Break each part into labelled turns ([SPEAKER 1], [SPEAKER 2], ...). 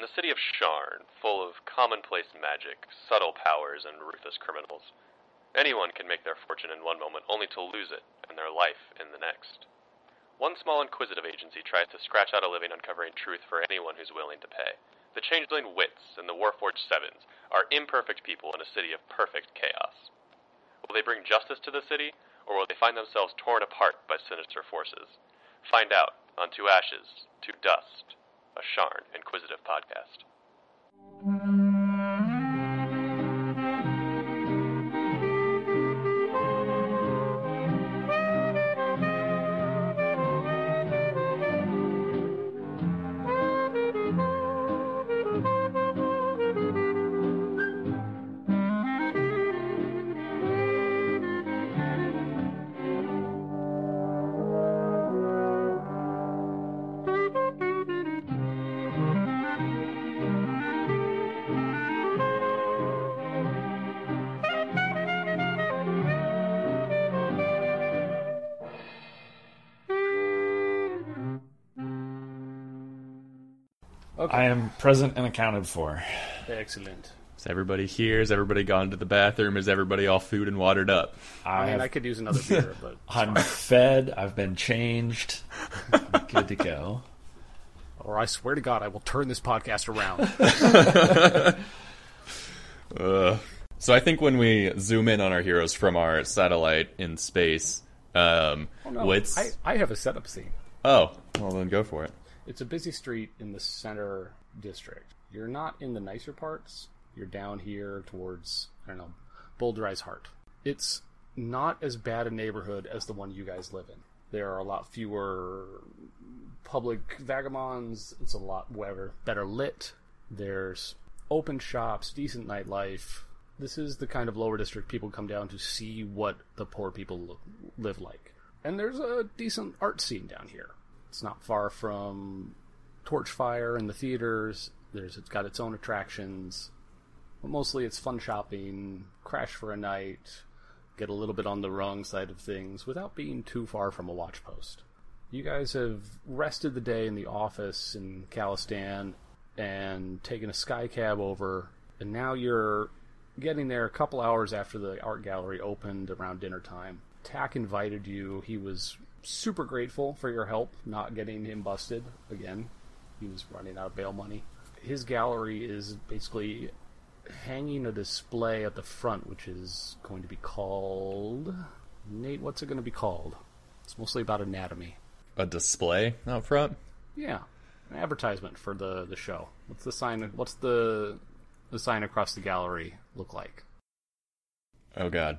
[SPEAKER 1] a city of Sharn, full of commonplace magic, subtle powers, and ruthless criminals. Anyone can make their fortune in one moment, only to lose it and their life in the next. One small inquisitive agency tries to scratch out a living uncovering truth for anyone who's willing to pay. The Changeling Wits and the Warforged Sevens are imperfect people in a city of perfect chaos. Will they bring justice to the city, or will they find themselves torn apart by sinister forces? Find out on Two Ashes, Two Dust, a Sharn Inquisitive podcast.
[SPEAKER 2] I am present and accounted for.
[SPEAKER 3] Excellent.
[SPEAKER 4] Is everybody here? Has everybody gone to the bathroom? Is everybody all food and watered up?
[SPEAKER 2] I
[SPEAKER 3] I mean,
[SPEAKER 2] have,
[SPEAKER 3] I could use another beer, but
[SPEAKER 2] I'm fed. I've been changed. I'm good to go.
[SPEAKER 3] or I swear to God, I will turn this podcast around.
[SPEAKER 4] Ugh. So I think when we zoom in on our heroes from our satellite in space, um, what's
[SPEAKER 3] I, I have a setup scene.
[SPEAKER 4] oh well then go for it.
[SPEAKER 3] It's a busy street in the center district. You're not in the nicer parts. You're down here towards I don't know, Boulder Eyes Heart. It's not as bad a neighborhood as the one you guys live in. There are a lot fewer public vagabonds. It's a lot weather, better lit. There's open shops, decent nightlife. This is the kind of lower district people come down to see what the poor people lo- live like. And there's a decent art scene down here. It's not far from Torchfire and the theaters. There's it's got its own attractions. But mostly it's fun shopping, crash for a night, get a little bit on the wrong side of things without being too far from a watch post you guys have rested the day in the office in Calistan and taken a sky cab over, and now you're getting there a couple hours after the art gallery opened around dinner time. Tack invited you. He was super grateful for your help not getting him busted again. He was running out of bail money. His gallery is basically hanging a display at the front, which is going to be called. Nate, what's it going to be called? It's mostly about anatomy.
[SPEAKER 4] A display out front.
[SPEAKER 3] Yeah, an advertisement for the the show. What's the sign? What's the the sign across the gallery look like?
[SPEAKER 4] Oh god,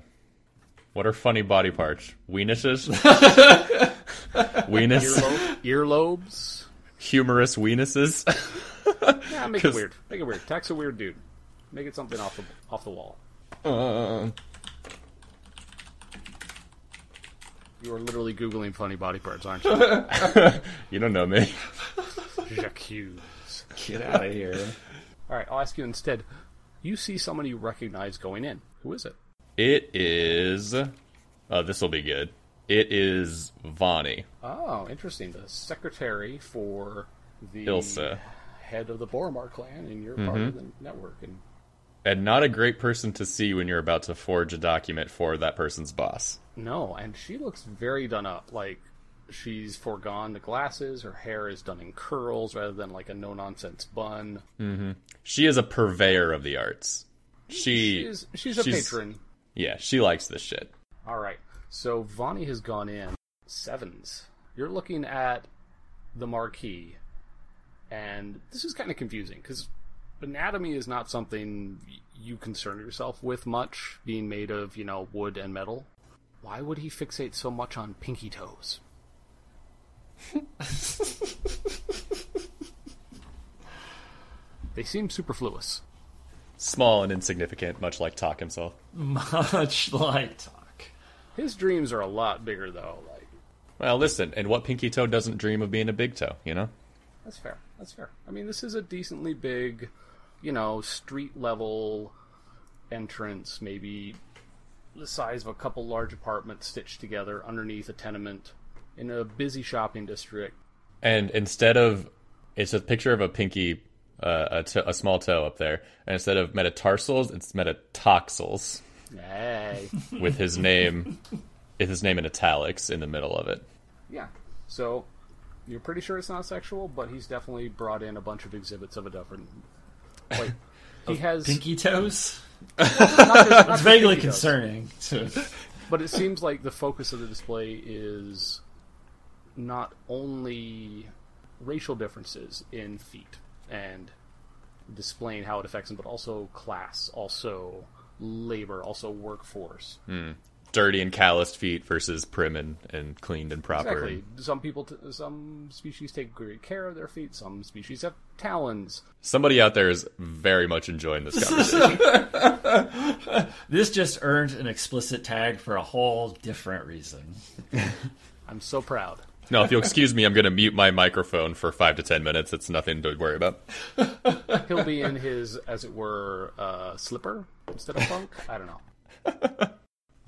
[SPEAKER 4] what are funny body parts? Weenuses, weenus,
[SPEAKER 3] Earlobes.
[SPEAKER 4] humorous weenuses.
[SPEAKER 3] Yeah, make it
[SPEAKER 4] 'Cause-
[SPEAKER 3] weird. Make it weird. Tax a weird dude. Make it something off the off the wall.
[SPEAKER 4] Uh,
[SPEAKER 3] You are literally googling funny body parts, aren't you?
[SPEAKER 4] you don't know me.
[SPEAKER 3] Jacques Hughes.
[SPEAKER 2] Get out of here.
[SPEAKER 3] All right, I'll ask you instead. You see someone you recognize going in. Who is it?
[SPEAKER 4] It is. Uh, this will be good. It is Vonnie
[SPEAKER 3] Oh, interesting. The secretary for the
[SPEAKER 4] Ilsa. Mm-hmm.
[SPEAKER 3] head of the Boromar clan in your part of the network, and
[SPEAKER 4] and not a great person to see when you're about to forge a document for that person's boss.
[SPEAKER 3] No, and she looks very done up. Like she's foregone the glasses. Her hair is done in curls rather than like a no nonsense bun.
[SPEAKER 4] She is a purveyor of the arts. She,
[SPEAKER 3] She's she's a patron.
[SPEAKER 4] Yeah, she likes this shit.
[SPEAKER 3] All right. So Vonnie has gone in sevens. You're looking at the marquee, and this is kind of confusing because anatomy is not something y- you concern yourself with much, being made of you know wood and metal. Why would he fixate so much on pinky toes? they seem superfluous.
[SPEAKER 4] Small and insignificant, much like Talk himself.
[SPEAKER 2] Much like talk.
[SPEAKER 3] His dreams are a lot bigger though. Like
[SPEAKER 4] Well, listen, and what pinky toe doesn't dream of being a big toe, you know?
[SPEAKER 3] That's fair. That's fair. I mean, this is a decently big, you know, street level entrance, maybe the size of a couple large apartments stitched together underneath a tenement in a busy shopping district.
[SPEAKER 4] And instead of it's a picture of a pinky uh, a, to- a small toe up there. And instead of metatarsals, it's metataxals
[SPEAKER 3] Hey.
[SPEAKER 4] with his name, with his name in italics in the middle of it.
[SPEAKER 3] yeah. So you're pretty sure it's not sexual, but he's definitely brought in a bunch of exhibits of a different. Like he has
[SPEAKER 5] Pinky toes?
[SPEAKER 3] not just- not
[SPEAKER 5] It's
[SPEAKER 3] just
[SPEAKER 5] vaguely
[SPEAKER 3] pinky toes,
[SPEAKER 5] concerning. To...
[SPEAKER 3] but it seems like the focus of the display is not only racial differences in feet and displaying how it affects them, but also class, also labor, also workforce.
[SPEAKER 4] Dirty and calloused feet versus prim and, and cleaned and proper.
[SPEAKER 3] Exactly. Some people, t- some species take great care of their feet. Some species have talons.
[SPEAKER 4] Somebody out there is very much enjoying this conversation.
[SPEAKER 5] This just earned an explicit tag for a whole different reason.
[SPEAKER 3] I'm so proud.
[SPEAKER 4] no, if you'll excuse me, I'm going to mute my microphone for five to ten minutes. It's nothing to worry about.
[SPEAKER 3] He'll be in his, as it were, uh, slipper instead of funk. I don't know.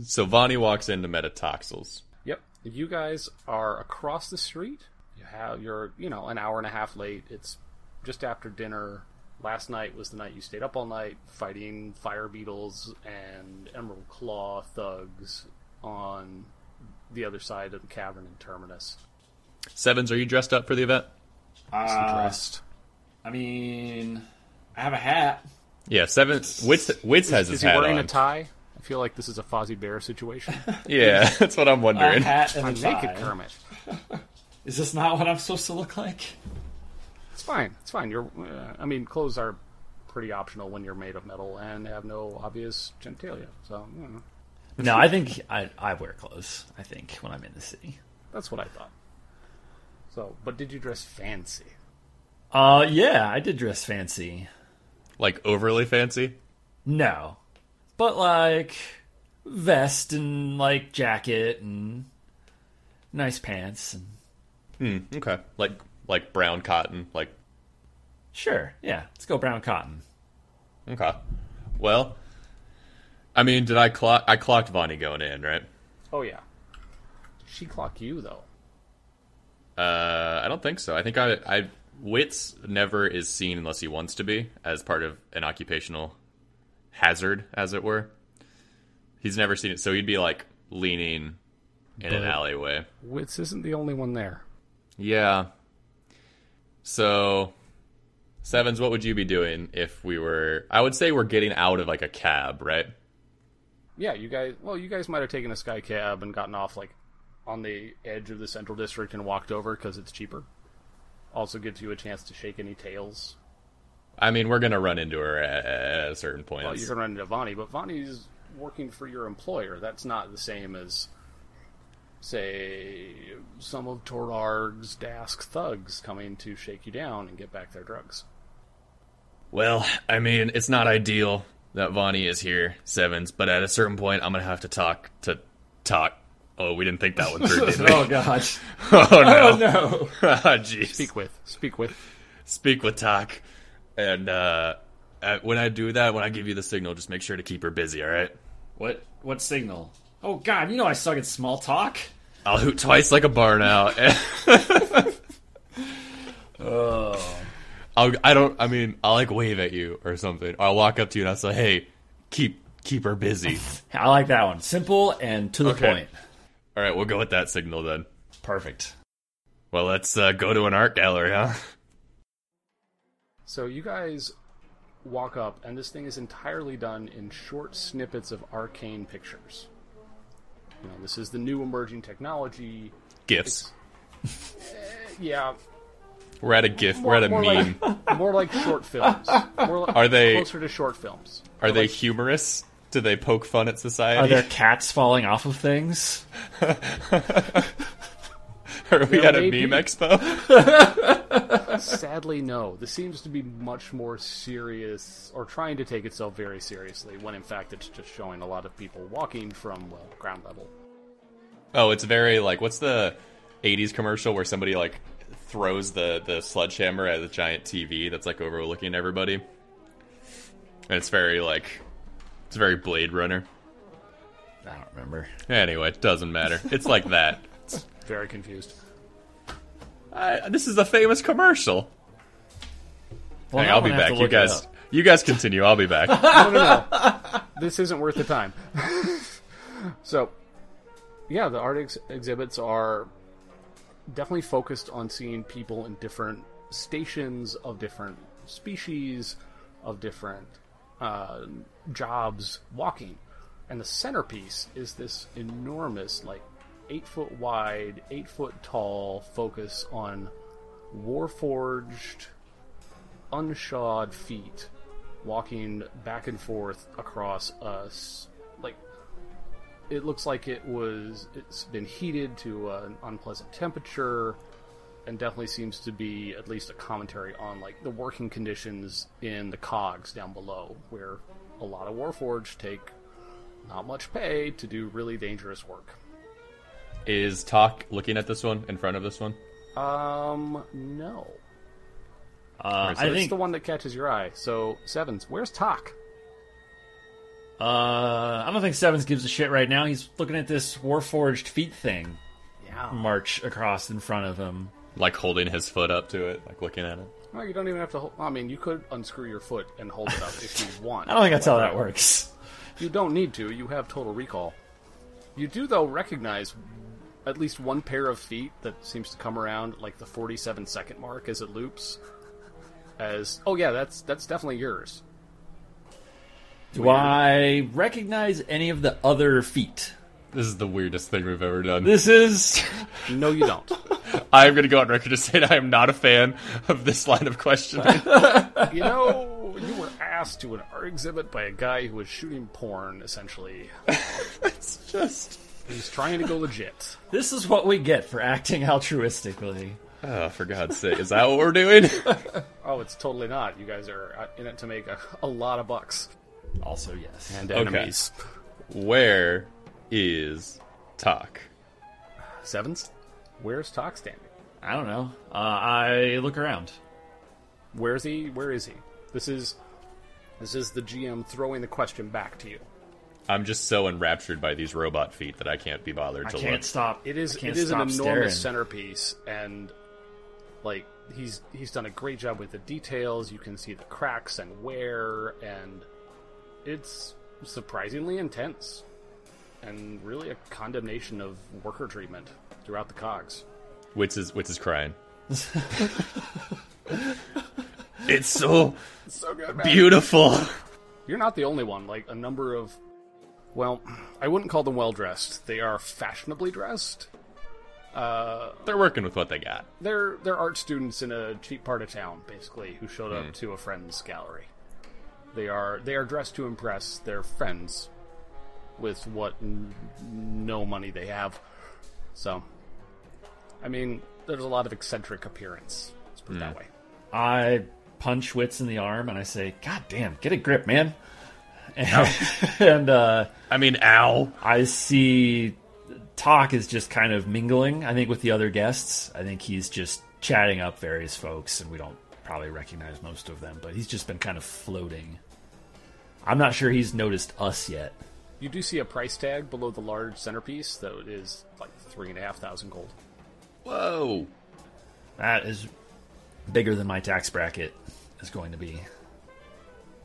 [SPEAKER 4] So Vonnie walks into metataxals.
[SPEAKER 3] Yep. You guys are across the street. You have you're, you know, an hour and a half late. It's just after dinner. Last night was the night you stayed up all night fighting fire beetles and emerald claw thugs on the other side of the cavern in Terminus.
[SPEAKER 4] Sevens, are you dressed up for the event?
[SPEAKER 5] Uh,
[SPEAKER 2] Dressed.
[SPEAKER 5] I mean, I have a hat.
[SPEAKER 4] Yeah, Seven. Wits, Wits has his
[SPEAKER 3] Is he
[SPEAKER 4] hat
[SPEAKER 3] wearing
[SPEAKER 4] on.
[SPEAKER 3] a tie? I feel like this is a Fozzie Bear situation.
[SPEAKER 4] Yeah, that's what I'm
[SPEAKER 5] A
[SPEAKER 4] wondering.
[SPEAKER 5] hat and a
[SPEAKER 3] I'm naked,
[SPEAKER 5] tie.
[SPEAKER 3] Kermit.
[SPEAKER 5] Is this not what I'm supposed to look like?
[SPEAKER 3] It's fine. It's fine. You're. Uh, I mean, clothes are pretty optional when you're made of metal and have no obvious genitalia. So you know,
[SPEAKER 5] No, I think I, I wear clothes. I think when I'm in the city.
[SPEAKER 3] that's what I thought. So, but did you dress fancy?
[SPEAKER 5] Uh, yeah, I did dress fancy.
[SPEAKER 4] Like overly fancy.
[SPEAKER 5] No, but like vest and like jacket and nice pants and
[SPEAKER 4] Okay, like like brown cotton. Like
[SPEAKER 5] sure, yeah, let's go brown cotton.
[SPEAKER 4] okay. Well, I mean, did I clock? I clocked Vonnie going in, right?
[SPEAKER 3] Oh yeah. She clock you though.
[SPEAKER 4] Uh, I don't think so. I think I, I Wits never is seen unless he wants to be as part of an occupational hazard, as it were. He's never seen it, so he'd be like leaning in an alleyway.
[SPEAKER 3] Wits isn't the only one there.
[SPEAKER 4] Yeah. So, Sevens, what would you be doing if we were? I would say we're getting out of like a cab, right?
[SPEAKER 3] Yeah, you guys. Well, you guys might have taken a sky cab and gotten off like on the edge of the central district and walked over because it's cheaper. Also gives you a chance to shake any tails
[SPEAKER 4] I mean, we're gonna run into her at, at a certain point.
[SPEAKER 3] Well, you're going to run into Vonnie, but Vonnie's working for your employer. That's not the same as, say, some of Torarg's Dask thugs coming to shake you down and get back their drugs.
[SPEAKER 4] Well, I mean, it's not ideal that Vonnie is here, Sevens, but at a certain point, I'm gonna have to talk to talk. Oh, we didn't think that one through, did we?
[SPEAKER 5] Oh God!
[SPEAKER 4] oh no!
[SPEAKER 5] no!
[SPEAKER 4] Ah, Jeez.
[SPEAKER 3] Speak with. Speak with.
[SPEAKER 4] Speak with talk, and uh, uh, when I do that, when I give you the signal, just make sure to keep her busy. All right?
[SPEAKER 5] What what signal? Oh God! You know I suck at small talk.
[SPEAKER 4] I'll hoot twice like a barn owl.
[SPEAKER 5] Oh,
[SPEAKER 4] I'll, I don't. I mean, I'll like wave at you or something. I'll walk up to you and I'll say, "Hey, keep keep her busy."
[SPEAKER 5] I like that one. Simple and to the
[SPEAKER 4] Okay.
[SPEAKER 5] point.
[SPEAKER 4] All right, we'll go with that signal then.
[SPEAKER 5] Perfect.
[SPEAKER 4] Well, let's uh, go to an art gallery, huh?
[SPEAKER 3] So you guys walk up, and this thing is entirely done in short snippets of arcane pictures. You know, this is the new emerging technology.
[SPEAKER 4] Gifts.
[SPEAKER 3] Yeah,
[SPEAKER 4] We're at a gif. We're at a
[SPEAKER 3] more
[SPEAKER 4] meme.
[SPEAKER 3] like more like short films. More like,
[SPEAKER 4] Are they-
[SPEAKER 3] closer to short films?
[SPEAKER 4] Are they humorous? Do they poke fun at
[SPEAKER 5] Are
[SPEAKER 4] society?
[SPEAKER 5] there cats falling off of things?
[SPEAKER 4] Are we
[SPEAKER 3] There
[SPEAKER 4] at a
[SPEAKER 3] may
[SPEAKER 4] meme
[SPEAKER 3] be.
[SPEAKER 4] expo?
[SPEAKER 3] Sadly, no. This seems to be much more serious, or trying to take itself very seriously, when in fact it's just showing a lot of people walking from, well, ground level.
[SPEAKER 4] Oh, it's very like what's the '80s commercial where somebody like throws the the sledgehammer at a giant TV that's like overlooking everybody, and it's very like it's very Blade Runner.
[SPEAKER 5] I don't remember.
[SPEAKER 4] Anyway, it doesn't matter. It's like that.
[SPEAKER 3] Very confused.
[SPEAKER 4] I, this is a famous commercial.
[SPEAKER 5] Well,
[SPEAKER 4] Hey,
[SPEAKER 5] now
[SPEAKER 4] I'll
[SPEAKER 5] I'm
[SPEAKER 4] be
[SPEAKER 5] gonna have
[SPEAKER 4] back.
[SPEAKER 5] to
[SPEAKER 4] You
[SPEAKER 5] look it
[SPEAKER 4] guys,
[SPEAKER 5] up.
[SPEAKER 4] you guys continue. I'll be back.
[SPEAKER 3] No, no, no. this isn't worth the time. so, yeah, the art ex- exhibits are definitely focused on seeing people in different stations of different species, of different uh, jobs walking. And the centerpiece is this enormous, like, eight foot wide, eight foot tall focus on warforged, unshod feet walking back and forth across us like it looks like it was it's been heated to an unpleasant temperature and definitely seems to be at least a commentary on like the working conditions in the cogs down below where a lot of warforged take not much pay to do really dangerous work
[SPEAKER 4] Is Talk looking at this one in front of this one?
[SPEAKER 3] um no
[SPEAKER 5] Uh, I
[SPEAKER 4] so it's
[SPEAKER 3] it's
[SPEAKER 5] think
[SPEAKER 3] the one that catches your eye so sevens where's Tok?
[SPEAKER 5] Uh, I don't think Sevens gives a shit right now. He's looking at this Warforged feet thing
[SPEAKER 3] yeah
[SPEAKER 5] march across in front of him.
[SPEAKER 4] Like holding his foot up to it, like looking at it.
[SPEAKER 3] Well, you don't even have to. Hold, I mean, you could unscrew your foot and hold it up if you want.
[SPEAKER 5] I don't think that's how that works.
[SPEAKER 3] You don't need to. You have total recall. You do, though, recognize at least one pair of feet that seems to come around like the 47 second mark as it loops. As oh yeah, that's that's definitely yours.
[SPEAKER 5] Do I recognize any of the other feet?
[SPEAKER 4] This is the weirdest thing we've ever done.
[SPEAKER 5] This is
[SPEAKER 3] No, you don't.
[SPEAKER 4] I'm going to go on record to say that I am not a fan of this line of questioning.
[SPEAKER 3] you know, you were asked to an art exhibit by a guy who was shooting porn. Essentially,
[SPEAKER 4] it's just.
[SPEAKER 3] he's trying to go legit.
[SPEAKER 5] this is what we get for acting altruistically.
[SPEAKER 4] Oh, for God's sake. Is that what we're doing?
[SPEAKER 3] Oh, it's totally not. You guys are uh, in it to make a, a lot of bucks
[SPEAKER 5] Also, yes.
[SPEAKER 3] and
[SPEAKER 4] Okay.
[SPEAKER 3] enemies.
[SPEAKER 4] Where is Talk?
[SPEAKER 3] Sevens, where's Tok standing?
[SPEAKER 5] I don't know. Uh, I look around.
[SPEAKER 3] Where is he? Where is he? This is this is the GM throwing the question back to you.
[SPEAKER 4] I'm just so enraptured by these robot feet that I can't be bothered
[SPEAKER 5] I
[SPEAKER 4] to
[SPEAKER 5] can't
[SPEAKER 4] look.
[SPEAKER 5] stop.
[SPEAKER 3] It is
[SPEAKER 5] I can't
[SPEAKER 3] it is an
[SPEAKER 5] stop
[SPEAKER 3] enormous
[SPEAKER 5] staring.
[SPEAKER 3] centerpiece and like he's he's done a great job with the details. You can see the cracks and wear and it's surprisingly intense and really a condemnation of worker treatment throughout the cogs.
[SPEAKER 4] Wits is Wits is crying. it's so
[SPEAKER 3] So good,
[SPEAKER 4] beautiful.
[SPEAKER 3] You're not the only one. Like a number of, well, I wouldn't call them well dressed. They are fashionably dressed.
[SPEAKER 4] They're working with what they got.
[SPEAKER 3] They're they're art students in a cheap part of town, basically, who showed up to a friend's gallery. They are they are dressed to impress their friends with what n- no money they have. So, I mean, there's a lot of eccentric appearance. Let's put it that way.
[SPEAKER 5] I punch Wits in the arm and I say, "God damn, get a grip, man!" And, and uh,
[SPEAKER 4] I mean, ow.
[SPEAKER 5] I see Talk is just kind of mingling, I think, with the other guests. I think he's just chatting up various folks, and we don't probably recognize most of them, but he's just been kind of floating. I'm not sure he's noticed us yet.
[SPEAKER 3] You do see a price tag below the large centerpiece, though it is like three and a half thousand gold.
[SPEAKER 4] Whoa.
[SPEAKER 5] That is bigger than my tax bracket is going to be.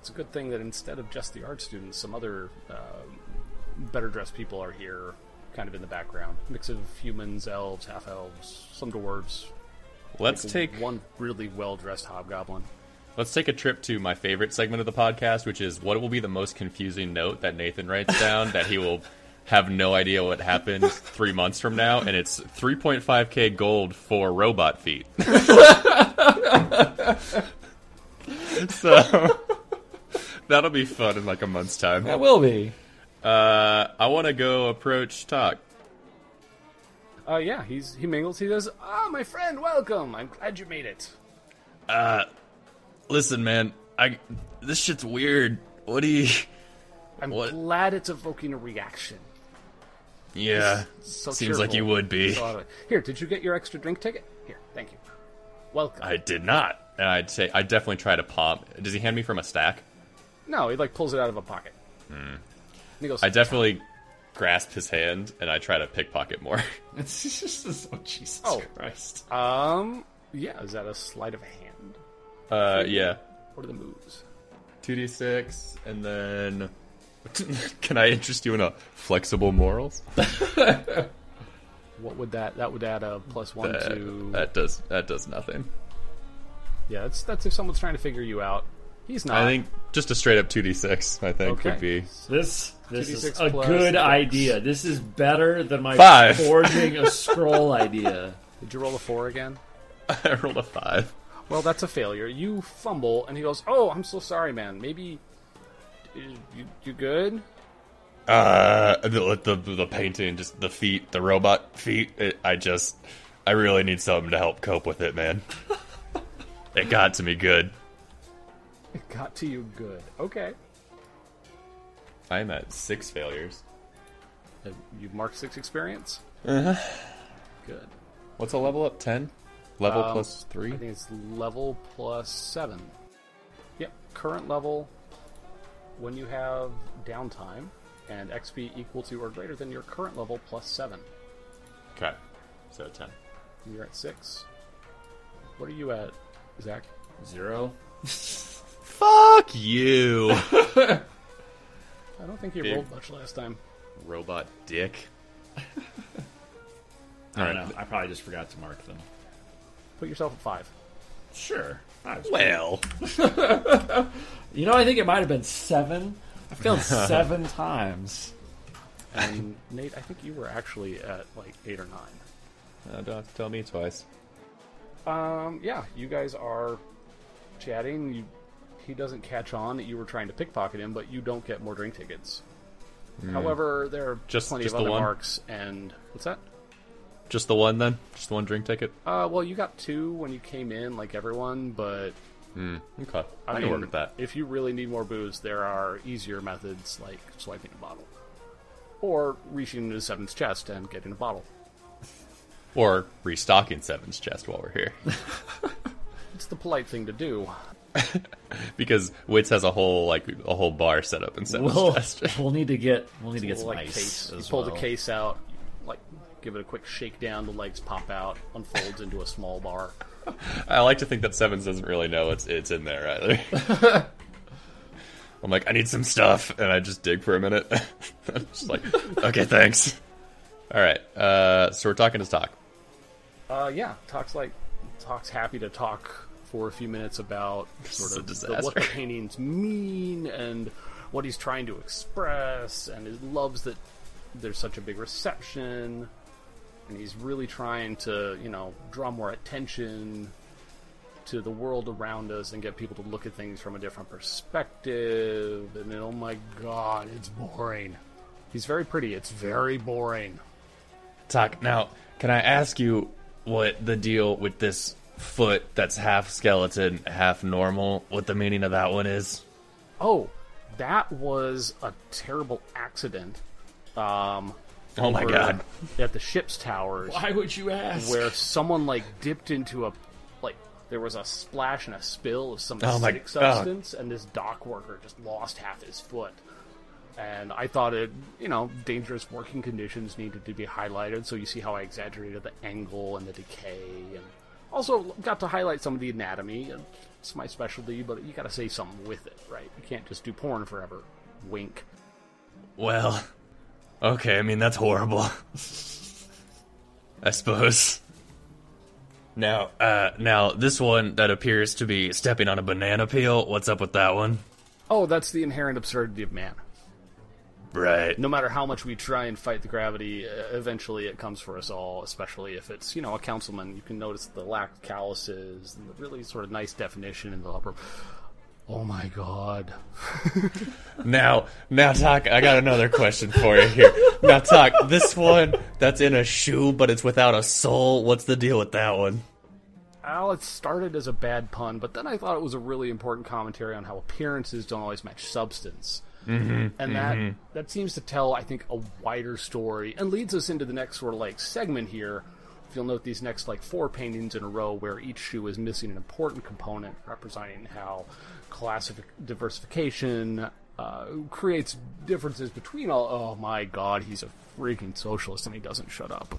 [SPEAKER 3] It's a good thing that instead of just the art students, some other um better dressed people are here, kind of in the background. Mix of humans, elves, half elves, some dwarves.
[SPEAKER 4] Let's take
[SPEAKER 3] one really well dressed hobgoblin.
[SPEAKER 4] let's take a trip to my favorite segment of the podcast, which is what will be the most confusing note that Nathan writes down that he will have no idea what happened three months from now, and it's 3.5k gold for robot feet. so that'll be fun in like a month's time.
[SPEAKER 5] will be.
[SPEAKER 4] Uh, I want to go approach Talk.
[SPEAKER 3] Uh, yeah, he's he mingles. He says, "Ah, my friend, welcome. I'm glad you made it."
[SPEAKER 4] Listen, man, I this shit's weird. What do you?
[SPEAKER 3] I'm
[SPEAKER 4] What?
[SPEAKER 3] glad it's evoking a reaction.
[SPEAKER 4] Yeah,
[SPEAKER 3] So
[SPEAKER 4] seems like
[SPEAKER 3] cheerful.
[SPEAKER 4] you would be.
[SPEAKER 3] So, uh, Here, did you get your extra drink ticket? Here, thank you. Welcome.
[SPEAKER 4] I did not. And I'd say I definitely try to pop. Does he hand me from a stack?
[SPEAKER 3] No, he like pulls it out of a pocket. And he goes,
[SPEAKER 4] Hmm. I definitely grasp his hand and I try to pickpocket more.
[SPEAKER 5] It's just, oh, Jesus
[SPEAKER 3] Oh.
[SPEAKER 5] Christ.
[SPEAKER 3] Um, yeah, is that a sleight of hand?
[SPEAKER 4] Uh, yeah.
[SPEAKER 3] What are the moves?
[SPEAKER 4] 2d6, and then. Can I interest you in a flexible morals?
[SPEAKER 3] What would that? That would add a plus one to.
[SPEAKER 4] That, that does that does nothing.
[SPEAKER 3] Yeah, that's that's if someone's trying to figure you out. He's not.
[SPEAKER 4] I think just a straight up 2d6, I think,
[SPEAKER 3] Ah. Okay.
[SPEAKER 4] would be.
[SPEAKER 5] This this is
[SPEAKER 3] 2d6
[SPEAKER 5] a
[SPEAKER 3] plus
[SPEAKER 5] good
[SPEAKER 3] six.
[SPEAKER 5] idea. This is better than my
[SPEAKER 4] Five.
[SPEAKER 5] forging a scroll idea.
[SPEAKER 3] Did you roll a four again?
[SPEAKER 4] I rolled a 5.
[SPEAKER 3] Well, that's a failure. You fumble, and he goes, "Oh, I'm so sorry, man. Maybe you, you- you good?
[SPEAKER 4] Uh, the, the the painting, just the feet, the robot feet. It, I just, I really need something to help cope with it, man. it got to me good.
[SPEAKER 3] It got to you good. Okay.
[SPEAKER 4] I'm at six failures.
[SPEAKER 3] Uh, You've marked six experience.
[SPEAKER 4] Uh-huh.
[SPEAKER 3] Good.
[SPEAKER 4] What's a level up? Ten. Level
[SPEAKER 3] Um,
[SPEAKER 4] plus three.
[SPEAKER 3] I think it's level plus seven. Yep. Current level. When you have downtime and XP equal to or greater than your current level plus seven,
[SPEAKER 4] Okay, so ten.
[SPEAKER 3] you're at six. What are you at, Zach?
[SPEAKER 5] Zero.
[SPEAKER 4] Fuck you,
[SPEAKER 3] I don't think you
[SPEAKER 4] Big.
[SPEAKER 3] rolled much last time.
[SPEAKER 4] robot dick. All
[SPEAKER 5] I
[SPEAKER 4] right.
[SPEAKER 5] don't know. I probably just forgot to mark them.
[SPEAKER 3] Put yourself at five.
[SPEAKER 5] Sure. I was-
[SPEAKER 4] Well,
[SPEAKER 5] You know, I think it might have been seven. I failed seven times.
[SPEAKER 3] And Nate, I think you were actually at like eight or nine.
[SPEAKER 4] uh, don't have to tell me twice.
[SPEAKER 3] Um, yeah, you guys are chatting. You, he doesn't catch on that you were trying to pickpocket him, but you don't get more drink tickets. However, there are
[SPEAKER 4] Hmm. Just-
[SPEAKER 3] plenty
[SPEAKER 4] just
[SPEAKER 3] of
[SPEAKER 4] the
[SPEAKER 3] other
[SPEAKER 4] one?
[SPEAKER 3] marks. And what's that?
[SPEAKER 4] Just the one then. Just the one drink ticket.
[SPEAKER 3] Uh, well, you got two when you came in, like everyone. But
[SPEAKER 4] Okay,
[SPEAKER 3] I,
[SPEAKER 4] I,
[SPEAKER 3] mean,
[SPEAKER 4] can work with that.
[SPEAKER 3] if you really need more booze, there are easier methods like swiping a bottle, or reaching into Seven's chest and getting a bottle.
[SPEAKER 4] Or restocking Seven's chest while we're here.
[SPEAKER 3] It's the polite thing to do.
[SPEAKER 4] because Wits has a whole like a whole bar set up in Seven's
[SPEAKER 5] We'll,
[SPEAKER 4] Chest.
[SPEAKER 5] we'll need to get we'll need to get some
[SPEAKER 3] like
[SPEAKER 5] ice.
[SPEAKER 3] case. You
[SPEAKER 5] as
[SPEAKER 3] pull the
[SPEAKER 5] well.
[SPEAKER 3] case out, like give it a quick shakedown. The legs pop out, unfolds into a small bar.
[SPEAKER 4] I like to think that Sevens doesn't really know it's it's in there either. I'm like, I need some stuff, and I just dig for a minute. I'm just like, okay, thanks. All right, uh, so we're talking to Stock.
[SPEAKER 3] Uh, yeah, talks like talks happy to talk for a few minutes about
[SPEAKER 4] is
[SPEAKER 3] sort
[SPEAKER 4] a
[SPEAKER 3] of the, what
[SPEAKER 4] disaster.
[SPEAKER 3] the paintings mean and what he's trying to express, and he loves that there's such a big reception, and he's really trying to you know draw more attention to the world around us and get people to look at things from a different perspective. And then, oh my god, it's boring. He's very pretty. It's very boring.
[SPEAKER 4] Talk now. Can I ask you what the deal with this foot that's half skeleton, half normal? What the meaning of that one is?
[SPEAKER 3] Oh, that was a terrible accident. Um,
[SPEAKER 4] Oh my
[SPEAKER 3] over
[SPEAKER 4] god!
[SPEAKER 3] At the ship's towers,
[SPEAKER 5] Why would you ask?
[SPEAKER 3] where someone like dipped into a like there was a splash and a spill of some
[SPEAKER 4] Oh my-
[SPEAKER 3] acidic
[SPEAKER 4] oh.
[SPEAKER 3] substance, and this dock worker just lost half his foot. And I thought it, you know, dangerous working conditions needed to be highlighted. So you see how I exaggerated the angle and the decay, and also got to highlight some of the anatomy. And it's my specialty, but you got to say something with it, right? You can't just do porn forever. Wink.
[SPEAKER 4] Well, okay, I mean, that's horrible. I suppose. Now, uh, now, this one that appears to be stepping on a banana peel, what's up with that one?
[SPEAKER 3] Oh, that's the inherent absurdity of man.
[SPEAKER 4] Right.
[SPEAKER 3] no matter how much we try and fight the gravity, uh, eventually it comes for us all, especially if it's, you know, a councilman. You can notice the lack of calluses and the really sort of nice definition in the upper. Oh my god.
[SPEAKER 4] Now, now, Talk, I got another question for you here. Now, Talk, this one that's in a shoe, but it's without a sole, what's the deal with that one?
[SPEAKER 3] Well, it started as a bad pun, but then I thought it was a really important commentary on how appearances don't always match substance. and that that seems to tell I think a wider story and leads us into the next sort of like segment here. If you'll note these next like four paintings in a row where each shoe is missing an important component representing how classific diversification uh, creates differences between all. Oh my God, he's a freaking socialist and he doesn't shut up.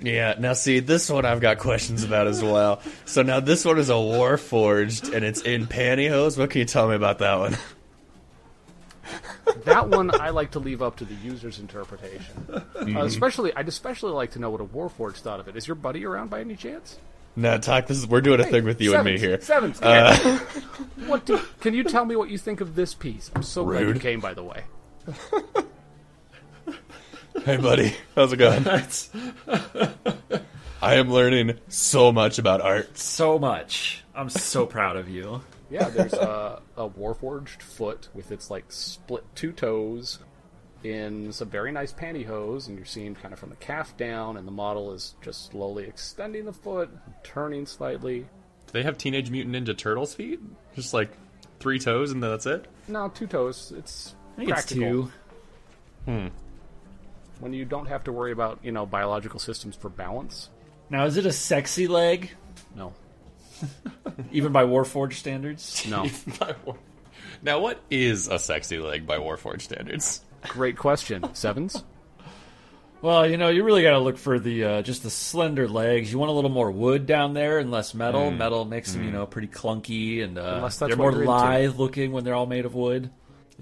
[SPEAKER 6] Yeah, now see, this one I've got questions about as well. So now this one is a war forged and it's in pantyhose. What can you tell me about that one?
[SPEAKER 3] That one I like to leave up to the user's interpretation.
[SPEAKER 6] Mm-hmm.
[SPEAKER 3] Uh, especially, I'd especially like to know what a Warforged thought of it. Is your buddy around by any chance?
[SPEAKER 6] No, Talk, this is, we're doing a thing with you and me here. Uh,
[SPEAKER 3] Seventh. what do, can you tell me what you think of this piece? I'm so glad you
[SPEAKER 6] Rude.
[SPEAKER 3] came, by the way.
[SPEAKER 6] Hey, buddy, how's it going?
[SPEAKER 4] That's
[SPEAKER 6] I am learning so much about art.
[SPEAKER 5] So much. I'm so proud of you.
[SPEAKER 3] Yeah, there's a, a Warforged foot with its like split two toes in some very nice pantyhose, and you're seeing kind of from the calf down, and the model is just slowly extending the foot, turning slightly.
[SPEAKER 4] Do they have Teenage Mutant Ninja Turtles feet? Just like three toes and then that's it?
[SPEAKER 3] No, two toes. It's
[SPEAKER 5] I think it's
[SPEAKER 3] practical.
[SPEAKER 5] two.
[SPEAKER 3] When you don't have to worry about, you know, biological systems for balance.
[SPEAKER 5] Now, is it a sexy leg,
[SPEAKER 3] No.
[SPEAKER 5] even by Warforged standards?
[SPEAKER 3] No.
[SPEAKER 4] Now, what is a sexy leg by Warforged standards?
[SPEAKER 3] Great question. Sevens?
[SPEAKER 5] Well, you know, you really got to look for the uh, just the slender legs. You want a little more wood down there and less metal. Metal makes them, you know, pretty clunky and uh,
[SPEAKER 3] Mm. Unless
[SPEAKER 5] they're
[SPEAKER 3] that's what
[SPEAKER 5] more
[SPEAKER 3] you're into.
[SPEAKER 5] lithe looking when they're all made of wood.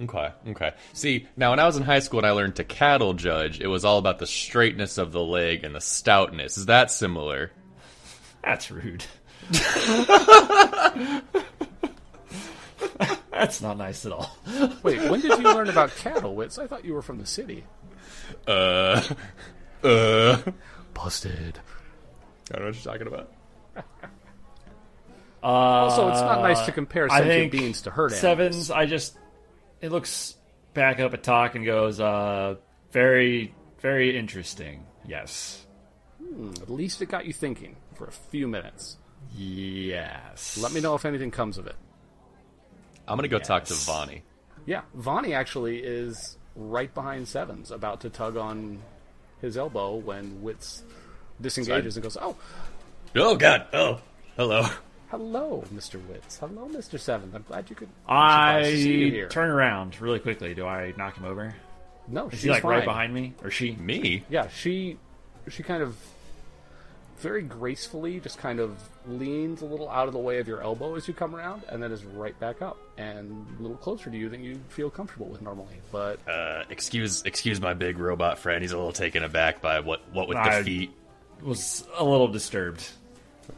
[SPEAKER 4] Okay, okay. See, now when I was in high school and I learned to cattle judge, it was all about the straightness of the leg and the stoutness. Is that similar?
[SPEAKER 5] That's rude. That's not nice at all.
[SPEAKER 3] Wait, when did you learn about cattle wits? I thought you were from the city.
[SPEAKER 4] Uh, uh.
[SPEAKER 3] Busted.
[SPEAKER 4] I don't know what you're talking about.
[SPEAKER 5] Uh,
[SPEAKER 3] Also, it's not nice to compare
[SPEAKER 5] I
[SPEAKER 3] sentient
[SPEAKER 5] think
[SPEAKER 3] beings to herd animals.
[SPEAKER 5] Sevens, I just it looks back up at talk and goes, uh, very, very interesting. Yes,
[SPEAKER 3] At least it got you thinking for a few minutes.
[SPEAKER 5] yes.
[SPEAKER 3] Let me know if anything comes of it.
[SPEAKER 4] I'm gonna go talk to
[SPEAKER 5] Yes.
[SPEAKER 4] Vonnie.
[SPEAKER 3] Yeah, Vonnie actually is right behind Sevens, about to tug on his elbow when Wits disengages and goes, "Oh,
[SPEAKER 6] Oh, God. Oh, hello.
[SPEAKER 3] hello, Mister Wits. Hello, Mister Sevens. I'm glad you could." I'm surprised to see you
[SPEAKER 5] I
[SPEAKER 3] here."
[SPEAKER 5] turn around really quickly. Do I knock him over?
[SPEAKER 3] No, she's
[SPEAKER 5] Is he like right
[SPEAKER 3] fine.
[SPEAKER 5] behind me or she?
[SPEAKER 4] Me?
[SPEAKER 3] Yeah, she, she kind of, very gracefully, just kind of leans a little out of the way of your elbow as you come around, and then is right back up and a little closer to you than you feel comfortable with normally. But
[SPEAKER 6] Uh, excuse excuse my big robot friend. He's a little taken aback by what, what with
[SPEAKER 5] I-
[SPEAKER 6] the feet.
[SPEAKER 5] Was a little disturbed.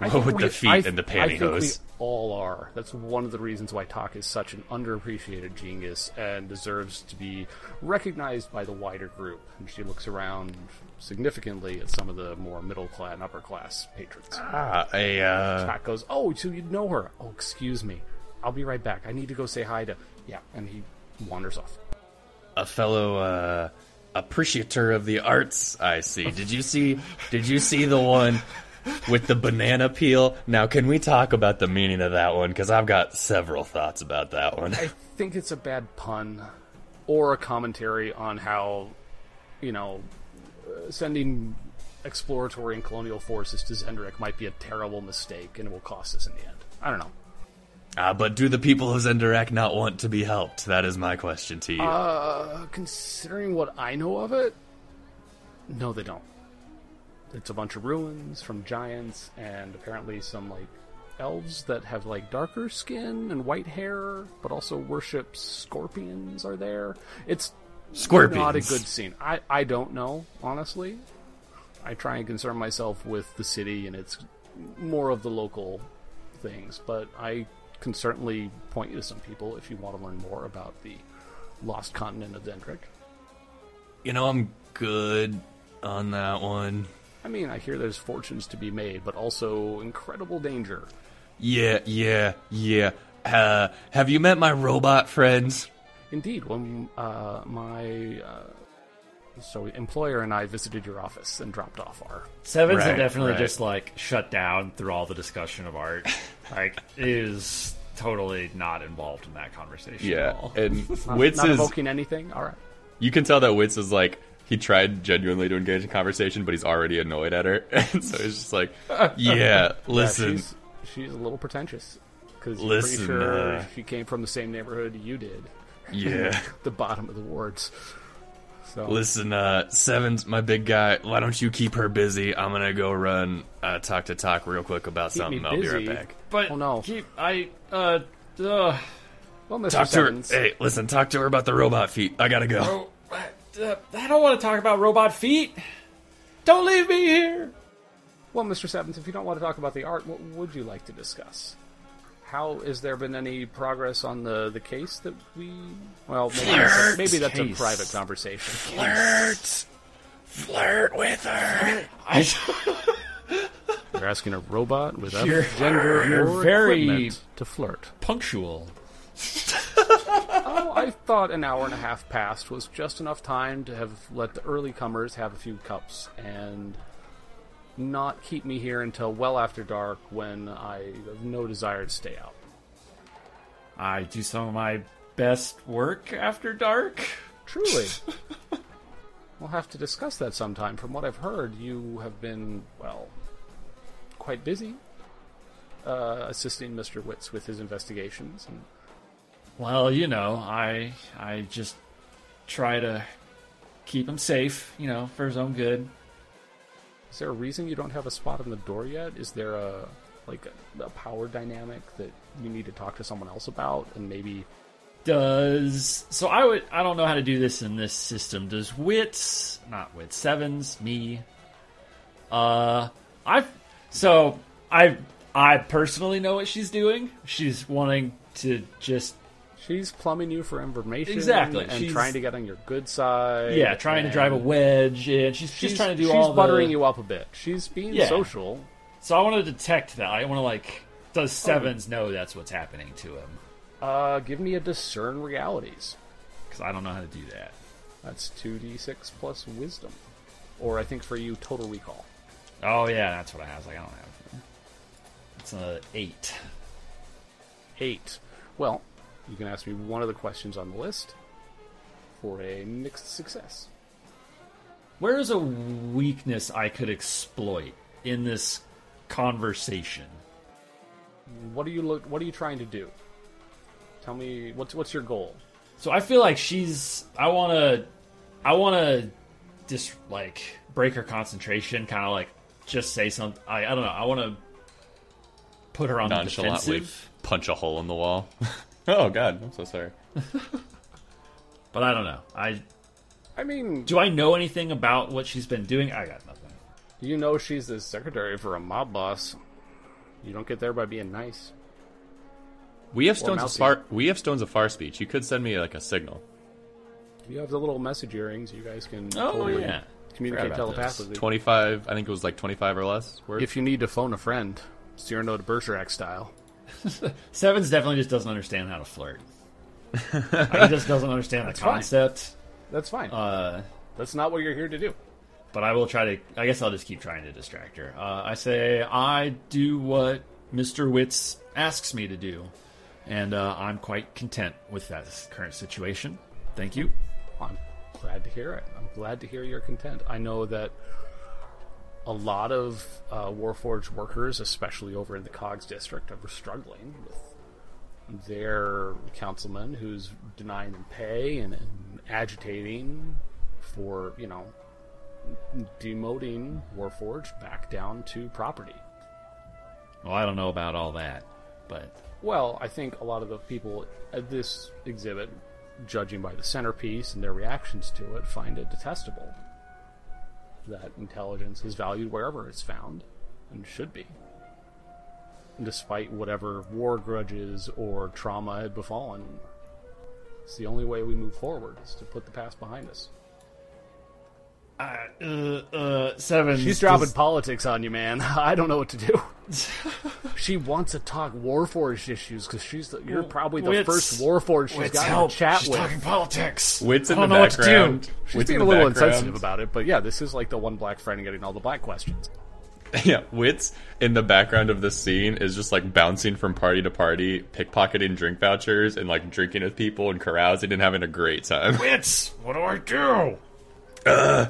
[SPEAKER 3] I
[SPEAKER 6] What
[SPEAKER 3] think
[SPEAKER 6] with
[SPEAKER 3] we-
[SPEAKER 6] the feet
[SPEAKER 3] I-
[SPEAKER 6] and the
[SPEAKER 3] I think we
[SPEAKER 6] pantyhose?
[SPEAKER 3] all are. That's one of the reasons why Talk is such an underappreciated genius and deserves to be recognized by the wider group. And she looks around significantly at some of the more middle class and upper class patrons.
[SPEAKER 6] Ah, a, uh,
[SPEAKER 3] Talk goes, "Oh, so you know her? Oh, excuse me. I'll be right back. I need to go say hi to." Yeah, and he wanders off.
[SPEAKER 6] a fellow uh, appreciator of the arts. I see. Did you see? Did you see the one with the banana peel? Now, can we talk about the meaning of that one? Because I've got several thoughts about that one.
[SPEAKER 3] I think it's a bad pun or a commentary on how, you know, uh, sending exploratory and colonial forces to Zendric might be a terrible mistake and it will cost us in the end. I don't know.
[SPEAKER 6] Ah, but do the people of Zendarak not want to be helped? That is my question to you.
[SPEAKER 3] Uh, considering what I know of it, no, they don't. It's a bunch of ruins from giants and apparently some like elves that have like darker skin and white hair, but also worship scorpions are there. It's
[SPEAKER 6] Scorpions.
[SPEAKER 3] not a good scene. I, I don't know, honestly. I try and concern myself with the city and it's more of the local things, but I can certainly point you to some people if you want to learn more about the lost continent of Dendrick.
[SPEAKER 6] You know, I'm good on that one.
[SPEAKER 3] I mean, I hear there's fortunes to be made, but also incredible danger.
[SPEAKER 6] Yeah, yeah, yeah. Uh, have you met my robot friends?
[SPEAKER 3] Indeed, when uh, my uh, so employer and I visited your office and dropped off our
[SPEAKER 5] Sevens
[SPEAKER 6] Right,
[SPEAKER 5] are definitely
[SPEAKER 6] right.
[SPEAKER 5] just like shut down through all the discussion of art. like is totally not involved in that conversation at
[SPEAKER 4] Yeah.
[SPEAKER 5] all.
[SPEAKER 4] And
[SPEAKER 3] not,
[SPEAKER 4] Wits
[SPEAKER 3] not
[SPEAKER 4] is.
[SPEAKER 3] evoking anything. All right.
[SPEAKER 4] You can tell that Wits is like. He tried genuinely to engage in conversation, but he's already annoyed at her. And so he's just like,
[SPEAKER 6] Yeah,
[SPEAKER 3] Yeah,
[SPEAKER 6] listen.
[SPEAKER 3] she's, she's a little pretentious because pretty
[SPEAKER 6] Listen,
[SPEAKER 3] sure
[SPEAKER 6] uh,
[SPEAKER 3] she came from the same neighborhood you did,
[SPEAKER 6] yeah.
[SPEAKER 3] the bottom of the wards. So
[SPEAKER 6] Listen, uh, Seven's my big guy. Why don't you keep her busy? I'm gonna go run, uh, talk to talk real quick about
[SPEAKER 3] keep me
[SPEAKER 6] something. I'll be right
[SPEAKER 3] busy.
[SPEAKER 6] back.
[SPEAKER 5] But
[SPEAKER 3] Oh, no.
[SPEAKER 5] keep I uh, uh
[SPEAKER 3] Well, Mr.
[SPEAKER 6] Talk to her.
[SPEAKER 3] Sevens,
[SPEAKER 6] Hey, listen, talk to her about the robot feet. I gotta go.
[SPEAKER 5] oh, I uh, I don't want to talk about robot feet. Don't leave me here.
[SPEAKER 3] Well, Mr. Sevens, if you don't want to talk about the art, what would you like to discuss? How has there been any progress on the, the case that we? Well, maybe that's, maybe that's a
[SPEAKER 5] Case.
[SPEAKER 3] private conversation.
[SPEAKER 6] Flirt, flirt with her.
[SPEAKER 5] I,
[SPEAKER 3] You're asking a robot with
[SPEAKER 5] You're-
[SPEAKER 3] gender
[SPEAKER 5] you're
[SPEAKER 3] or
[SPEAKER 5] very-
[SPEAKER 3] equipment to flirt.
[SPEAKER 5] punctual.
[SPEAKER 3] Oh, I thought an hour and a half passed was just enough time to have let the early comers have a few cups and not keep me here until well after dark when I have no desire to stay out.
[SPEAKER 5] I do some of my best work after dark.
[SPEAKER 3] Truly. we'll have to discuss that sometime. From what I've heard, you have been, well, quite busy uh, assisting Mr. Witz with his investigations. And
[SPEAKER 5] Well, you know, I I just try to keep him safe, you know, for his own good.
[SPEAKER 3] is there a reason you don't have a spot on the door yet? Is there a like a, a power dynamic that you need to talk to someone else about and maybe
[SPEAKER 5] Does so I would I don't know how to do this in this system. Does wits not wit sevens me? Uh, I've so I I personally know what she's doing. She's wanting to just
[SPEAKER 3] she's plumbing you for information
[SPEAKER 5] Exactly.
[SPEAKER 3] and
[SPEAKER 5] She's-
[SPEAKER 3] trying to get on your good side
[SPEAKER 5] yeah trying to drive a
[SPEAKER 3] and
[SPEAKER 5] wedge and she's she's trying to do
[SPEAKER 3] she's
[SPEAKER 5] all
[SPEAKER 3] buttering
[SPEAKER 5] the,
[SPEAKER 3] you up a bit she's being
[SPEAKER 5] Yeah.
[SPEAKER 3] social
[SPEAKER 5] So I want to detect that. I want to like. Does
[SPEAKER 3] Oh.
[SPEAKER 5] Sevens know that's what's happening to him?
[SPEAKER 3] uh give me a discern realities
[SPEAKER 5] Because I don't know how to do that.
[SPEAKER 3] That's 2d6 plus wisdom. Or I think for you, total recall.
[SPEAKER 5] Oh yeah, that's what I have. Like I don't have. It's another eight.
[SPEAKER 3] Eight. Well, you can ask me one of the questions on the list for a mixed success.
[SPEAKER 5] Where is a weakness I could exploit in this conversation?
[SPEAKER 3] What are you look? What are you trying to do? Tell me what's what's your goal?
[SPEAKER 5] So I feel like she's. I want to. I want to just like break her concentration. Kind of like just say something. I, I don't know. I want to put her on the
[SPEAKER 4] Nonchalantly
[SPEAKER 5] defensive.
[SPEAKER 4] punch a hole in the wall. oh god, I'm so sorry.
[SPEAKER 5] But I don't know. I
[SPEAKER 3] I mean, do
[SPEAKER 5] Do I know anything about what she's been doing? I got nothing.
[SPEAKER 3] you know she's the secretary for a mob boss? You don't get there by being nice.
[SPEAKER 4] We have stones of
[SPEAKER 3] mousy.
[SPEAKER 4] far. We have stones of far speech. You could send me like a signal.
[SPEAKER 3] You have the little message earrings. You guys can
[SPEAKER 5] Oh,
[SPEAKER 3] totally
[SPEAKER 5] yeah.
[SPEAKER 3] communicate
[SPEAKER 5] Forgot about
[SPEAKER 3] telepathically.
[SPEAKER 4] Twenty five. I think it was like twenty five or less. Words.
[SPEAKER 3] If you need to phone a friend, Cyrano de Bergerac style.
[SPEAKER 5] Sevens definitely just doesn't understand how to flirt. Like, he just doesn't understand the
[SPEAKER 3] fine.
[SPEAKER 5] concept.
[SPEAKER 3] That's fine.
[SPEAKER 5] Uh,
[SPEAKER 3] That's not what you're here to do.
[SPEAKER 5] but I will try to. I guess I'll just keep trying to distract her. Uh, I say I do what Mister Witz asks me to do, and uh, I'm quite content with that s- current situation. Thank you.
[SPEAKER 3] I'm glad to hear it. I'm glad to hear you're content. I know that a lot of uh, Warforged workers, especially over in the Cogs district, are struggling with their councilman who's denying them pay and, and agitating for, you know, demoting Warforged back down to property.
[SPEAKER 5] Well, I don't know about all that, but
[SPEAKER 3] Well, I think a lot of the people at this exhibit, judging by the centerpiece and their reactions to it, find it detestable. That intelligence is valued wherever it's found, and should be. Despite whatever war grudges or trauma had befallen, it's the only way we move forward is to put the past behind us.
[SPEAKER 5] uh, uh, uh, Sevens.
[SPEAKER 3] She's dropping politics on you, man. I don't know what to do. she wants to talk Warforged issues because she's the, you're
[SPEAKER 5] Well,
[SPEAKER 3] probably the
[SPEAKER 5] Wits-
[SPEAKER 3] first Warforged she's got
[SPEAKER 5] help.
[SPEAKER 3] to chat
[SPEAKER 5] She's
[SPEAKER 3] with.
[SPEAKER 5] talking politics.
[SPEAKER 4] Wits in
[SPEAKER 5] I
[SPEAKER 4] the
[SPEAKER 5] don't know what to do.
[SPEAKER 4] background.
[SPEAKER 3] she's
[SPEAKER 4] Wits in
[SPEAKER 3] being a
[SPEAKER 4] the
[SPEAKER 3] little
[SPEAKER 4] background.
[SPEAKER 3] insensitive about it, but yeah, this is like the one black friend getting all the black questions.
[SPEAKER 4] Yeah, Wits in the background of this scene is just like bouncing from party to party, pickpocketing drink vouchers, and like drinking with people and carousing and having a great time.
[SPEAKER 5] Wits, what do I do?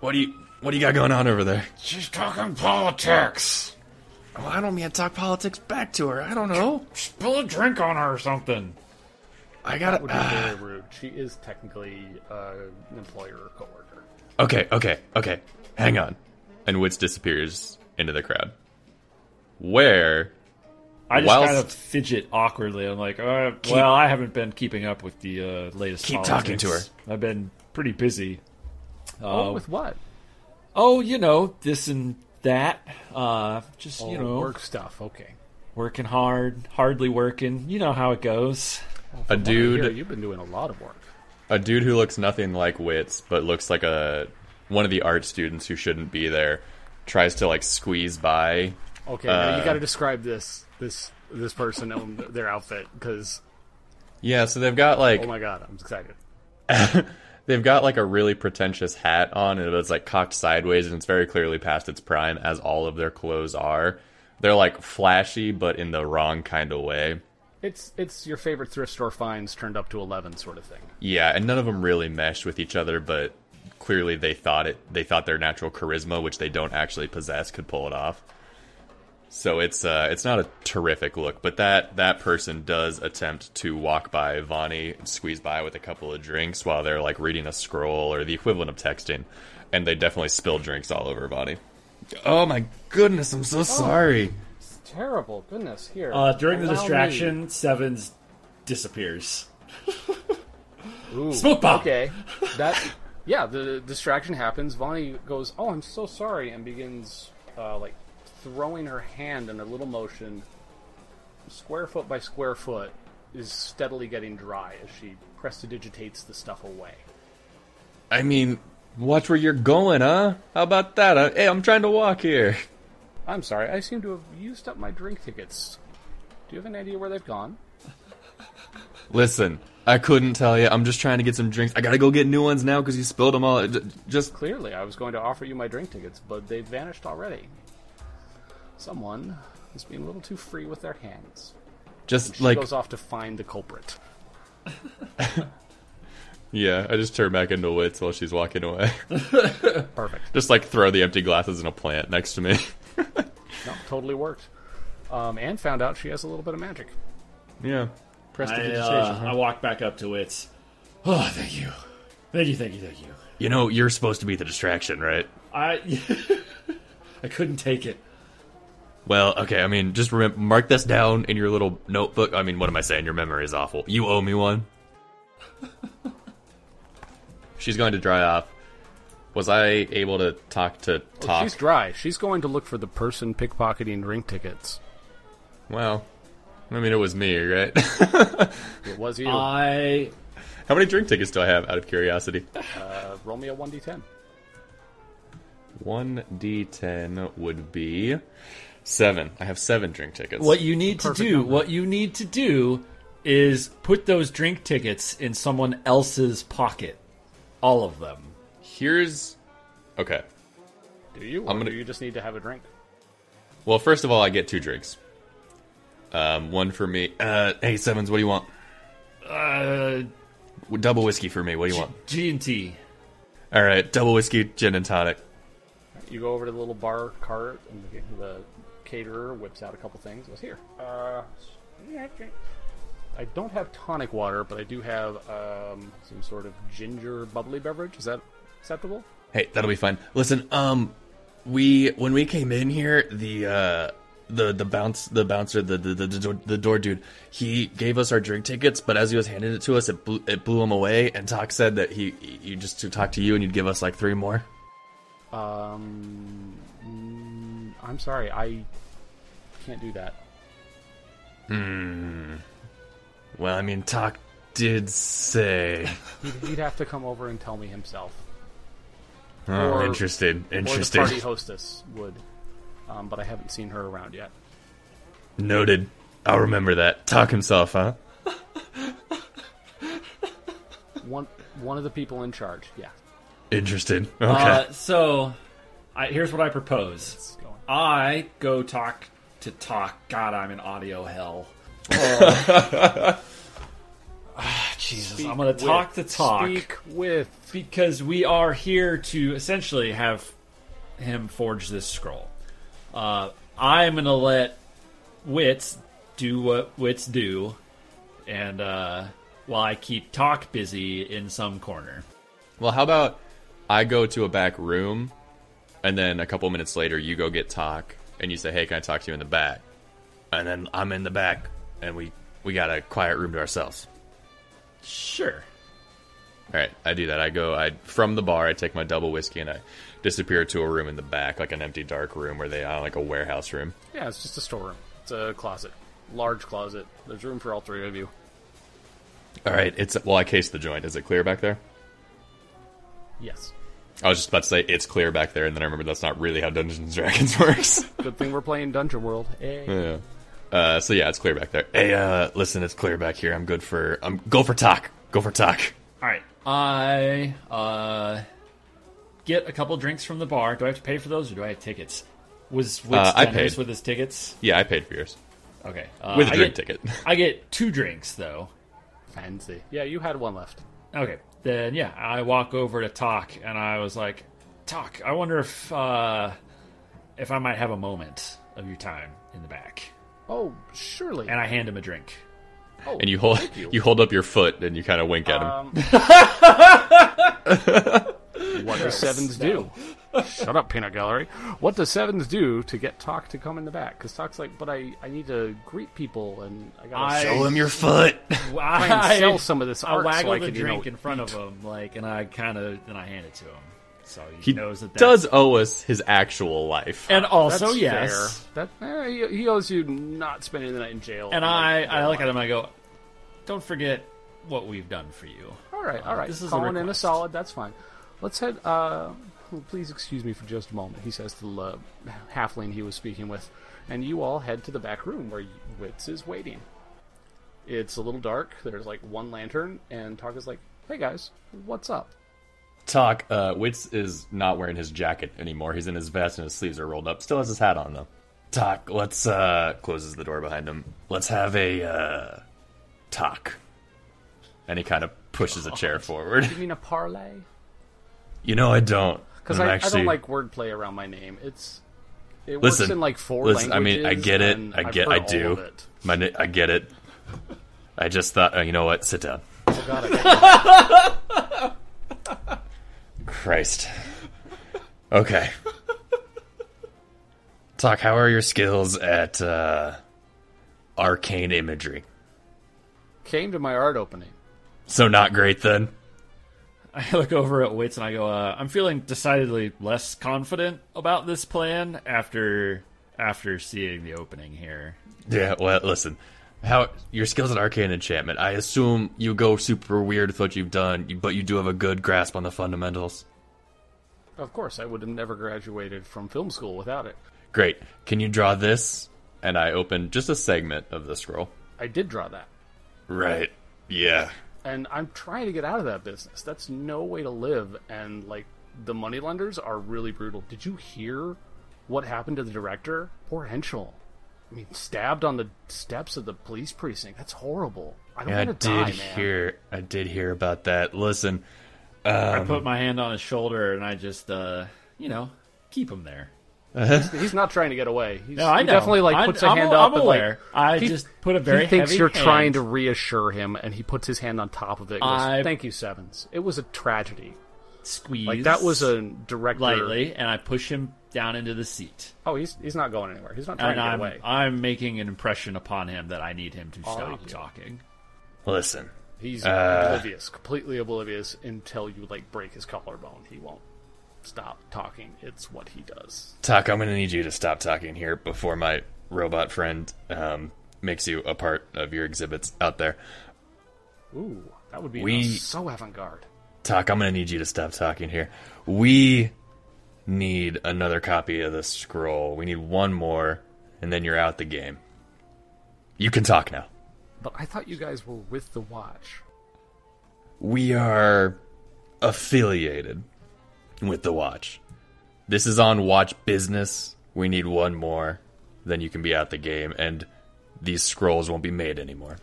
[SPEAKER 6] What do you What do you got going on over there?
[SPEAKER 5] She's talking politics.
[SPEAKER 6] Oh, I don't mean to talk politics back to her. I don't know.
[SPEAKER 5] Spill a drink on her or something.
[SPEAKER 6] I, I gotta. uh,
[SPEAKER 3] That would be very rude. She is technically uh, an employer or coworker.
[SPEAKER 4] Okay, okay, okay. Hang on. And Witz disappears into the crowd. Where?
[SPEAKER 5] I just
[SPEAKER 4] Whilst-
[SPEAKER 5] kind of fidget awkwardly. I'm like, uh, well, I haven't been keeping up with the uh, latest.
[SPEAKER 4] Keep talking to
[SPEAKER 5] politics. I've been pretty busy.
[SPEAKER 3] Oh, with what?
[SPEAKER 5] Oh, you know this and that. Uh, just you
[SPEAKER 3] Oh,
[SPEAKER 5] know,
[SPEAKER 3] work stuff. Okay.
[SPEAKER 5] working hard, hardly working. You know how it goes.
[SPEAKER 4] A dude.
[SPEAKER 3] Here, you've been doing a lot of work.
[SPEAKER 4] a dude who looks nothing like Wits, but looks like a one of the art students who shouldn't be there, tries to like squeeze by.
[SPEAKER 3] Okay, now
[SPEAKER 5] Uh,
[SPEAKER 3] you got to describe this this this person and their outfit because
[SPEAKER 4] Yeah, so they've got like
[SPEAKER 3] oh my god, I'm excited.
[SPEAKER 4] they've got like a really pretentious hat on, and it's like cocked sideways, and it's very clearly past its prime, as all of their clothes are. They're like flashy, but in the wrong kind of way.
[SPEAKER 3] It's it's your favorite thrift store finds turned up to eleven sort of thing.
[SPEAKER 4] Yeah, and none of them really meshed with each other, but clearly they thought it. They thought their natural charisma, which they don't actually possess, could pull it off. So it's uh, it's not a terrific look, but that that person does attempt to walk by Vonnie, squeeze by with a couple of drinks while they're like reading a scroll or the equivalent of texting, and they definitely spill drinks all over Vonnie.
[SPEAKER 6] Oh my goodness, I'm so sorry.
[SPEAKER 3] Terrible, goodness here.
[SPEAKER 2] Uh, during the distraction, Sevens disappears. Smoke bomb.
[SPEAKER 3] Okay, that yeah, the distraction happens. Vonnie goes, "Oh, I'm so sorry," and begins uh, like throwing her hand in a little motion, square foot by square foot, is steadily getting dry as she prestidigitates the stuff away.
[SPEAKER 4] I mean, watch where you're going, huh? How about that? I, hey, I'm trying to walk here.
[SPEAKER 3] I'm sorry, I seem to have used up my drink tickets. Do you have an idea where they've gone?
[SPEAKER 4] Listen, I couldn't tell you. I'm just trying to get some drinks. I gotta go get new ones now because you spilled them all. J- Just
[SPEAKER 3] Clearly, I was going to offer you my drink tickets, but they've vanished already. Someone is being a little too free with their hands.
[SPEAKER 4] Just
[SPEAKER 3] She
[SPEAKER 4] like
[SPEAKER 3] goes off to find the culprit.
[SPEAKER 4] yeah, I just turn back into Wits while she's walking away.
[SPEAKER 3] Perfect.
[SPEAKER 4] just like throw the empty glasses in a plant next to me.
[SPEAKER 3] No, totally worked. Um, and found out she has a little bit of magic.
[SPEAKER 4] yeah.
[SPEAKER 2] I,
[SPEAKER 3] Prestidigitation.
[SPEAKER 2] uh, I
[SPEAKER 3] huh?
[SPEAKER 2] walk back up to Wits. Oh, thank you, thank you, thank you, thank you.
[SPEAKER 6] You know you're supposed to be the distraction, right?
[SPEAKER 2] I I couldn't take it.
[SPEAKER 4] Well, okay. I mean, just remember, mark this down in your little notebook. I mean, what am I saying? Your memory is awful. You owe me one. she's going to dry off. Was I able to talk to talk?
[SPEAKER 3] She's dry. She's going to look for the person pickpocketing drink tickets.
[SPEAKER 4] well, I mean, it was me, right?
[SPEAKER 3] It was you.
[SPEAKER 5] Uh,
[SPEAKER 2] I
[SPEAKER 4] How many drink tickets do I have? Out of curiosity.
[SPEAKER 3] Uh, roll me a 1d10.
[SPEAKER 4] One D10 would be seven. I have seven drink tickets.
[SPEAKER 5] What you need to
[SPEAKER 3] Perfect
[SPEAKER 5] do,
[SPEAKER 3] number.
[SPEAKER 5] what you need to do, is put those drink tickets in someone else's pocket, all of them.
[SPEAKER 4] Here's okay.
[SPEAKER 3] Do you? Or
[SPEAKER 4] I'm gonna-
[SPEAKER 3] do you just need to have a drink?
[SPEAKER 4] Well, first of all, I get two drinks. Um, one for me. Uh, hey, sevens. What do you want?
[SPEAKER 5] Uh,
[SPEAKER 4] Double whiskey for me. What do you want?
[SPEAKER 5] G and T.
[SPEAKER 4] All right, double whiskey, gin and tonic.
[SPEAKER 3] You go over to the little bar cart, and the, the caterer whips out a couple things. Goes here. Uh, I don't have tonic water, but I do have um, some sort of ginger bubbly beverage. Is that acceptable?
[SPEAKER 4] Hey, that'll be fine.
[SPEAKER 6] Listen, um, we when we came in here, the uh, the the bounce the bouncer the the the, the, door, the door dude, he gave us our drink tickets, but as he was handing it to us, it blew, it blew him away. And Talk said that he you just to talk to you and you'd give us like three more.
[SPEAKER 3] Um, mm, I'm sorry, I can't do that.
[SPEAKER 6] Well, I mean, Talk did say.
[SPEAKER 3] He'd, he'd have to come over and tell me himself,
[SPEAKER 6] Oh,
[SPEAKER 3] Or-
[SPEAKER 6] interested,
[SPEAKER 3] or the party
[SPEAKER 6] interested.
[SPEAKER 3] hostess would. Um, but I haven't seen her around yet.
[SPEAKER 6] Noted. I'll remember that. Talk himself, huh?
[SPEAKER 3] One one of the people in charge. Yeah,
[SPEAKER 6] Interested. Okay.
[SPEAKER 2] Uh, so I, here's what I propose.
[SPEAKER 3] it's going.
[SPEAKER 2] I go talk to talk. God, I'm in audio hell. Ah, Jesus, I'm gonna talk to talk
[SPEAKER 3] Speak with.
[SPEAKER 5] because we are here to essentially have him forge this scroll. Uh, I'm gonna let Wits do what Wits do, and uh, while I keep Talk busy in some corner.
[SPEAKER 4] Well, how about I go to a back room, and then a couple minutes later, you go get talk, and you say, "Hey, can I talk to you in the back?"
[SPEAKER 6] and then I'm in the back, and we we got a quiet room to ourselves.
[SPEAKER 5] Sure.
[SPEAKER 4] All right, I do that. I go I from the bar. I take my double whiskey and I disappear to a room in the back, like an empty dark room where they uh, like a warehouse room.
[SPEAKER 3] Yeah, it's just a storeroom. It's a closet, large closet. There's room for all three of you.
[SPEAKER 4] All right, it's well. I case the joint. Is it clear back there?
[SPEAKER 3] Yes.
[SPEAKER 4] I was just about to say it's clear back there, and then I remembered that's not really how Dungeons and Dragons works.
[SPEAKER 3] Good thing we're playing Dungeon World. Eh, Hey.
[SPEAKER 4] yeah. Uh, so yeah, it's clear back there.
[SPEAKER 6] Hey, uh, listen, it's clear back here. I'm good for um, go for talk. Go for talk.
[SPEAKER 5] All right. I uh, get a couple drinks from the bar. Do I have to pay for those, or do I have tickets? Was Witz
[SPEAKER 4] Uh, I
[SPEAKER 5] generous
[SPEAKER 4] paid.
[SPEAKER 5] with his tickets?
[SPEAKER 4] Yeah, I paid for yours
[SPEAKER 5] Okay. Uh,
[SPEAKER 4] with a
[SPEAKER 5] I
[SPEAKER 4] drink
[SPEAKER 5] get-
[SPEAKER 4] ticket.
[SPEAKER 5] I get two drinks though.
[SPEAKER 3] Fancy. Yeah, you had one left.
[SPEAKER 5] Okay. Then yeah, I walk over to Talk, and I was like, Talk. I wonder if uh, if I might have a moment of your time in the back.
[SPEAKER 3] Oh, surely.
[SPEAKER 5] And I hand him a drink.
[SPEAKER 3] oh,
[SPEAKER 4] and you hold
[SPEAKER 3] thank
[SPEAKER 4] you. hold up your foot and you kind of wink at him.
[SPEAKER 3] Um, what do sevens do? Shut up, peanut gallery. What does sevens do to get Talk to come in the back? Because Talk's like, but I, I need to greet people and I gotta
[SPEAKER 5] I-
[SPEAKER 3] sell,
[SPEAKER 6] Show him your foot.
[SPEAKER 3] try and sell some of this
[SPEAKER 5] I
[SPEAKER 3] art so
[SPEAKER 5] waggle
[SPEAKER 3] I
[SPEAKER 5] the
[SPEAKER 3] can, you know,
[SPEAKER 5] drink in front of him, like, and I kind of then I hand it to him, so he,
[SPEAKER 4] he
[SPEAKER 5] knows that that's-
[SPEAKER 4] does owe us his actual life.
[SPEAKER 5] And also,
[SPEAKER 3] That's
[SPEAKER 5] yes,
[SPEAKER 3] fair. That eh, he, he owes you not spending the night in jail.
[SPEAKER 5] and I I look at him, I go, don't forget what we've done for you.
[SPEAKER 3] All right, all right.
[SPEAKER 5] This is a
[SPEAKER 3] Calling in a
[SPEAKER 5] request.
[SPEAKER 3] solid. That's fine. Let's head. Uh, please excuse me for just a moment. He says to the uh, halfling he was speaking with, and you all head to the back room where Witz is waiting. It's a little dark. There's like one lantern, and Talk is like, "Hey guys, what's up?"
[SPEAKER 4] Talk. Uh, Witz is not wearing his jacket anymore. He's in his vest and his sleeves are rolled up. Still has his hat on though.
[SPEAKER 6] Talk. Let's uh closes the door behind him. Let's have a uh talk.
[SPEAKER 4] And he kind of pushes a chair forward.
[SPEAKER 3] You mean a parlay?
[SPEAKER 6] You know I don't.
[SPEAKER 3] Because
[SPEAKER 6] I'm
[SPEAKER 3] I, I
[SPEAKER 6] actually-
[SPEAKER 3] don't like wordplay around my name. It's it works
[SPEAKER 6] Listen,
[SPEAKER 3] in like four
[SPEAKER 6] listen, I
[SPEAKER 3] languages.
[SPEAKER 6] mean, I get it.
[SPEAKER 3] and
[SPEAKER 6] I
[SPEAKER 3] I've
[SPEAKER 6] get-
[SPEAKER 3] heard
[SPEAKER 6] I
[SPEAKER 3] all
[SPEAKER 6] do.
[SPEAKER 3] of it.
[SPEAKER 6] My na- I get it. I just thought. Oh, you know what? Sit down.
[SPEAKER 3] Oh, God, I-
[SPEAKER 6] Christ. Okay. Talk. How are your skills at uh arcane imagery?
[SPEAKER 3] came to my art opening.
[SPEAKER 6] So not great then.
[SPEAKER 5] I look over at Wits and I go, uh, I'm feeling decidedly less confident about this plan after after seeing the opening here.
[SPEAKER 6] Yeah, well, listen. How your skills at arcane enchantment? I assume you go super weird with what you've done, but you do have a good grasp on the fundamentals.
[SPEAKER 3] Of course, I would have never graduated from film school without it.
[SPEAKER 6] Great. Can you draw this?
[SPEAKER 4] And I open just a segment of the scroll.
[SPEAKER 3] I did draw that.
[SPEAKER 6] Right. Yeah.
[SPEAKER 3] And I'm trying to get out of that business. That's no way to live. And, like, the moneylenders are really brutal. Did you hear what happened to the director? Poor Henschel. I mean, stabbed on the steps of the police precinct. That's horrible. I don't
[SPEAKER 6] I
[SPEAKER 3] want
[SPEAKER 6] did
[SPEAKER 3] to die, man.
[SPEAKER 6] hear. I did hear about that. Listen,
[SPEAKER 3] Um,
[SPEAKER 5] I put my hand on his shoulder and I just, uh, you know, keep him there.
[SPEAKER 3] He's not trying to get away. He's,
[SPEAKER 5] No, I
[SPEAKER 3] he
[SPEAKER 5] know.
[SPEAKER 3] definitely, like,
[SPEAKER 5] I-
[SPEAKER 3] puts
[SPEAKER 5] I'm
[SPEAKER 3] a hand
[SPEAKER 5] a-
[SPEAKER 3] up
[SPEAKER 5] I'm
[SPEAKER 3] and, like,
[SPEAKER 5] aware. I
[SPEAKER 3] he-
[SPEAKER 5] just put a very
[SPEAKER 3] He thinks
[SPEAKER 5] heavy
[SPEAKER 3] you're
[SPEAKER 5] hand.
[SPEAKER 3] trying to reassure him, and he puts his hand on top of it. and goes,
[SPEAKER 5] I-
[SPEAKER 3] Thank you, Sevens. It was a tragedy.
[SPEAKER 5] Squeeze
[SPEAKER 3] Like that was a director.
[SPEAKER 5] lightly, and I push him down into the seat.
[SPEAKER 3] Oh, he's he's not going anywhere. He's not trying
[SPEAKER 5] And
[SPEAKER 3] to get
[SPEAKER 5] I'm,
[SPEAKER 3] away.
[SPEAKER 5] I'm making an impression upon him that I need him to stop talking.
[SPEAKER 6] listen.
[SPEAKER 3] He's oblivious, completely oblivious until you like break his collarbone. He won't stop talking. It's what he does.
[SPEAKER 6] Talk. I'm gonna need you to stop talking here before my robot friend um, makes you a part of your exhibits out there.
[SPEAKER 3] Ooh, that would be uh,
[SPEAKER 6] We-
[SPEAKER 3] so avant-garde.
[SPEAKER 6] Talk, I'm going to need you to stop talking here. We need another copy of the scroll. We need one more, and then you're out the game. You can talk now.
[SPEAKER 3] But I thought you guys were with the watch.
[SPEAKER 6] We are affiliated with the watch. This is on watch business. We need one more, then you can be out the game, and these scrolls won't be made anymore.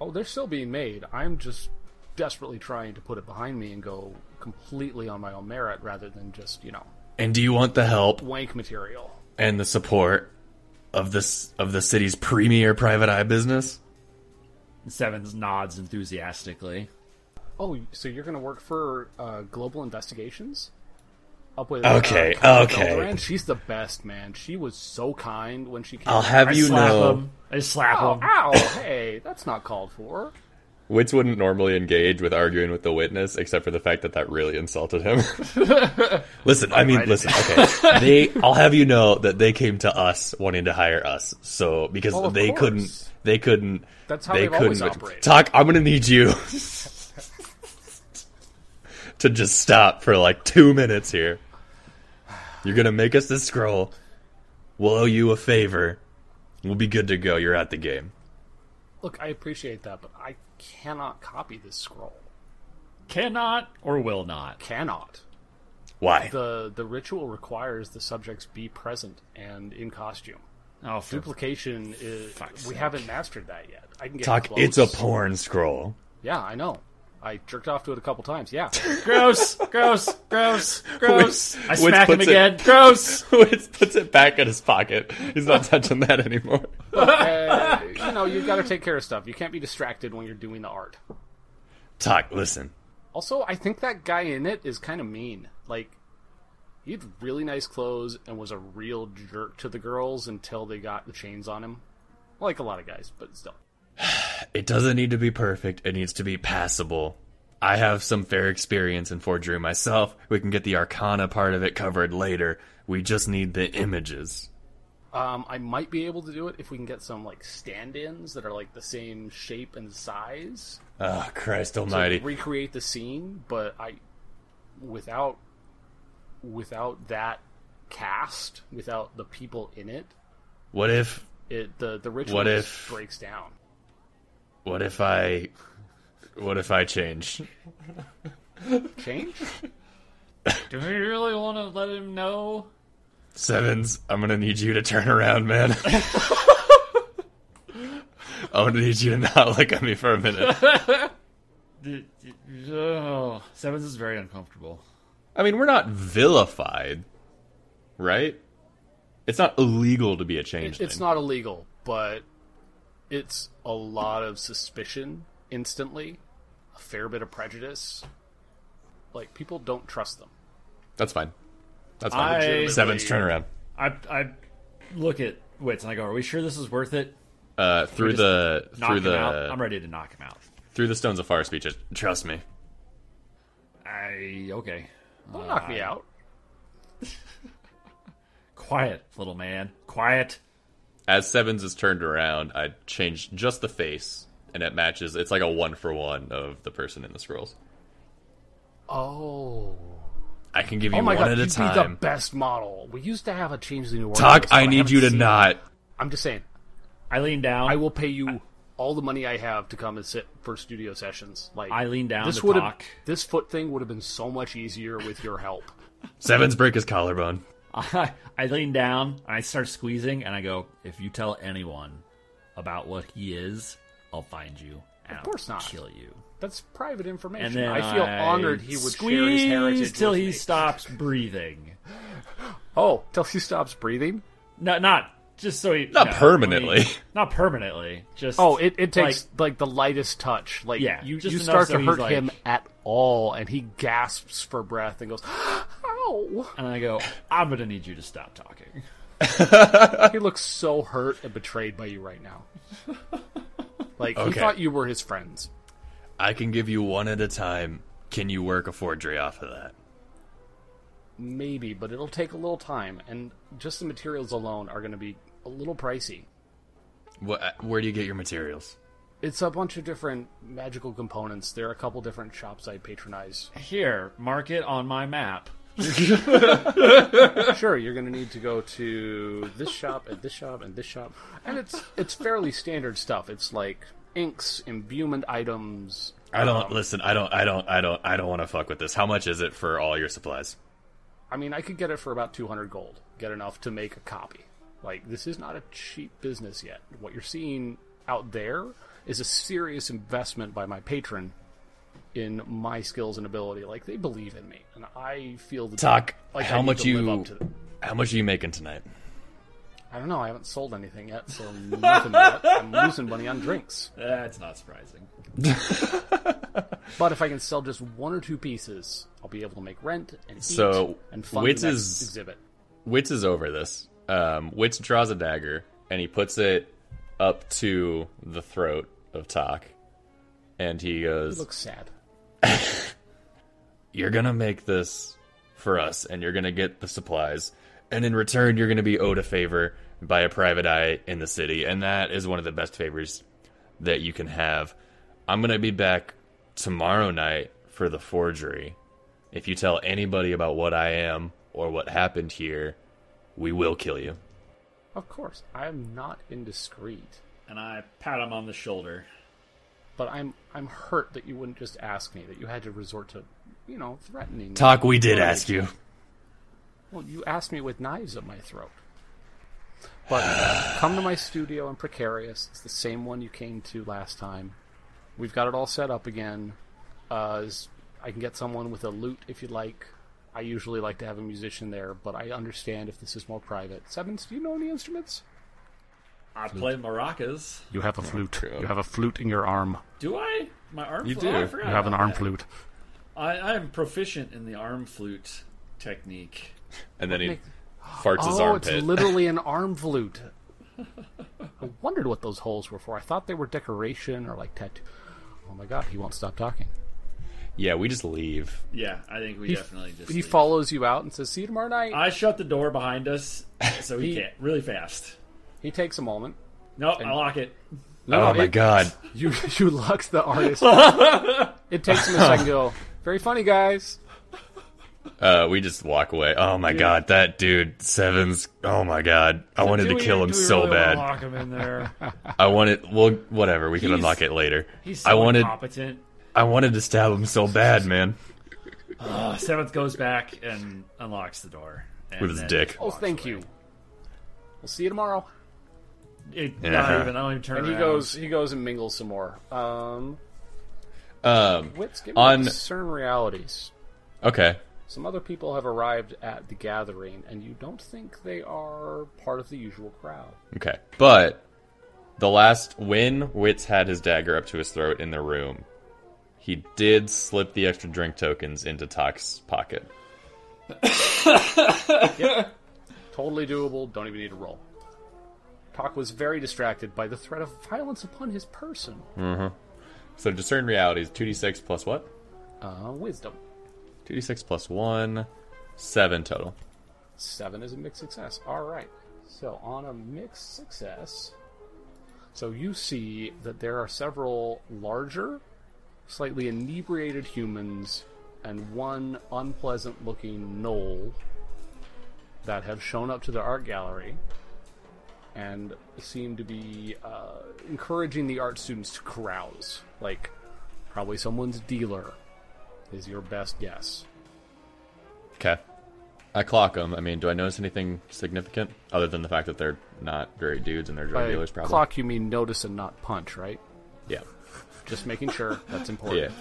[SPEAKER 3] Oh, they're still being made. I'm just desperately trying to put it behind me and go completely on my own merit rather than just you know
[SPEAKER 6] And do you want the help
[SPEAKER 3] wank material.
[SPEAKER 6] and the support of this of the city's premier private eye business?
[SPEAKER 5] And Sevens nods enthusiastically.
[SPEAKER 3] Oh, so you're going to work for uh, Global Investigations? Up with
[SPEAKER 6] Okay,
[SPEAKER 3] uh, Carla
[SPEAKER 6] okay.
[SPEAKER 3] Belderan? She's the best, man. She was so kind when she came.
[SPEAKER 6] I'll have
[SPEAKER 5] I
[SPEAKER 6] you
[SPEAKER 5] slap
[SPEAKER 6] know.
[SPEAKER 5] him. I just slap
[SPEAKER 3] Oh,
[SPEAKER 5] him.
[SPEAKER 3] ow! hey, that's not called for.
[SPEAKER 4] Wits wouldn't normally engage with arguing with the witness, except for the fact that that really insulted him.
[SPEAKER 6] Listen, I mean, listen. Okay, they. I'll have you know that they came to us wanting to hire us. So because
[SPEAKER 3] Oh, of
[SPEAKER 6] they
[SPEAKER 3] course.
[SPEAKER 6] couldn't, they couldn't.
[SPEAKER 3] That's how
[SPEAKER 6] they
[SPEAKER 3] they've
[SPEAKER 6] couldn't.
[SPEAKER 3] always operated.
[SPEAKER 6] Talk. I'm gonna need you to just stop for like two minutes here. You're gonna make us this scroll. We'll owe you a favor. We'll be good to go. You're out the game.
[SPEAKER 3] Look, I appreciate that, but I cannot copy this scroll.
[SPEAKER 5] Cannot or will not.
[SPEAKER 3] Cannot.
[SPEAKER 6] Why?
[SPEAKER 3] The the ritual requires the subjects be present and in costume.
[SPEAKER 5] Oh, for
[SPEAKER 3] Duplication is
[SPEAKER 5] Fuck's
[SPEAKER 3] we
[SPEAKER 5] sake.
[SPEAKER 3] haven't mastered that yet. I can get
[SPEAKER 6] Talk.
[SPEAKER 3] close.
[SPEAKER 6] It's a porn scroll.
[SPEAKER 3] Yeah, I know. I jerked off to it a couple times. Yeah.
[SPEAKER 5] gross, gross, gross, gross. I
[SPEAKER 4] Which
[SPEAKER 5] smack him
[SPEAKER 4] puts it-
[SPEAKER 5] again. Gross.
[SPEAKER 4] Wits puts it back in his pocket. He's not touching that anymore.
[SPEAKER 3] Uh, you know, you got to take care of stuff. You can't be distracted when you're doing the art.
[SPEAKER 6] Talk. Listen.
[SPEAKER 3] Also, I think that guy in it is kind of mean. Like, he had really nice clothes and was a real jerk to the girls until they got the chains on him. Like a lot of guys, but still.
[SPEAKER 6] It doesn't need to be perfect. It needs to be passable. I have some fair experience in forgery myself. We can get the arcana part of it covered later. We just need the images.
[SPEAKER 3] Um, I might be able to do it if we can get some like stand-ins that are like the same shape and size
[SPEAKER 6] Oh, Christ
[SPEAKER 3] to
[SPEAKER 6] almighty.
[SPEAKER 3] recreate the scene. But I, without, without that cast, without the people in it,
[SPEAKER 6] What if
[SPEAKER 3] it the the ritual
[SPEAKER 6] What
[SPEAKER 3] just
[SPEAKER 6] if-
[SPEAKER 3] breaks down.
[SPEAKER 6] what if I what if I change?
[SPEAKER 3] Change?
[SPEAKER 5] Do we really want to let him know?
[SPEAKER 6] Sevens, I'm gonna need you to turn around, man. I'm gonna need you to not look at me for a minute.
[SPEAKER 5] Oh, Sevens is very uncomfortable.
[SPEAKER 4] I mean, we're not vilified, right? It's not illegal to be a changeling.
[SPEAKER 3] It's not illegal, but it's a lot of suspicion instantly, a fair bit of prejudice. Like people don't trust them.
[SPEAKER 4] That's fine. That's fine.
[SPEAKER 5] I,
[SPEAKER 6] Sevens, turn around.
[SPEAKER 5] I, I look at Wits and I go, "Are we sure this is worth it?"
[SPEAKER 4] Uh, through
[SPEAKER 5] just
[SPEAKER 4] the
[SPEAKER 5] Knock
[SPEAKER 4] through
[SPEAKER 5] him out. I'm
[SPEAKER 4] the
[SPEAKER 5] ready to knock him out.
[SPEAKER 4] through the stones of fire speeches.
[SPEAKER 6] Trust me.
[SPEAKER 5] I okay.
[SPEAKER 3] Don't knock me out.
[SPEAKER 5] Quiet, little man. Quiet.
[SPEAKER 4] As Sevens is turned around, I change just the face, and it matches. It's like a one for one of the person in the scrolls.
[SPEAKER 3] Oh.
[SPEAKER 6] I can give you
[SPEAKER 3] Oh my
[SPEAKER 6] one
[SPEAKER 3] god,
[SPEAKER 6] at
[SPEAKER 3] you'd
[SPEAKER 6] a
[SPEAKER 3] be
[SPEAKER 6] time.
[SPEAKER 3] the best model. We used to have a change the new order.
[SPEAKER 6] Talk, I need you to not
[SPEAKER 3] I'm just saying,
[SPEAKER 5] I lean down.
[SPEAKER 3] I will pay you all the money I have to come and sit for studio sessions. Like
[SPEAKER 5] I lean down
[SPEAKER 3] this
[SPEAKER 5] to
[SPEAKER 3] would
[SPEAKER 5] talk.
[SPEAKER 3] this foot thing would have been so much easier with your help.
[SPEAKER 6] Sevens break his collarbone.
[SPEAKER 5] I, I lean down. I start squeezing, and I go, "If you tell anyone about what he is, I'll find you. And of
[SPEAKER 3] course
[SPEAKER 5] I'll
[SPEAKER 3] not.
[SPEAKER 5] Kill you."
[SPEAKER 3] That's private information.
[SPEAKER 5] And then
[SPEAKER 3] I feel honored he would
[SPEAKER 5] squeeze
[SPEAKER 3] share his heritage
[SPEAKER 5] till
[SPEAKER 3] with
[SPEAKER 5] he
[SPEAKER 3] me.
[SPEAKER 5] stops breathing.
[SPEAKER 3] Oh, till he stops breathing.
[SPEAKER 5] No, not just so he
[SPEAKER 4] Not
[SPEAKER 5] no,
[SPEAKER 4] permanently.
[SPEAKER 5] I mean, not permanently. Just
[SPEAKER 3] Oh, it, it takes like, the lightest touch. Like
[SPEAKER 5] Yeah,
[SPEAKER 3] you,
[SPEAKER 5] just
[SPEAKER 3] you
[SPEAKER 5] enough
[SPEAKER 3] start
[SPEAKER 5] so
[SPEAKER 3] to
[SPEAKER 5] he's
[SPEAKER 3] hurt
[SPEAKER 5] like-
[SPEAKER 3] him at all, and he gasps for breath and goes, "Ow!"
[SPEAKER 5] and I go, I'm gonna need you to stop talking.
[SPEAKER 3] He looks so hurt and betrayed by you right now. Like he
[SPEAKER 6] Okay.
[SPEAKER 3] thought you were his friends.
[SPEAKER 6] I can give you one at a time. Can you work a forgery off of that?
[SPEAKER 3] Maybe, but it'll take a little time, and just the materials alone are going to be a little pricey.
[SPEAKER 6] What, uh, where do you get your materials?
[SPEAKER 3] It's a bunch of different magical components. There are a couple different shops I patronize.
[SPEAKER 5] Here, mark it on my map.
[SPEAKER 3] sure, you're going to need to go to this shop and this shop and this shop, and it's it's fairly standard stuff. It's like inks, imbuement items.
[SPEAKER 6] I don't listen. I don't. I don't. I don't. I don't want to fuck with this. How much is it for all your supplies?
[SPEAKER 3] I mean, I could get it for about 200 gold. Get enough to make a copy. Like this is not a cheap business yet. What you're seeing out there is a serious investment by my patron in my skills and ability. Like they believe in me, and I feel the
[SPEAKER 6] Talk.
[SPEAKER 3] Like I
[SPEAKER 6] how
[SPEAKER 3] need
[SPEAKER 6] much
[SPEAKER 3] to live
[SPEAKER 6] you?
[SPEAKER 3] up to them.
[SPEAKER 6] How much are you making tonight?
[SPEAKER 3] I don't know. I haven't sold anything yet, so nothing yet. I'm losing money on drinks.
[SPEAKER 5] That's not surprising.
[SPEAKER 3] But if I can sell just one or two pieces, I'll be able to make rent and eat
[SPEAKER 4] So,
[SPEAKER 3] and fund
[SPEAKER 4] Wits
[SPEAKER 3] the next
[SPEAKER 4] is-
[SPEAKER 3] exhibit.
[SPEAKER 4] Wits is over this. Um, Wits draws a dagger and he puts it up to the throat of Tok, and he
[SPEAKER 3] He
[SPEAKER 4] goes,
[SPEAKER 3] looks sad.
[SPEAKER 4] "You're gonna make this for us, and you're gonna get the supplies, and in return, you're gonna be owed a favor by a private eye in the city, and that is one of the best favors that you can have. I'm gonna be back tomorrow night for the forgery. If you tell anybody about what I am or what happened here, we will kill you."
[SPEAKER 3] Of course, I'm not indiscreet,
[SPEAKER 5] And I pat him on the shoulder.
[SPEAKER 3] but I'm I'm hurt that you wouldn't just ask me. That you had to resort to, you know, threatening. me.
[SPEAKER 6] Talk, we did ask you.
[SPEAKER 3] Well, you asked me with knives at my throat. But come to my studio in Precarious. It's the same one you came to last time. We've got it all set up again. Uh, s- I can get someone with a lute if you'd like. I usually like to have a musician there, but I understand if this is more private. Sevens, do you know any instruments?
[SPEAKER 5] I play maracas.
[SPEAKER 3] You have a flute. You have a flute in your arm.
[SPEAKER 5] Do I? My arm
[SPEAKER 4] You
[SPEAKER 5] flute?
[SPEAKER 4] do.
[SPEAKER 5] Oh, I forgot about that.
[SPEAKER 3] flute.
[SPEAKER 5] I, I am proficient in the arm flute technique.
[SPEAKER 4] And then he farts his
[SPEAKER 3] Oh, it's
[SPEAKER 4] armpit.
[SPEAKER 3] literally an arm flute. I wondered what those holes were for. I thought they were decoration or like tattoo. Oh my god, he won't stop talking.
[SPEAKER 4] yeah, we just leave.
[SPEAKER 5] Yeah, I think we definitely just.
[SPEAKER 3] He
[SPEAKER 5] leave.
[SPEAKER 3] follows you out and says, "See you tomorrow night."
[SPEAKER 5] I shut the door behind us so we can't. Really fast.
[SPEAKER 3] he takes a moment.
[SPEAKER 5] No, I lock it.
[SPEAKER 3] No,
[SPEAKER 6] Oh my
[SPEAKER 3] it-
[SPEAKER 6] god.
[SPEAKER 3] You you locked the artist. it takes him a second. to Go. Very funny, guys.
[SPEAKER 4] Uh, we just walk away.
[SPEAKER 6] Oh my god, that dude, Sevens. Oh my god. I wanted
[SPEAKER 5] Do
[SPEAKER 6] to
[SPEAKER 5] we-
[SPEAKER 6] kill him
[SPEAKER 5] do we
[SPEAKER 6] so
[SPEAKER 5] really wanna
[SPEAKER 6] bad.
[SPEAKER 5] Lock him in there.
[SPEAKER 6] I wanted well whatever, we can
[SPEAKER 5] He's-
[SPEAKER 6] unlock it later.
[SPEAKER 5] He's so
[SPEAKER 6] I wanted
[SPEAKER 5] incompetent.
[SPEAKER 6] I wanted to stab him so bad, man.
[SPEAKER 5] Uh, Seventh goes back and unlocks the door and
[SPEAKER 4] With his
[SPEAKER 5] then
[SPEAKER 4] dick.
[SPEAKER 3] Oh, thank you. We'll see you tomorrow.
[SPEAKER 5] It,
[SPEAKER 4] Yeah.
[SPEAKER 5] Not even. I don't even turn.
[SPEAKER 3] And he
[SPEAKER 5] around.
[SPEAKER 3] goes. He goes and mingles some more. Um,
[SPEAKER 4] Um
[SPEAKER 3] Wits, give me
[SPEAKER 4] On-
[SPEAKER 3] discern realities.
[SPEAKER 4] okay.
[SPEAKER 3] Some other people have arrived at the gathering, and you don't think they are part of the usual crowd.
[SPEAKER 4] Okay. But the last when Witz had his dagger up to his throat in the room, he did slip the extra drink tokens into Tok's pocket.
[SPEAKER 3] Totally doable. Don't even need to roll. Talk was very distracted by the threat of violence upon his person.
[SPEAKER 4] So discern realities, two D six plus what?
[SPEAKER 3] Uh, wisdom.
[SPEAKER 4] Two D six plus one. Seven total.
[SPEAKER 3] Seven is a mixed success. All right. So on a mixed success, so you see that there are several larger, slightly inebriated humans and one unpleasant-looking knoll that have shown up to the art gallery and seem to be uh, encouraging the art students to carouse. Like, probably someone's dealer is your best guess.
[SPEAKER 4] Okay. I clock them. I mean, do I notice anything significant other than the fact that they're not very dudes and they're drug
[SPEAKER 3] By
[SPEAKER 4] dealers? Probably.
[SPEAKER 3] clock, you mean notice and not punch, right?
[SPEAKER 4] Yeah.
[SPEAKER 3] Just making sure that's
[SPEAKER 4] Yeah.
[SPEAKER 3] important.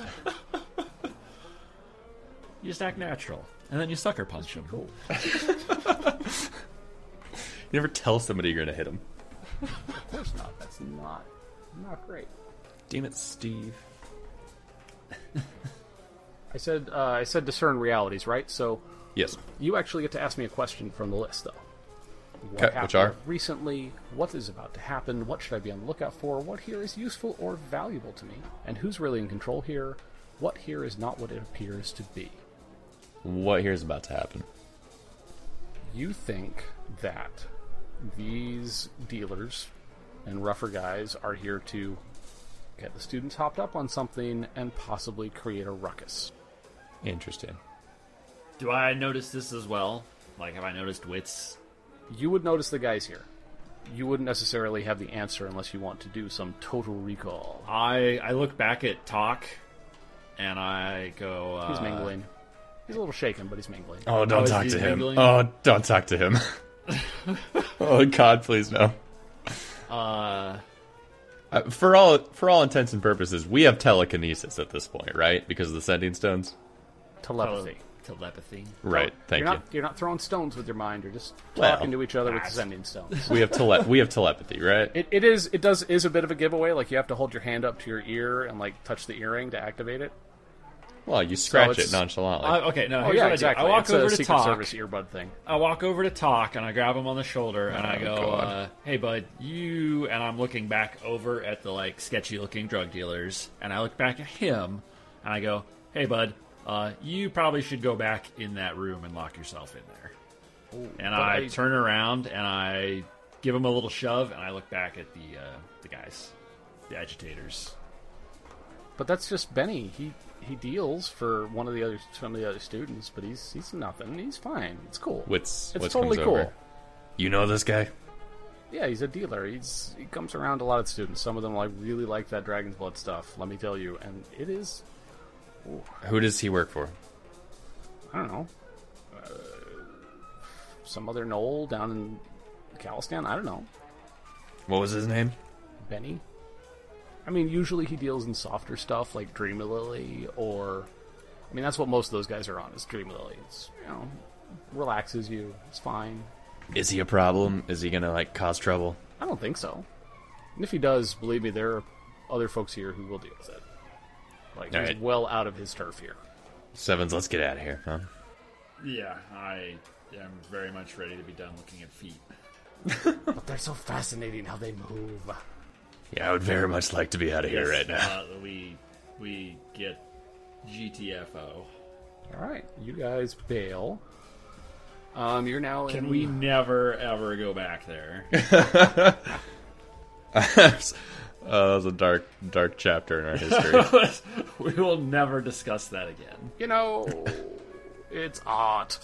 [SPEAKER 5] You just act natural, and then you sucker punch him. Cool.
[SPEAKER 4] You never tell somebody you're gonna hit them.
[SPEAKER 3] That's not not great.
[SPEAKER 4] Damn it, Steve.
[SPEAKER 3] I said uh, I said discern realities, right? So
[SPEAKER 4] Yes.
[SPEAKER 3] you actually get to ask me a question from the list, though. What
[SPEAKER 4] Okay, which
[SPEAKER 3] happened
[SPEAKER 4] are?
[SPEAKER 3] recently? What is about to happen? What should I be on the lookout for? What here is useful or valuable to me? And who's really in control here? What here is not what it appears to be?
[SPEAKER 4] What here's about to happen?
[SPEAKER 3] you think that these dealers and rougher guys are here to get the students hopped up on something and possibly create a ruckus.
[SPEAKER 4] Interesting.
[SPEAKER 5] Do I notice this as well? Like, have I noticed wits?
[SPEAKER 3] You would notice the guys here. You wouldn't necessarily have the answer unless you want to do some total recall.
[SPEAKER 5] I I look back at talk, and I go. Uh,
[SPEAKER 3] He's mingling. He's a little shaken, but he's mingling.
[SPEAKER 4] Oh, don't
[SPEAKER 5] Oh, is
[SPEAKER 4] talk
[SPEAKER 5] he
[SPEAKER 4] to him.
[SPEAKER 5] mingling?
[SPEAKER 4] Oh, don't talk to him. oh God, please no.
[SPEAKER 5] Uh,
[SPEAKER 4] Uh, for all for all intents and purposes, we have telekinesis at this point, right? Because of the sending stones.
[SPEAKER 3] Telepathy.
[SPEAKER 5] telepathy.
[SPEAKER 4] Right. Thank
[SPEAKER 3] you're
[SPEAKER 4] you.
[SPEAKER 3] not you're not throwing stones with your mind. You're just
[SPEAKER 4] Well,
[SPEAKER 3] talking to each other with sending stones.
[SPEAKER 4] We have tele- we have telepathy, right?
[SPEAKER 3] It, it is it does is a bit of a giveaway. Like you have to hold your hand up to your ear and like touch the earring to activate it.
[SPEAKER 4] well, you scratch it
[SPEAKER 3] it's-
[SPEAKER 4] nonchalantly.
[SPEAKER 5] Uh, okay, no,
[SPEAKER 3] Oh
[SPEAKER 5] here's
[SPEAKER 3] yeah,
[SPEAKER 5] what I
[SPEAKER 3] exactly.
[SPEAKER 5] do. I walk
[SPEAKER 3] it's
[SPEAKER 5] over
[SPEAKER 3] a
[SPEAKER 5] to
[SPEAKER 3] Secret
[SPEAKER 5] talk.
[SPEAKER 3] Service earbud thing.
[SPEAKER 5] I walk over to talk and I grab him on the shoulder and I go, uh, "Hey, bud, you." And I'm looking back over at the like sketchy-looking drug dealers, and I look back at him, and I go, "Hey, bud, uh, you probably should go back in that room and lock yourself in there." and
[SPEAKER 3] but
[SPEAKER 5] I,
[SPEAKER 3] I-
[SPEAKER 5] turn around and I give him a little shove, and I look back at the uh, the guys, the agitators.
[SPEAKER 3] But that's just Benny. He he deals for one of the other some of the other students, but he's he's nothing. He's fine. It's cool.
[SPEAKER 4] What's
[SPEAKER 3] it's
[SPEAKER 4] what's
[SPEAKER 3] totally
[SPEAKER 4] comes
[SPEAKER 3] cool.
[SPEAKER 4] over.
[SPEAKER 6] You know this guy?
[SPEAKER 3] Yeah, he's a dealer. He's he comes around a lot of students. Some of them like really like that dragon's blood stuff. Let me tell you, and it is
[SPEAKER 4] Who does he work for?
[SPEAKER 3] I don't know uh, some other knoll down in Calistan. I don't know
[SPEAKER 6] What was his name?
[SPEAKER 3] Benny. I mean, usually he deals in softer stuff like Dream Lily, or I mean, that's what most of those guys are on is Dream Lily. It's you know relaxes you. It's fine.
[SPEAKER 6] Is he a problem? Is he gonna like cause trouble?
[SPEAKER 3] I don't think so. And if he does, believe me, there are other folks here who will deal with it. Like
[SPEAKER 6] All
[SPEAKER 3] he's
[SPEAKER 6] right.
[SPEAKER 3] well out of his turf here.
[SPEAKER 6] Sevens, let's get out of here, huh?
[SPEAKER 5] Yeah, I am very much ready to be done looking at feet.
[SPEAKER 3] But they're so fascinating how they move.
[SPEAKER 6] Yeah, I would very much like to be out of here right
[SPEAKER 3] uh,
[SPEAKER 6] now.
[SPEAKER 5] Uh, we we get GTFO.
[SPEAKER 3] All right, you guys bail. Um, you're now
[SPEAKER 5] Can
[SPEAKER 3] in.
[SPEAKER 5] we never ever go back there?
[SPEAKER 4] Uh, that was a dark dark chapter in our history.
[SPEAKER 5] we will never discuss that again.
[SPEAKER 3] You know, it's art.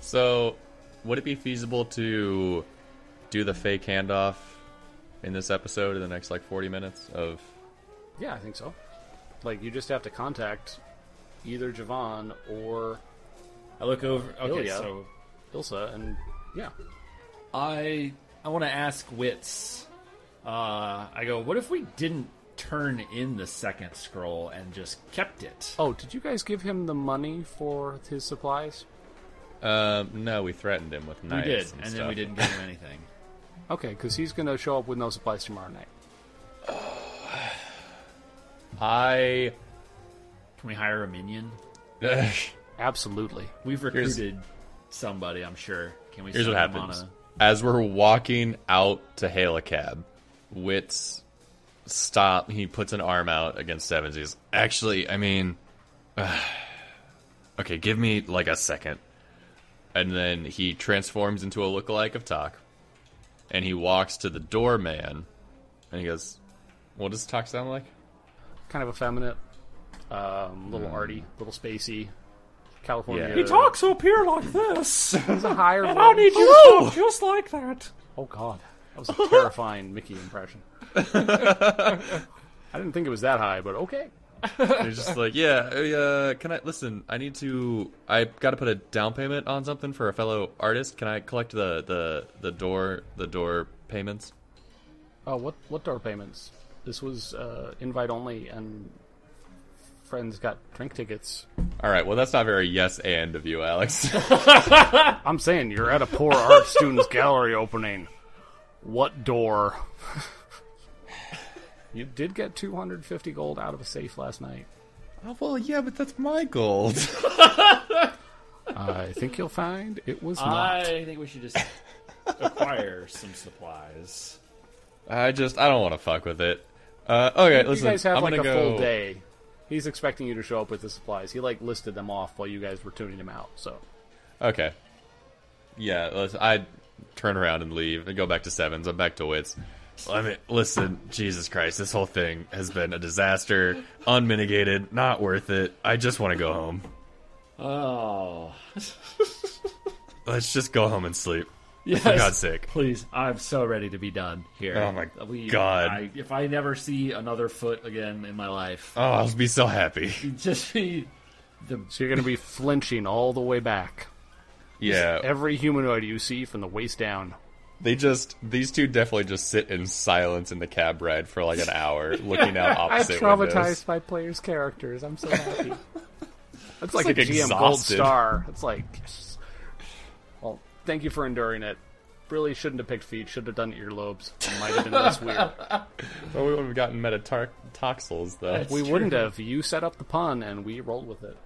[SPEAKER 4] so, would it be feasible to do the fake handoff in this episode in the next like forty minutes of?
[SPEAKER 3] Yeah, I think so. Like you just have to contact either Javon or
[SPEAKER 5] I look over. Okay,
[SPEAKER 3] Ilya.
[SPEAKER 5] so
[SPEAKER 3] Ilsa, and yeah,
[SPEAKER 5] I I want to ask Wits. Uh, I go. What if we didn't turn in the second scroll and just kept it?
[SPEAKER 3] Oh, did you guys give him the money for his supplies?
[SPEAKER 4] Um, no, we threatened him with
[SPEAKER 5] we did,
[SPEAKER 4] knives. and,
[SPEAKER 5] and, then we
[SPEAKER 4] stuff.
[SPEAKER 5] didn't give him anything.
[SPEAKER 3] Okay, because he's going to show up with no supplies tomorrow night.
[SPEAKER 4] I
[SPEAKER 5] Can we hire a minion?
[SPEAKER 3] Absolutely.
[SPEAKER 5] We've recruited somebody. I'm sure. Can we?
[SPEAKER 4] Here's
[SPEAKER 5] send
[SPEAKER 4] what
[SPEAKER 5] them on
[SPEAKER 4] happens.
[SPEAKER 5] a-
[SPEAKER 4] As we're walking out to hail a cab, Wits stop. He puts an arm out against Sevens. He's actually, I mean, okay, give me like a second. And then he transforms into a lookalike of Tok, and he walks to the doorman, and he goes, "What does Tok sound like?"
[SPEAKER 3] Kind of effeminate, um, little arty, little spacey. California.
[SPEAKER 4] Yeah. He
[SPEAKER 5] up here like this.
[SPEAKER 3] He's a higher voice.
[SPEAKER 5] you just like that.
[SPEAKER 3] Oh, God. That was a terrifying Mickey impression. I didn't think it was that high, but okay.
[SPEAKER 4] They're just like, yeah, uh, yeah, can I listen? I need to. I got to put a down payment on something for a fellow artist. Can I collect the the the door the door payments?
[SPEAKER 3] Oh, what, what door payments? This was uh, invite only, and friends got drink tickets.
[SPEAKER 4] All right. Well, that's not very yes and of you, Alex.
[SPEAKER 3] I'm saying you're at a poor art students gallery opening. What door? you did get 250 gold out of a safe last night.
[SPEAKER 4] oh, well, yeah, but that's my gold.
[SPEAKER 3] I think you'll find it was not.
[SPEAKER 5] I think we should just acquire some supplies.
[SPEAKER 4] I just I don't want to fuck with it. Uh, okay,
[SPEAKER 3] You
[SPEAKER 4] listen.
[SPEAKER 3] guys have
[SPEAKER 4] I'm
[SPEAKER 3] like a
[SPEAKER 4] gonna go.
[SPEAKER 3] full day. He's expecting you to show up with the supplies. He like listed them off while you guys were tuning him out. So
[SPEAKER 4] Okay. Yeah, listen, I turn around and leave and go back to sevens. I'm back to wits. I mean, listen, Jesus Christ, this whole thing has been a disaster, unmitigated, not worth it. I just want to go home.
[SPEAKER 5] Oh,
[SPEAKER 4] Let's just go home and sleep.
[SPEAKER 5] yes.
[SPEAKER 4] For God's sake.
[SPEAKER 5] Please, I'm so ready to be done here.
[SPEAKER 4] Oh my
[SPEAKER 5] We-
[SPEAKER 4] God.
[SPEAKER 5] I, if I never see another foot again in my life,
[SPEAKER 4] Oh, I'll be so happy.
[SPEAKER 5] just be the
[SPEAKER 3] so you're gonna be flinching all the way back.
[SPEAKER 4] Yeah,
[SPEAKER 3] Every humanoid you see from the waist down.
[SPEAKER 4] they just these two definitely just sit in silence in the cab ride for like an hour, looking out opposite windows.
[SPEAKER 3] by players' characters. I'm so happy. That's like,
[SPEAKER 7] like
[SPEAKER 3] a GM gold
[SPEAKER 7] exhausted.
[SPEAKER 3] star. It's like, well, thank you for enduring it. Really shouldn't have picked feet. Should have done earlobes. Might have been less weird.
[SPEAKER 7] Well, we would have gotten metatoxels though.
[SPEAKER 3] we wouldn't have. You set up the pun, and we rolled with it.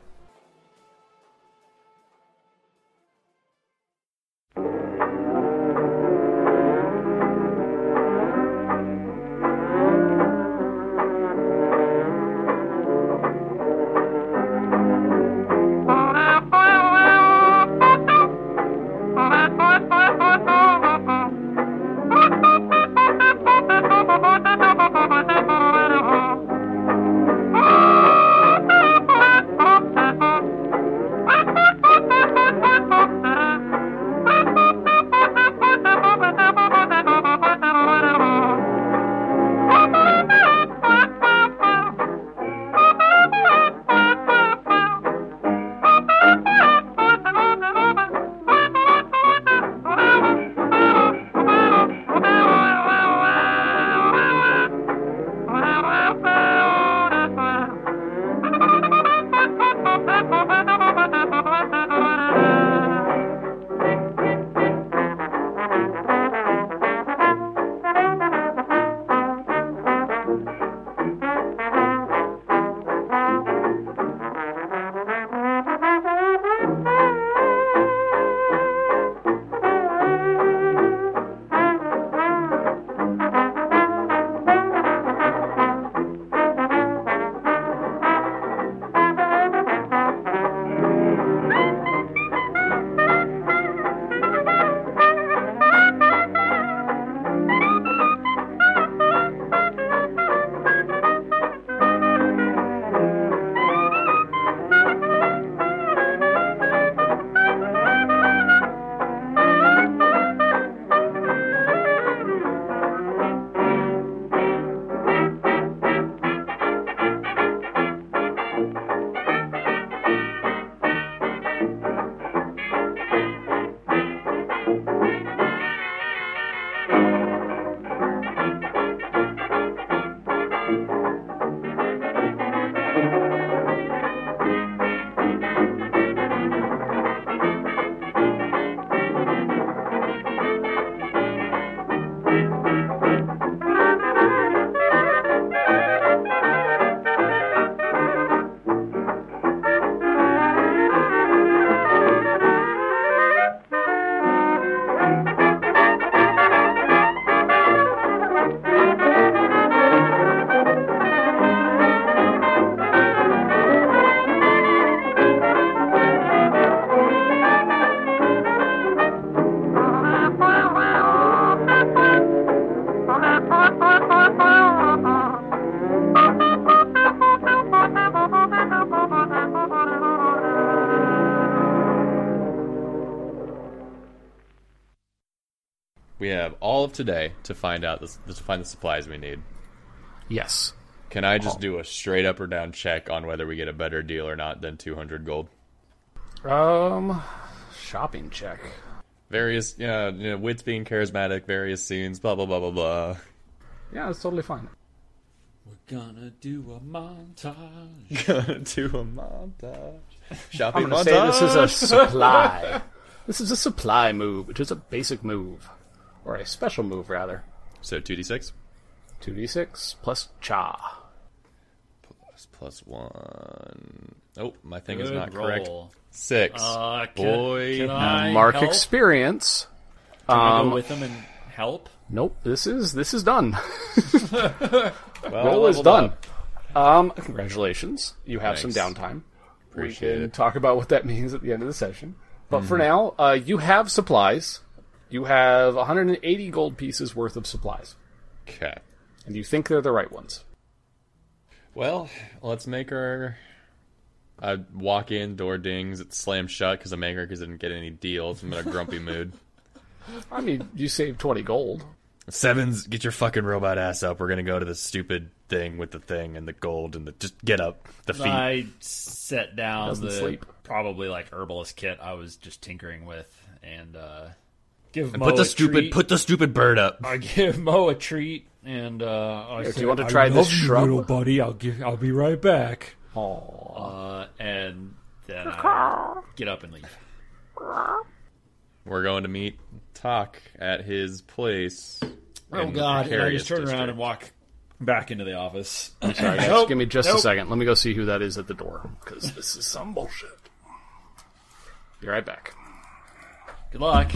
[SPEAKER 7] We have all of today to find out this, to find the supplies we need.
[SPEAKER 3] Yes.
[SPEAKER 7] Can I just do a straight up or down check on whether we get a better deal or not than 200 gold?
[SPEAKER 3] Um, shopping check.
[SPEAKER 7] Various, you know, you know, wits being charismatic, various scenes, blah blah blah blah blah.
[SPEAKER 3] Yeah, it's totally fine.
[SPEAKER 5] We're gonna do a montage.
[SPEAKER 7] Gonna do a montage. Shopping
[SPEAKER 3] I'm gonna
[SPEAKER 7] montage.
[SPEAKER 3] say this is a supply. this is a supply move, which is a basic move, or a special move rather.
[SPEAKER 7] so 2d6
[SPEAKER 3] Two d six plus cha.
[SPEAKER 7] plus plus one. Oh, my thing is
[SPEAKER 5] Good
[SPEAKER 7] not
[SPEAKER 5] roll.
[SPEAKER 7] correct. Six.
[SPEAKER 5] Uh, can,
[SPEAKER 7] Boy,
[SPEAKER 5] can I
[SPEAKER 3] Uh, Mark
[SPEAKER 5] help?
[SPEAKER 3] experience.
[SPEAKER 5] Can I
[SPEAKER 3] um,
[SPEAKER 5] go with them and help?
[SPEAKER 3] Nope, this is this is done.
[SPEAKER 7] Well,
[SPEAKER 5] Oh,
[SPEAKER 3] Roll is
[SPEAKER 7] leveled
[SPEAKER 3] done.
[SPEAKER 7] up.
[SPEAKER 3] Um, congratulations, you have some
[SPEAKER 7] Thanks.
[SPEAKER 3] downtime.
[SPEAKER 7] Appreciate
[SPEAKER 3] and
[SPEAKER 7] it.
[SPEAKER 3] talk about what that means at the end of the session. But
[SPEAKER 5] Hmm.
[SPEAKER 3] for now, uh, you have supplies. You have 180 gold pieces worth of supplies,
[SPEAKER 7] Okay.
[SPEAKER 3] and you think they're the right ones.
[SPEAKER 7] Well, let's make our. I walk in, door dings, it's slammed shut because I'm angry because I didn't get any deals. I'm in a grumpy mood.
[SPEAKER 3] I mean, you saved 20 gold.
[SPEAKER 4] Sevens, get your fucking robot ass up. We're gonna go to the stupid thing with the thing and the gold and the just get up. The feet.
[SPEAKER 5] I set down
[SPEAKER 3] Doesn't
[SPEAKER 5] the
[SPEAKER 3] sleep.
[SPEAKER 5] probably like herbalist kit I was just tinkering with, and uh, give Mo
[SPEAKER 4] put the
[SPEAKER 5] a
[SPEAKER 4] stupid
[SPEAKER 5] treat.
[SPEAKER 4] put the stupid bird up.
[SPEAKER 5] I give Mo a treat, and uh, I
[SPEAKER 3] If
[SPEAKER 5] say,
[SPEAKER 3] you want to
[SPEAKER 5] "I
[SPEAKER 3] try this
[SPEAKER 5] love you,
[SPEAKER 3] shrub."
[SPEAKER 5] little buddy, I'll give. I'll be right back.
[SPEAKER 3] Aww.
[SPEAKER 5] Uh, and then uh, get up and leave.
[SPEAKER 4] We're going to meet Talk at his place.
[SPEAKER 5] Oh
[SPEAKER 4] in the
[SPEAKER 5] God! And I
[SPEAKER 4] Precarious
[SPEAKER 5] just turn around
[SPEAKER 4] District.
[SPEAKER 5] and walk back into the office.
[SPEAKER 3] Sorry, guys,
[SPEAKER 5] Nope.
[SPEAKER 3] give me just a
[SPEAKER 5] Nope.
[SPEAKER 3] second. Let me go see who that is at the door because this is some bullshit. Be right back.
[SPEAKER 5] Good luck.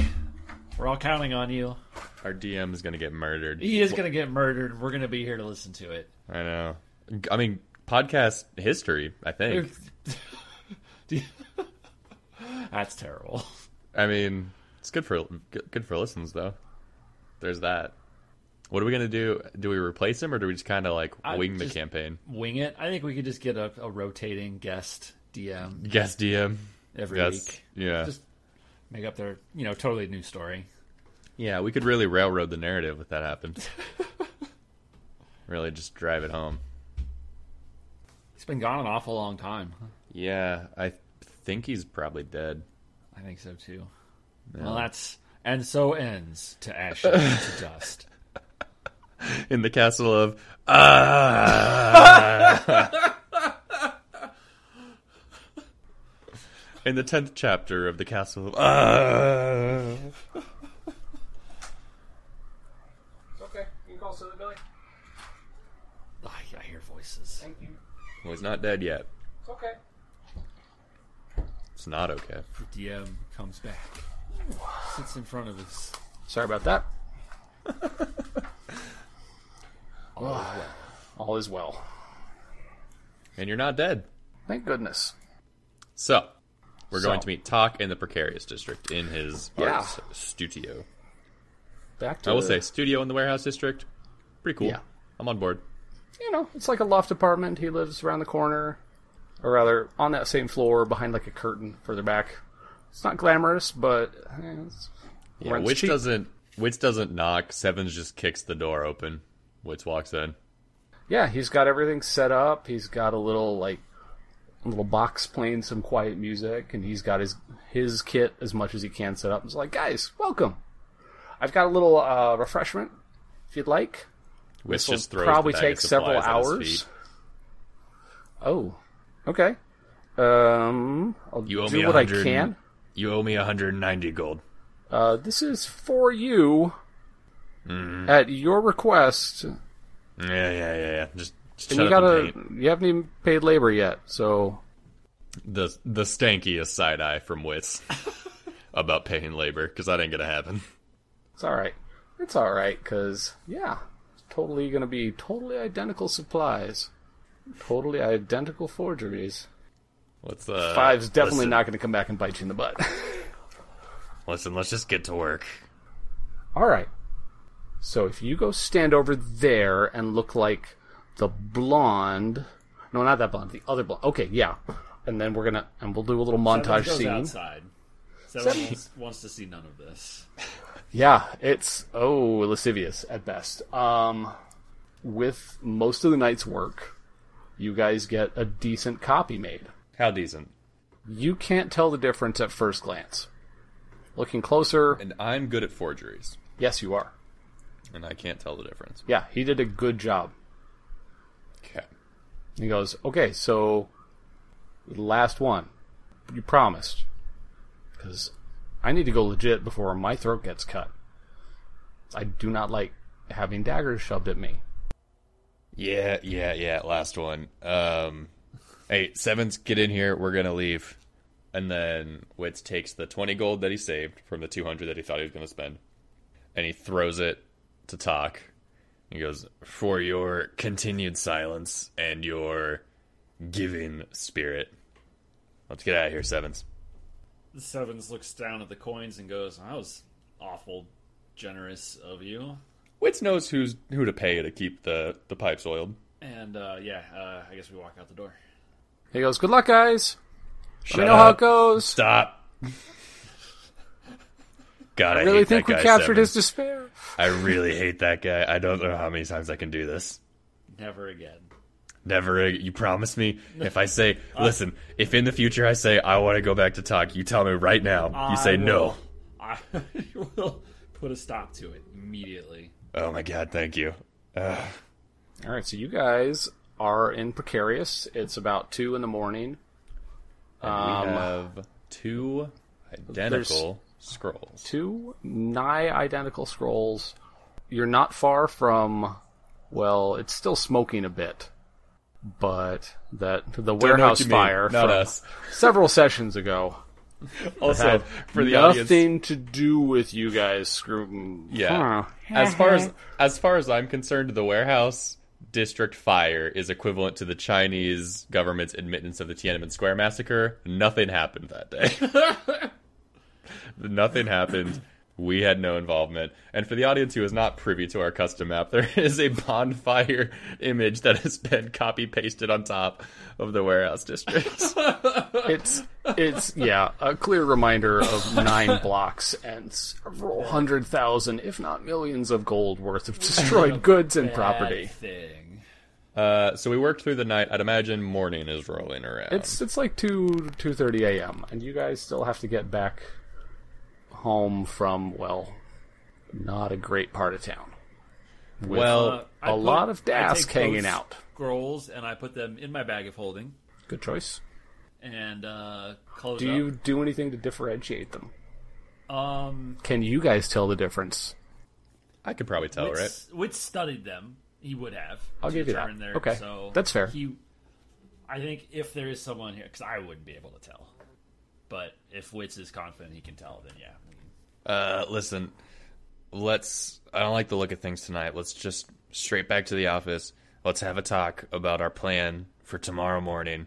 [SPEAKER 5] We're all counting on you.
[SPEAKER 4] Our DM is going to get murdered.
[SPEAKER 5] He is going to get murdered. We're going to be here to listen to it.
[SPEAKER 4] I know. I mean, podcast history, I think.
[SPEAKER 5] Do you- That's terrible.
[SPEAKER 4] I mean, it's good for good- good for listens though. There's that. What are we gonna do? Do we replace him, or do we just kind of like
[SPEAKER 5] I
[SPEAKER 4] wing
[SPEAKER 5] just-
[SPEAKER 4] the campaign?
[SPEAKER 5] Wing it. I think we could just get a, a rotating guest DM
[SPEAKER 4] Guess DM.
[SPEAKER 5] every
[SPEAKER 4] That's-
[SPEAKER 5] week.
[SPEAKER 4] Yeah.
[SPEAKER 5] Just make up their, you know, totally new story.
[SPEAKER 4] yeah, we could really railroad the narrative if that happened. really, just drive it home.
[SPEAKER 5] He's been gone an awful long time.
[SPEAKER 4] Yeah, I think he's probably dead.
[SPEAKER 5] I think so too. Well, that's and so ends to ashes and to dust.
[SPEAKER 4] In the castle of ah. In the tenth chapter of the castle of ah.
[SPEAKER 3] Okay, you can call Silly Billy.
[SPEAKER 5] I, I hear voices.
[SPEAKER 3] Thank you.
[SPEAKER 4] Well, he's not dead yet.
[SPEAKER 3] It's okay.
[SPEAKER 4] It's not okay.
[SPEAKER 5] The DM comes back, sits in front of us.
[SPEAKER 3] Sorry about that. All is well.
[SPEAKER 4] And you're not dead.
[SPEAKER 3] Thank goodness.
[SPEAKER 4] So, we're
[SPEAKER 3] So.
[SPEAKER 4] going to meet Talk in the Precarious District in his
[SPEAKER 3] Yeah.
[SPEAKER 4] arts studio.
[SPEAKER 3] Back to
[SPEAKER 4] I will say, studio in the Warehouse District, pretty cool.
[SPEAKER 3] Yeah.
[SPEAKER 4] I'm on board.
[SPEAKER 3] you know, it's like a loft apartment. He lives around the corner, or rather, on that same floor behind like a curtain further back. It's not glamorous, but eh, it's
[SPEAKER 4] Yeah,
[SPEAKER 3] rent's
[SPEAKER 4] Witch
[SPEAKER 3] cheap.
[SPEAKER 4] doesn't. Witch doesn't knock. Sevens just kicks the door open. Witch walks in.
[SPEAKER 3] yeah, he's got everything set up. He's got a little like a little box playing some quiet music, and he's got his his kit as much as he can set up. It's like, guys, welcome. I've got a little uh, refreshment if you'd like. This
[SPEAKER 4] Witch just
[SPEAKER 3] will
[SPEAKER 4] throws
[SPEAKER 3] probably
[SPEAKER 4] the bag of
[SPEAKER 3] take several
[SPEAKER 4] supplies at his
[SPEAKER 3] hours.
[SPEAKER 4] feet.
[SPEAKER 3] Oh, okay. Um, I'll
[SPEAKER 6] You owe
[SPEAKER 3] do
[SPEAKER 6] me
[SPEAKER 3] what I
[SPEAKER 6] 100
[SPEAKER 3] can.
[SPEAKER 6] You owe me 190 gold.
[SPEAKER 3] Uh, this is for you.
[SPEAKER 4] Mm-hmm.
[SPEAKER 3] At your request, and
[SPEAKER 4] Yeah, yeah, yeah. yeah. Just, just shut
[SPEAKER 3] you
[SPEAKER 4] up
[SPEAKER 3] gotta
[SPEAKER 4] and paint.
[SPEAKER 3] you haven't even paid labor yet, so
[SPEAKER 4] the the stankiest side eye from Witz about paying labor because that ain't gonna happen.
[SPEAKER 3] it's all right. It's all right, cause yeah, it's totally gonna be totally identical supplies, totally identical forgeries.
[SPEAKER 4] Let's uh
[SPEAKER 3] Five's definitely
[SPEAKER 6] listen.
[SPEAKER 3] not gonna come back and bite you in the butt.
[SPEAKER 6] Listen, let's just get to work.
[SPEAKER 3] all right. So if you go stand over there and look like the blonde, no, not that blonde, the other blonde. Okay, yeah. And then we're gonna and we'll do a little montage
[SPEAKER 5] goes
[SPEAKER 3] scene.
[SPEAKER 5] outside. Seven wants, wants to see none of this.
[SPEAKER 3] Yeah, it's oh lascivious at best. Um, with most of the night's work, you guys get a decent copy made.
[SPEAKER 4] How decent.
[SPEAKER 3] You can't tell the difference at first glance. Looking closer,
[SPEAKER 4] And I'm good at forgeries,
[SPEAKER 3] yes, you are.
[SPEAKER 4] and I can't tell the difference.
[SPEAKER 3] Yeah, he did a good job.
[SPEAKER 4] Okay.
[SPEAKER 3] He goes, okay, so the last one, you promised, because I need to go legit before my throat gets cut. I do not like having daggers shoved at me.
[SPEAKER 4] Yeah, yeah, yeah. Last one. Um, hey, sevens, get in here. We're gonna leave, and then Witz takes the twenty gold that he saved from the two hundred that he thought he was gonna spend, and he throws it to Talk. He goes for your continued silence and your giving spirit. Let's get out of here, sevens.
[SPEAKER 5] Sevens looks down at the coins and goes, "That was awful generous of you."
[SPEAKER 4] Witz knows who's who to pay to keep the the pipes oiled.
[SPEAKER 5] And uh, yeah, uh, I guess we walk out the door.
[SPEAKER 3] He goes, good luck, guys.
[SPEAKER 4] Shut
[SPEAKER 3] You know how
[SPEAKER 4] up.
[SPEAKER 3] it goes.
[SPEAKER 4] Stop.
[SPEAKER 6] God, I,
[SPEAKER 3] I really
[SPEAKER 6] hate
[SPEAKER 3] think
[SPEAKER 6] that guy,
[SPEAKER 3] we captured
[SPEAKER 6] Seven.
[SPEAKER 3] his despair.
[SPEAKER 6] I really hate that guy. I don't know how many times I can do this.
[SPEAKER 5] Never again.
[SPEAKER 6] Never. ag- You promise me if I say, listen, if in the future I say I want to go back to talk, you tell me right now. You say
[SPEAKER 5] I
[SPEAKER 6] no.
[SPEAKER 5] will- I will put a stop to it immediately.
[SPEAKER 6] Oh my god, thank you.
[SPEAKER 3] All right, so you guys are in precarious. It's about two in the morning.
[SPEAKER 4] And we have two identical scrolls.
[SPEAKER 3] two nigh identical scrolls. You're not far from, well, it's still smoking a bit, but that the
[SPEAKER 4] Don't know what
[SPEAKER 3] warehouse
[SPEAKER 4] you mean.
[SPEAKER 3] fire
[SPEAKER 4] Not
[SPEAKER 3] from
[SPEAKER 4] us.
[SPEAKER 3] several sessions ago
[SPEAKER 4] Also,
[SPEAKER 3] had
[SPEAKER 4] for the audience,
[SPEAKER 3] nothing to do with you guys screwing.
[SPEAKER 4] Yeah.
[SPEAKER 3] Huh.
[SPEAKER 4] As far as as far as I'm concerned, the warehouse district fire is equivalent to the Chinese government's admittance of the Tiananmen Square massacre. Nothing happened that day. Nothing happened. We had no involvement. And for the audience who is not privy to our custom map, there is a bonfire image that has been copy pasted on top of the warehouse district.
[SPEAKER 3] It's it's yeah, a clear reminder of nine blocks and several hundred thousand, if not millions, of gold worth of destroyed goods and property.
[SPEAKER 5] Thing.
[SPEAKER 4] uh, so we worked through the night. I'd imagine morning is rolling around.
[SPEAKER 3] It's it's like two two thirty a.m. and you guys still have to get back home from well, not a great part of town.
[SPEAKER 4] well,
[SPEAKER 5] uh,
[SPEAKER 3] A lot of
[SPEAKER 5] dask
[SPEAKER 3] dask hanging out.
[SPEAKER 5] Scrolls, and I put them in my bag of holding
[SPEAKER 3] Good choice.
[SPEAKER 5] and uh, close
[SPEAKER 3] Do
[SPEAKER 5] up.
[SPEAKER 3] you do anything to differentiate them?
[SPEAKER 5] Um,
[SPEAKER 3] Can you guys tell the difference?
[SPEAKER 4] I could probably tell,
[SPEAKER 5] Witz,
[SPEAKER 4] right?
[SPEAKER 5] Witz studied them. He would have.
[SPEAKER 3] Oh, I'll
[SPEAKER 5] to
[SPEAKER 3] give you that.
[SPEAKER 5] determine Their,
[SPEAKER 3] Okay.
[SPEAKER 5] so
[SPEAKER 3] That's fair.
[SPEAKER 5] He, I think if there is someone here, because I wouldn't be able to tell, but if Witz is confident he can tell, then yeah.
[SPEAKER 4] Uh, listen, let's. I don't like the look of things tonight. Let's just straight back to the office. Let's have a talk about our plan for tomorrow morning.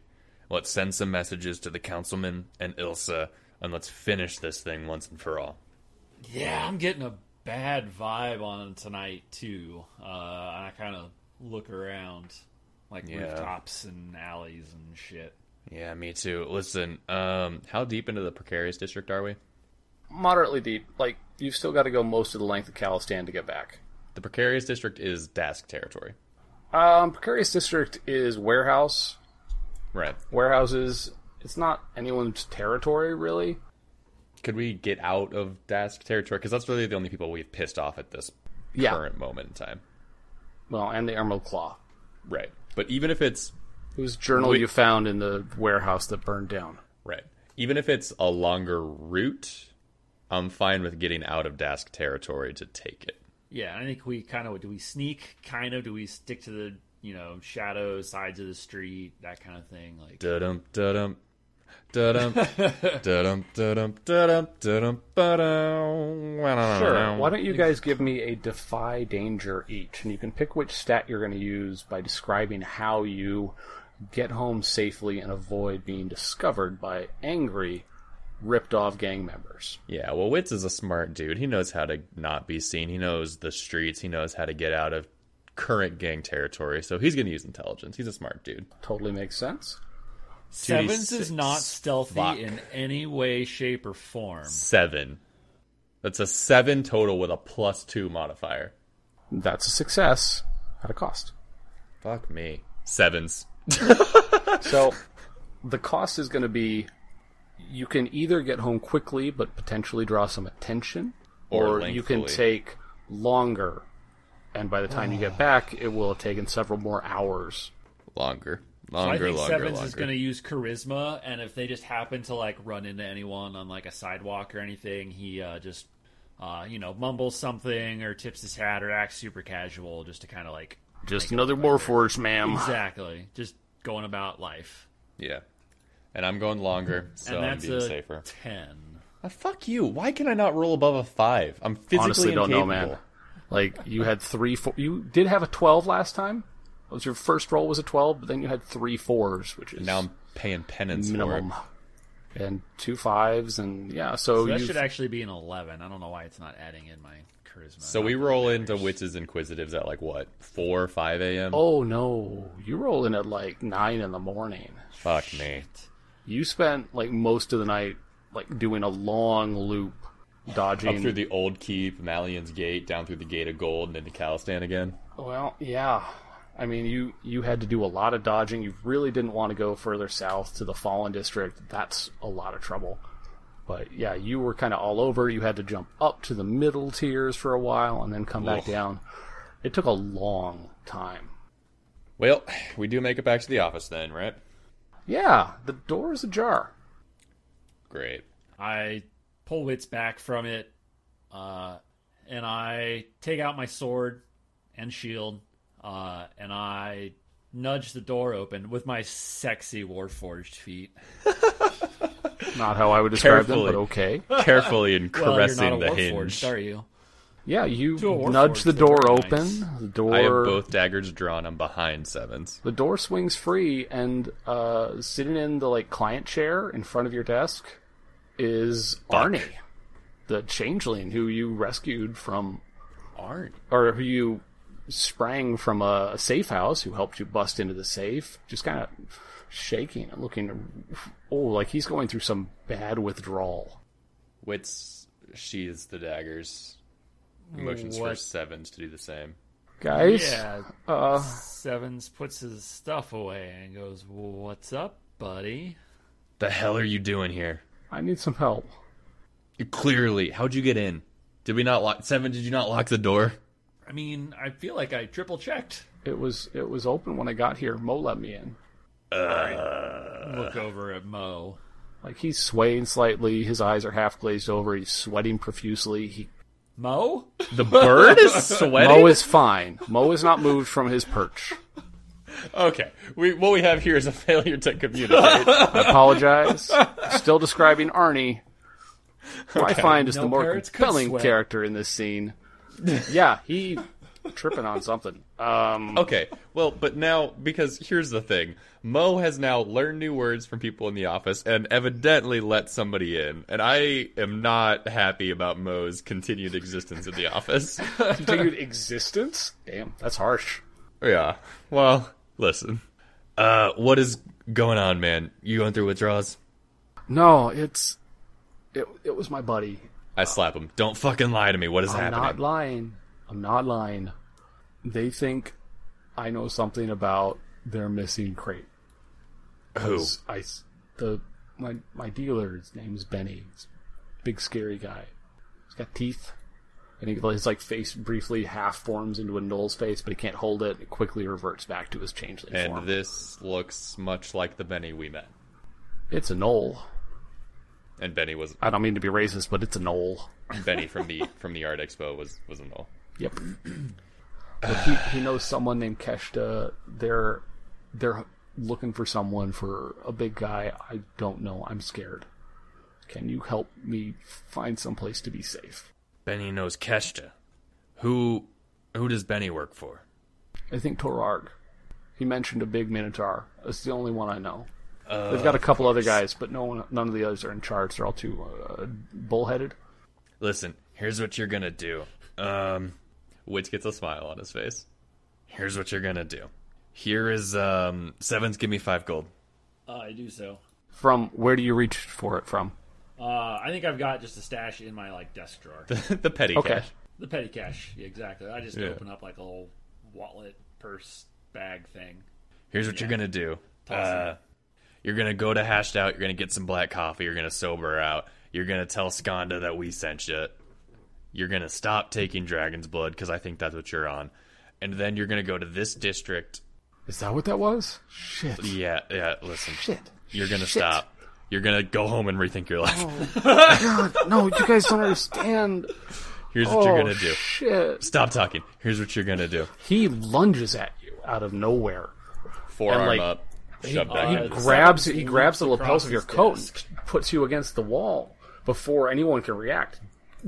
[SPEAKER 4] Let's send some messages to the councilman and Ilsa, and let's finish this thing once and for all.
[SPEAKER 5] Yeah, I'm getting a bad vibe on tonight too. Uh, and I kind of look around, like
[SPEAKER 4] Yeah.
[SPEAKER 5] rooftops and alleys and shit.
[SPEAKER 4] Yeah, me too. Listen, um, how deep into the precarious district are we?
[SPEAKER 3] Moderately deep. Like you've still got to go most of the length of Calistan to get back.
[SPEAKER 4] The precarious district is Dask territory,
[SPEAKER 3] Um, Precarious District is warehouse.
[SPEAKER 4] right?
[SPEAKER 3] Warehouses. It's not anyone's territory really.
[SPEAKER 4] Could we get out of Dask territory? Because that's really the only people we've pissed off at this
[SPEAKER 3] Yeah.
[SPEAKER 4] current moment in time,
[SPEAKER 3] Well, and the Emerald Claw.
[SPEAKER 4] right? But even if it's
[SPEAKER 3] whose journal
[SPEAKER 4] We-
[SPEAKER 3] you found in the warehouse that burned down.
[SPEAKER 4] Right. Even if it's a longer route, I'm fine with getting out of Dask territory to take it.
[SPEAKER 5] Yeah, I think we kind of do we sneak, kind of do we stick to the you know shadows, sides of the street, that kind of thing. Like
[SPEAKER 4] Da-dum, da-dum, da-dum, da-dum, da-dum, da-dum, da-dum, ba-dum, wa-dum,
[SPEAKER 3] Sure.
[SPEAKER 4] wa-dum.
[SPEAKER 3] Why don't you guys give me a defy danger each, and you can pick which stat you're going to use by describing how you get home safely and avoid being discovered by angry, ripped off gang members.
[SPEAKER 4] Yeah, well, Witz is a smart dude. He knows how to not be seen. He knows the streets. He knows how to get out of current gang territory. So he's going to use intelligence. He's a smart dude.
[SPEAKER 3] Totally makes sense.
[SPEAKER 5] Sevens is not stealthy
[SPEAKER 4] Fuck.
[SPEAKER 5] in any way, shape, or form.
[SPEAKER 4] Seven. That's a seven total with a plus two modifier.
[SPEAKER 3] That's a success at a cost.
[SPEAKER 4] Fuck me. Sevens.
[SPEAKER 3] So the cost is going to be you can either get home quickly but potentially draw some attention,
[SPEAKER 4] Or
[SPEAKER 3] you can
[SPEAKER 4] lengthily.
[SPEAKER 3] take longer. And by the time you get back, it will have taken several more hours.
[SPEAKER 4] longer,
[SPEAKER 5] I
[SPEAKER 4] longer,
[SPEAKER 5] think
[SPEAKER 4] longer,
[SPEAKER 5] Sevens
[SPEAKER 4] longer.
[SPEAKER 5] is going to use charisma, and if they just happen to like run into anyone on like a sidewalk or anything, he uh, just uh, you know mumbles something or tips his hat or acts super casual just to kind of like
[SPEAKER 3] Just another Warforged, ma'am.
[SPEAKER 5] exactly just going about life.
[SPEAKER 4] Yeah, and I'm going longer, so
[SPEAKER 5] and
[SPEAKER 4] I'm
[SPEAKER 5] that's
[SPEAKER 4] being
[SPEAKER 5] a
[SPEAKER 4] safer.
[SPEAKER 5] ten.
[SPEAKER 4] Ah, fuck you! Why can I not roll above a five? I'm physically
[SPEAKER 3] Honestly, don't know,
[SPEAKER 4] incapable.
[SPEAKER 3] man. Like, you had three, four. You did have a 12 last time. That was your first roll was a 12, but then you had three fours, which is
[SPEAKER 4] Now I'm paying penance
[SPEAKER 3] minimum.
[SPEAKER 4] for
[SPEAKER 3] And two fives, and yeah, so,
[SPEAKER 5] So that
[SPEAKER 3] you
[SPEAKER 5] should actually be an eleven. I don't know why it's not adding in my charisma.
[SPEAKER 4] it. So we roll into witches inquisitives at like what four or five a.m.
[SPEAKER 3] Oh no, you roll in at like nine in the morning.
[SPEAKER 4] Fuck me!
[SPEAKER 3] You spent like most of the night like doing a long loop,
[SPEAKER 4] Up through
[SPEAKER 3] dodging.
[SPEAKER 4] the old keep, Malian's gate, down through the gate of gold, and into Calistan again.
[SPEAKER 3] well, yeah. I mean, you you had to do a lot of dodging. You really didn't want to go further south to the Fallen District. That's a lot of trouble. But yeah, you were kind of all over. You had to jump up to the middle tiers for a while and then come back
[SPEAKER 4] Ugh.
[SPEAKER 3] down. It took a long time.
[SPEAKER 4] Well, we do make it back to the office then, right?
[SPEAKER 3] Yeah, the door is ajar.
[SPEAKER 4] Great.
[SPEAKER 5] I pull Wits back from it, uh, and I take out my sword and shield, uh, and I nudge the door open with my sexy warforged feet.
[SPEAKER 3] Not how I would describe
[SPEAKER 4] Carefully.
[SPEAKER 3] them, but okay.
[SPEAKER 4] Carefully and
[SPEAKER 5] Well, you're
[SPEAKER 4] caressing
[SPEAKER 5] not a
[SPEAKER 4] the
[SPEAKER 5] warforged,
[SPEAKER 4] hinge.
[SPEAKER 5] are you?
[SPEAKER 3] Yeah, you
[SPEAKER 5] To a war
[SPEAKER 3] nudge
[SPEAKER 5] forge,
[SPEAKER 3] the
[SPEAKER 5] they're
[SPEAKER 3] door
[SPEAKER 5] very
[SPEAKER 3] open.
[SPEAKER 5] nice.
[SPEAKER 3] The door.
[SPEAKER 4] I have both daggers drawn. I'm behind sevens.
[SPEAKER 3] The door swings free, and uh, sitting in the like client chair in front of your desk is Arnie, the changeling who you rescued from,
[SPEAKER 4] Aren't
[SPEAKER 3] or who you sprang from a, a safe house, who helped you bust into the safe. Just kind of shaking and looking, oh, like he's going through some bad withdrawal.
[SPEAKER 4] Wits sheathes the daggers. Motions for
[SPEAKER 5] What?
[SPEAKER 4] sevens to do the same.
[SPEAKER 3] Guys,
[SPEAKER 5] Yeah.
[SPEAKER 3] uh,
[SPEAKER 5] Sevens puts his stuff away and goes, "What's up, buddy?"
[SPEAKER 4] The hell are you doing here?
[SPEAKER 3] I need some help.
[SPEAKER 4] Clearly, how'd you get in? Did we not lock seven? Did you not lock the door?
[SPEAKER 5] I mean, I feel like I triple checked.
[SPEAKER 3] It was it was open when I got here. Mo let me in.
[SPEAKER 5] Look over at Mo.
[SPEAKER 3] Like he's swaying slightly, his eyes are half glazed over, he's sweating profusely. He
[SPEAKER 5] Mo?
[SPEAKER 4] The bird is sweating.
[SPEAKER 3] Mo is fine. Mo is not moved from his perch.
[SPEAKER 4] okay, we, what we have here is a failure to communicate.
[SPEAKER 3] I apologize. Still describing Arnie, who I find is
[SPEAKER 5] No
[SPEAKER 3] the more
[SPEAKER 5] parrots could
[SPEAKER 3] compelling
[SPEAKER 5] sweat.
[SPEAKER 3] character in this scene. Yeah, he tripping on something. Um,
[SPEAKER 4] okay, well, but now because here's the thing: Mo has now learned new words from people in the office and evidently let somebody in, and I am not happy about Mo's continued existence in the office.
[SPEAKER 3] continued existence. Damn, that's harsh.
[SPEAKER 4] Yeah. Well, listen. Uh, what is going on, man? You going through withdrawals?
[SPEAKER 3] No, it's it. It was my buddy.
[SPEAKER 4] I slap him. Don't fucking lie to me. What is
[SPEAKER 3] I'm
[SPEAKER 4] happening?
[SPEAKER 3] not lying. I'm not lying. They think I know something about their missing crate.
[SPEAKER 4] Who?
[SPEAKER 3] I s- the my my dealer. His name's Benny. He's a big scary guy. He's got teeth, and he, his like face briefly half forms into a Knoll's face, but he can't hold it. It quickly reverts back to his changeling
[SPEAKER 4] And
[SPEAKER 3] form.
[SPEAKER 4] this looks much like the Benny we met.
[SPEAKER 3] it's a Knoll.
[SPEAKER 4] And Benny was
[SPEAKER 3] I don't mean to be racist, but it's a Knoll.
[SPEAKER 4] Benny from the from the art expo was was an all.
[SPEAKER 3] Yep. but he, he knows someone named Keshta. They're they're looking for someone for a big guy. I don't know. I'm scared. Can you help me find someplace to be safe?
[SPEAKER 6] Benny knows Keshta. Who who does Benny work for?
[SPEAKER 3] I think Torarg. He mentioned a big Minotaur. That's the only one I know.
[SPEAKER 6] Uh,
[SPEAKER 3] They've got a couple other guys, but no one, none of the others are in charge. They're all too uh, bullheaded.
[SPEAKER 6] Listen, here's what you're gonna do. Um
[SPEAKER 4] Which gets a smile on his face.
[SPEAKER 6] here's what you're gonna do. Here is um sevens give me five gold.
[SPEAKER 5] Uh, I do so.
[SPEAKER 3] From where do you reach for it from?
[SPEAKER 5] Uh, I think I've got just a stash in my like desk drawer.
[SPEAKER 4] the petty
[SPEAKER 3] Okay.
[SPEAKER 4] cash.
[SPEAKER 5] The petty cash, yeah, exactly. I just
[SPEAKER 4] Yeah.
[SPEAKER 5] open up like a little wallet, purse, bag thing.
[SPEAKER 6] Here's what you're gonna do. Uh, you're gonna go to hashed out. You're gonna get some black coffee. You're gonna sober out. You're gonna tell Skanda that we sent you. You're gonna stop taking dragon's blood because I think that's what you're on. And then you're gonna go to this district.
[SPEAKER 3] Is that what that was? Shit.
[SPEAKER 6] Yeah, yeah. Listen,
[SPEAKER 3] Shit.
[SPEAKER 6] you're gonna
[SPEAKER 3] Shit. Oh.
[SPEAKER 6] stop. You're gonna go home and rethink your life.
[SPEAKER 3] No, you guys don't understand.
[SPEAKER 6] Here's what you're
[SPEAKER 3] Oh,
[SPEAKER 6] gonna do.
[SPEAKER 3] Shit.
[SPEAKER 6] Stop talking. Here's what you're gonna do.
[SPEAKER 3] He lunges at you out of nowhere.
[SPEAKER 4] Forearm
[SPEAKER 3] like,
[SPEAKER 4] up. Shove back.
[SPEAKER 5] he-
[SPEAKER 4] in.
[SPEAKER 5] Uh,
[SPEAKER 3] grabs
[SPEAKER 5] Sevens
[SPEAKER 3] he grabs the
[SPEAKER 5] leaps
[SPEAKER 3] lapels
[SPEAKER 5] across
[SPEAKER 3] of your
[SPEAKER 5] his
[SPEAKER 3] coat and
[SPEAKER 5] desk.
[SPEAKER 3] puts you against the wall before anyone can react.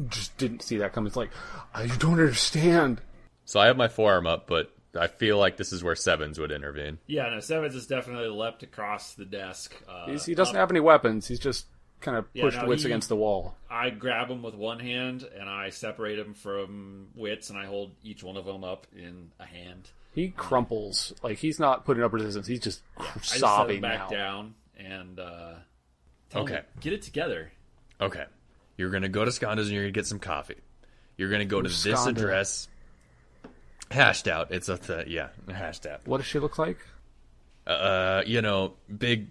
[SPEAKER 3] Just didn't see that coming. It's like, I don't understand.
[SPEAKER 4] so I have my forearm up, but I feel like this is where sevens would intervene.
[SPEAKER 5] Yeah, no, Sevens has definitely leapt across the desk. Uh,
[SPEAKER 3] He's- he doesn't have any weapons. He's just kind of pushed
[SPEAKER 5] no,
[SPEAKER 3] wits
[SPEAKER 5] he-
[SPEAKER 3] against the wall.
[SPEAKER 5] I grab him with one hand and I separate him from wits, and I hold each one of them up in a hand.
[SPEAKER 3] He crumples. Like he's not putting up resistance. He's just
[SPEAKER 5] I just set him
[SPEAKER 3] sobbing
[SPEAKER 5] back
[SPEAKER 3] now.
[SPEAKER 5] down and uh, tell him,
[SPEAKER 6] Okay.
[SPEAKER 5] get it together.
[SPEAKER 6] Okay. You're gonna go to Sconda's and you're gonna get some coffee. You're gonna go to this
[SPEAKER 3] Skanda?
[SPEAKER 6] address. Hashed out. It's a th- yeah. Hashed out.
[SPEAKER 3] What does she look like?
[SPEAKER 6] Uh, you know, big,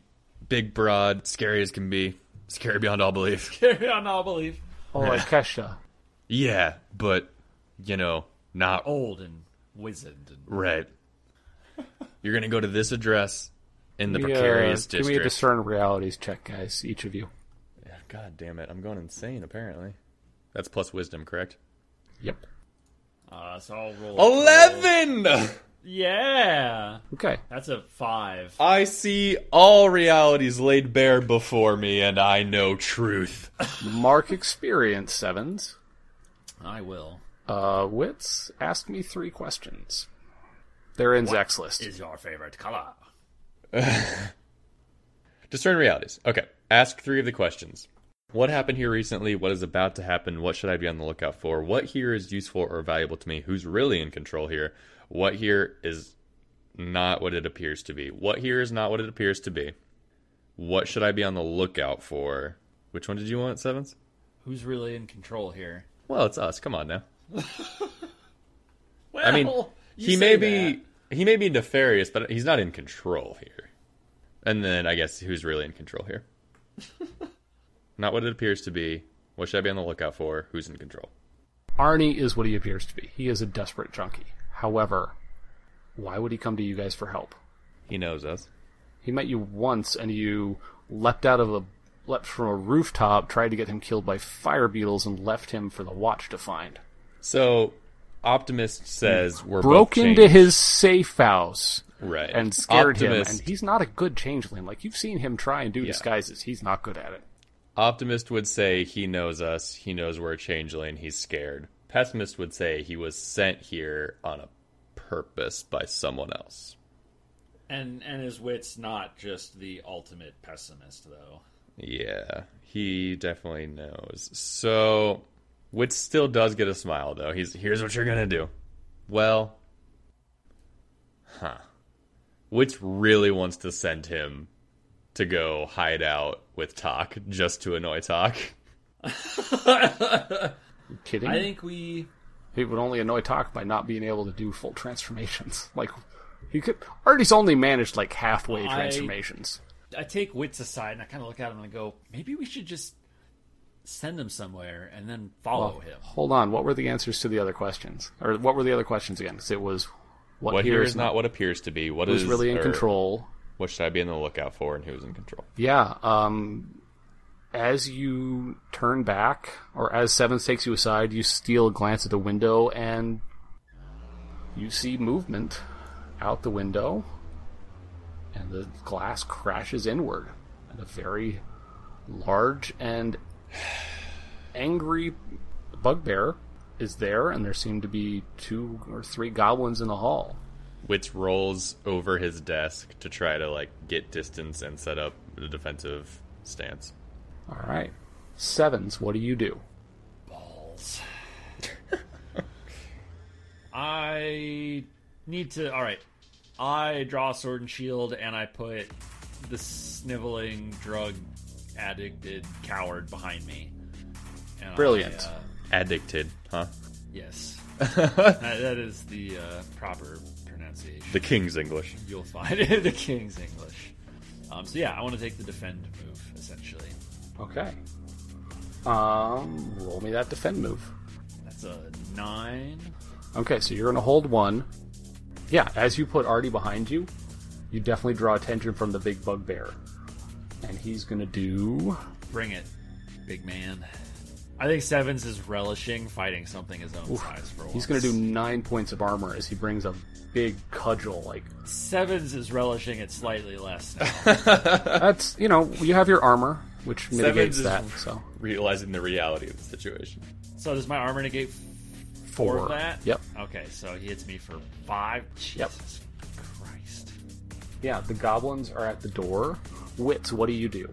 [SPEAKER 6] big, broad, scary as can be, scary beyond all belief.
[SPEAKER 5] Carry on, I'll believe.
[SPEAKER 3] Oh, like Kesha.
[SPEAKER 6] Yeah, but you know, not
[SPEAKER 5] Old and wizened. And...
[SPEAKER 6] right. You're gonna go to this address in the
[SPEAKER 3] Yeah,
[SPEAKER 6] precarious
[SPEAKER 3] Give me a
[SPEAKER 6] district.
[SPEAKER 3] discern realities check, guys. Each of you.
[SPEAKER 4] God damn it. I'm going insane, apparently. That's plus wisdom, correct?
[SPEAKER 3] Yep.
[SPEAKER 5] Uh, so I'll roll.
[SPEAKER 4] 11!
[SPEAKER 5] Yeah,
[SPEAKER 3] Okay.
[SPEAKER 5] that's a five.
[SPEAKER 4] I see all realities laid bare before me, and I know truth.
[SPEAKER 3] Mark experience sevens.
[SPEAKER 5] I will.
[SPEAKER 3] Uh, Wits asked me three questions. They're in Zach's list.
[SPEAKER 5] Is your favorite color?
[SPEAKER 4] Discern realities. Okay. Ask three of the questions. What happened here recently? What is about to happen? What should I be on the lookout for? What here is useful or valuable to me? Who's really in control here? What here is not what it appears to be? What here is not what it appears to be? What should I be on the lookout for? Which one did you want, Sevens?
[SPEAKER 5] Who's really in control here?
[SPEAKER 4] Well, it's us. Come on now. I mean, he may be he may be nefarious, but he's not in control here. And then I guess who's really in control here? not what it appears to be. What should I be on the lookout for? Who's in control?
[SPEAKER 3] Arnie is what he appears to be. He is a desperate junkie. However, why would he come to you guys for help?
[SPEAKER 4] He knows us.
[SPEAKER 3] He met you once, and you leapt out of a leapt from a rooftop, tried to get him killed by fire beetles, and left him for the watch to find.
[SPEAKER 4] So Optimist says we're
[SPEAKER 3] Broke
[SPEAKER 4] both
[SPEAKER 3] into
[SPEAKER 4] changed.
[SPEAKER 3] his safe house
[SPEAKER 4] right
[SPEAKER 3] and scared
[SPEAKER 4] Optimist,
[SPEAKER 3] him. And he's not a good changeling. Like you've seen him try and do disguises, he's not good at it.
[SPEAKER 4] Optimist would say he knows us. He knows we're a changeling. He's scared. Pessimist would say he was sent here on a purpose by someone else.
[SPEAKER 5] And and his wit's not just the ultimate pessimist though.
[SPEAKER 4] Yeah, he definitely knows. So, Witz still does get a smile though. He's here's what you're gonna do. Well, huh? Witz really wants to send him to go hide out with Talk just to annoy Talk.
[SPEAKER 3] You kidding?
[SPEAKER 5] I think we
[SPEAKER 3] he would only annoy Talk by not being able to do full transformations. Like he could Artie's only managed like halfway
[SPEAKER 5] I-
[SPEAKER 3] transformations.
[SPEAKER 5] I take wits aside and I kind of look at him and I go, maybe we should just send him somewhere and then follow him.
[SPEAKER 3] Hold on, what were the answers to the other questions? Or what were the other questions again? 'Cause it was what,
[SPEAKER 4] What here is not what appears to be. What
[SPEAKER 3] who's
[SPEAKER 4] is er,
[SPEAKER 3] really in
[SPEAKER 4] or
[SPEAKER 3] control.
[SPEAKER 4] What should I be on the lookout for, and who's in control?
[SPEAKER 3] Yeah, um as you turn back or as Seven takes you aside, you steal a glance at the window and you see movement out the window and the glass crashes inward and a very large and angry bugbear is there and there seem to be two or three goblins in the hall
[SPEAKER 4] Witz rolls over his desk to try to like get distance and set up the defensive stance.
[SPEAKER 3] all right sevens what do you do
[SPEAKER 5] Balls. I need to. All right. I draw a sword and shield, and I put the sniveling, drug addicted coward behind me. And I,
[SPEAKER 3] Brilliant.
[SPEAKER 5] uh,
[SPEAKER 4] Addicted, huh?
[SPEAKER 5] yes. that, that is the uh, proper pronunciation.
[SPEAKER 4] The King's English.
[SPEAKER 5] You'll find it in the King's English. Um, so, yeah, I want to take the defend move, essentially.
[SPEAKER 3] Okay. Um, roll me that defend move.
[SPEAKER 5] That's a nine.
[SPEAKER 3] Okay, so you're gonna hold one. Yeah, as you put Artie behind you, you definitely draw attention from the big bugbear, and he's gonna do.
[SPEAKER 5] Bring it, big man. I think Sevens is relishing fighting something his own size for once.
[SPEAKER 3] He's gonna do nine points of armor as he brings a big cudgel. Like
[SPEAKER 5] Sevens is relishing it slightly less now.
[SPEAKER 3] that's you know you have your armor, which mitigates
[SPEAKER 4] is-
[SPEAKER 3] that. So
[SPEAKER 4] realizing the reality of the situation.
[SPEAKER 5] so does my armor negate four of that?
[SPEAKER 3] Yep.
[SPEAKER 5] Okay, so he hits me for five.
[SPEAKER 3] Yep.
[SPEAKER 5] Jesus Christ.
[SPEAKER 3] Yeah, the goblins are at the door. Wits, what do you do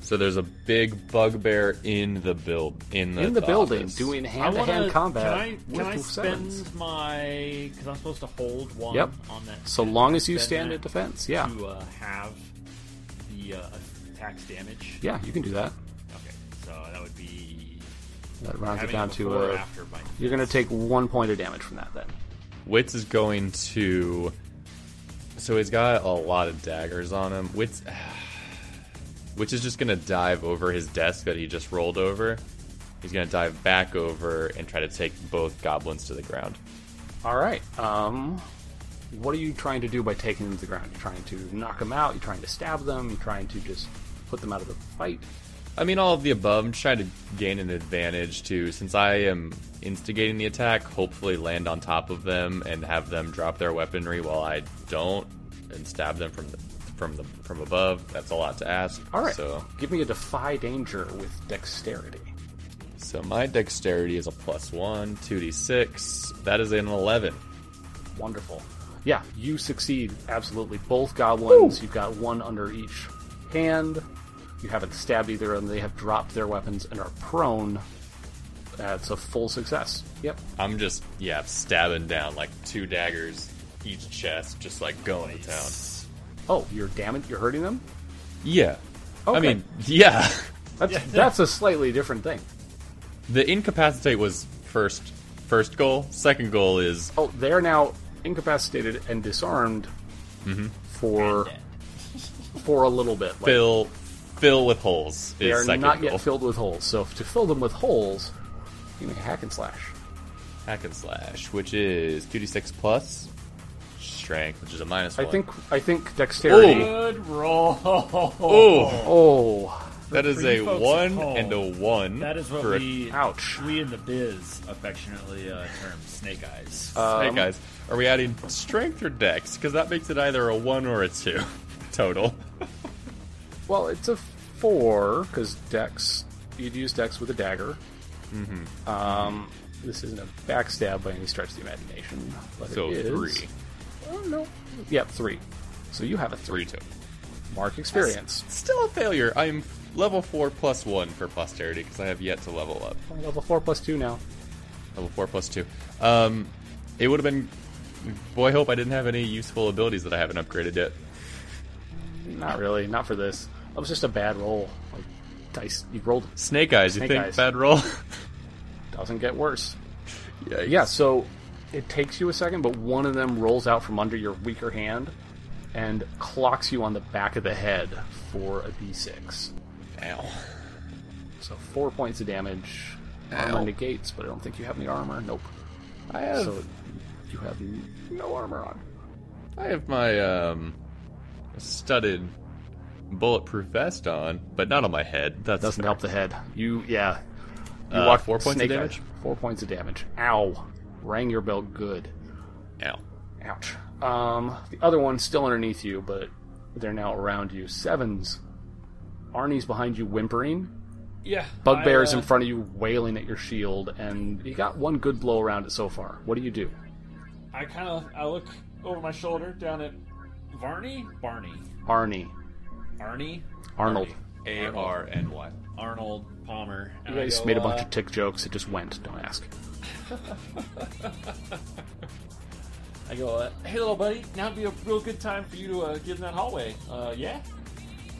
[SPEAKER 4] So there's a big bugbear in the build in the
[SPEAKER 3] in the building?
[SPEAKER 4] office.
[SPEAKER 3] Doing
[SPEAKER 5] I
[SPEAKER 3] hand to
[SPEAKER 5] want
[SPEAKER 3] hand
[SPEAKER 5] to.
[SPEAKER 3] combat.
[SPEAKER 5] Can I, can
[SPEAKER 3] with
[SPEAKER 5] I spend
[SPEAKER 3] sevens.
[SPEAKER 5] my? Because I'm supposed to hold one
[SPEAKER 3] Yep.
[SPEAKER 5] on that.
[SPEAKER 3] So long as you
[SPEAKER 5] spend
[SPEAKER 3] stand
[SPEAKER 5] that
[SPEAKER 3] at defense, yeah.
[SPEAKER 5] To uh, have the uh, tax damage.
[SPEAKER 3] Yeah, you can do that.
[SPEAKER 5] Okay, so that would be
[SPEAKER 3] That rounds it
[SPEAKER 5] having
[SPEAKER 3] down
[SPEAKER 5] it
[SPEAKER 3] to
[SPEAKER 5] before or
[SPEAKER 3] uh,
[SPEAKER 5] after my.
[SPEAKER 3] you're going to take one point of damage from that. Then
[SPEAKER 4] Witz is going to. So he's got a lot of daggers on him. Witz. Witz is just gonna dive over his desk that he just rolled over. He's gonna dive back over and try to take both goblins to the ground.
[SPEAKER 3] all right. Um, what are you trying to do by taking them to the ground? You're trying to knock them out. You're trying to stab them. You're trying to just put them out of the fight.
[SPEAKER 4] I mean, all of the above. I'm trying to gain an advantage too, since I am instigating the attack. Hopefully, land on top of them and have them drop their weaponry while I don't, and stab them from the, from the from above. That's a lot to ask.
[SPEAKER 3] All right.
[SPEAKER 4] So,
[SPEAKER 3] Give me a defy danger with dexterity.
[SPEAKER 4] so my dexterity is a plus one, two d six. That is an eleven.
[SPEAKER 3] Wonderful. Yeah, you succeed absolutely. Both goblins, you've got one under each hand. You haven't stabbed either of them. They have dropped their weapons and are prone. That's a full success. Yep.
[SPEAKER 4] I'm just yeah stabbing down like two daggers each chest, just like going to town.
[SPEAKER 3] Oh, you're damaged. You're hurting them.
[SPEAKER 4] Yeah. I
[SPEAKER 3] Okay.
[SPEAKER 4] mean, yeah.
[SPEAKER 3] That's that's a slightly different thing.
[SPEAKER 4] The incapacitate was first first goal. Second goal is
[SPEAKER 3] Oh, they are now incapacitated and disarmed
[SPEAKER 4] Mm-hmm.
[SPEAKER 3] for for a little bit. Like,
[SPEAKER 4] fill fill with holes.
[SPEAKER 3] they
[SPEAKER 4] is
[SPEAKER 3] are
[SPEAKER 4] second
[SPEAKER 3] not
[SPEAKER 4] goal.
[SPEAKER 3] yet filled with holes. So to fill them with holes, you make a hack and slash.
[SPEAKER 4] Hack and slash, which is two d six plus strength, which is a minus
[SPEAKER 3] I
[SPEAKER 4] one.
[SPEAKER 3] think I think dexterity.
[SPEAKER 5] Good roll.
[SPEAKER 4] Oh,
[SPEAKER 3] Oh,
[SPEAKER 4] that is
[SPEAKER 5] for
[SPEAKER 4] a
[SPEAKER 5] you folks at
[SPEAKER 4] one
[SPEAKER 5] home,
[SPEAKER 4] and a one.
[SPEAKER 5] That is what
[SPEAKER 4] for a-
[SPEAKER 5] we
[SPEAKER 3] ouch.
[SPEAKER 5] we in the biz affectionately uh, term snake eyes.
[SPEAKER 3] Uh,
[SPEAKER 4] Hey
[SPEAKER 3] Um,
[SPEAKER 4] guys, are we adding strength or dex? Because that makes it either a one or a two total.
[SPEAKER 3] Well, it's a four because Dex. You'd use Dex with a dagger. Mm-hmm. Um, this isn't a backstab by any stretch of the imagination. But
[SPEAKER 4] So
[SPEAKER 3] it is.
[SPEAKER 4] three,
[SPEAKER 3] Oh, no. Yep, three. So you have a three.
[SPEAKER 4] three total.
[SPEAKER 3] Mark experience.
[SPEAKER 4] Still a failure. I'm level four plus one for posterity because I have yet to level up.
[SPEAKER 3] Level four plus two now.
[SPEAKER 4] Level four plus two. Um, it would have been. Boy, hope I didn't have any useful abilities that I haven't upgraded yet.
[SPEAKER 3] Not really. Not for this. That was just a bad roll. Like dice. You rolled.
[SPEAKER 4] Snake eyes. You
[SPEAKER 3] Snake
[SPEAKER 4] think
[SPEAKER 3] eyes.
[SPEAKER 4] bad roll?
[SPEAKER 3] Doesn't get worse.
[SPEAKER 4] Yikes.
[SPEAKER 3] Yeah. So it takes you a second, but one of them rolls out from under your weaker hand and clocks you on the back of the head for a d6.
[SPEAKER 4] Ow.
[SPEAKER 3] So four points of damage. Armor
[SPEAKER 4] Ow.
[SPEAKER 3] negates, but I don't think you have any armor. Nope.
[SPEAKER 4] I have
[SPEAKER 3] So you have no armor on.
[SPEAKER 4] I have my um studded bulletproof vest on, but not on my head. That's
[SPEAKER 3] Doesn't help the head. You yeah. You
[SPEAKER 4] Uh,
[SPEAKER 3] walk
[SPEAKER 4] four points of
[SPEAKER 3] snake
[SPEAKER 4] damage?
[SPEAKER 3] eyes. Four points of damage. Ow! Rang your bell good.
[SPEAKER 4] Ow.
[SPEAKER 3] Ouch. Um, the other one's still underneath you, but they're now around you. Sevens. Arnie's behind you whimpering.
[SPEAKER 5] yeah,
[SPEAKER 3] Bugbear's
[SPEAKER 5] I, uh,
[SPEAKER 3] in front of you wailing at your shield, and you got one good blow around it so far. What do you do?
[SPEAKER 5] I kind of I look over my shoulder down at Varney, Barney,
[SPEAKER 3] Arnie.
[SPEAKER 5] Arnie,
[SPEAKER 3] Arnold.
[SPEAKER 4] A R N Y.
[SPEAKER 5] Arnold Palmer. and
[SPEAKER 3] You
[SPEAKER 5] I
[SPEAKER 3] guys
[SPEAKER 5] go,
[SPEAKER 3] made a
[SPEAKER 5] uh,
[SPEAKER 3] bunch of tick jokes. It just went. Don't ask.
[SPEAKER 5] I go, uh, hey little buddy, now'd be a real good time for you to uh, get in that hallway. Uh, yeah.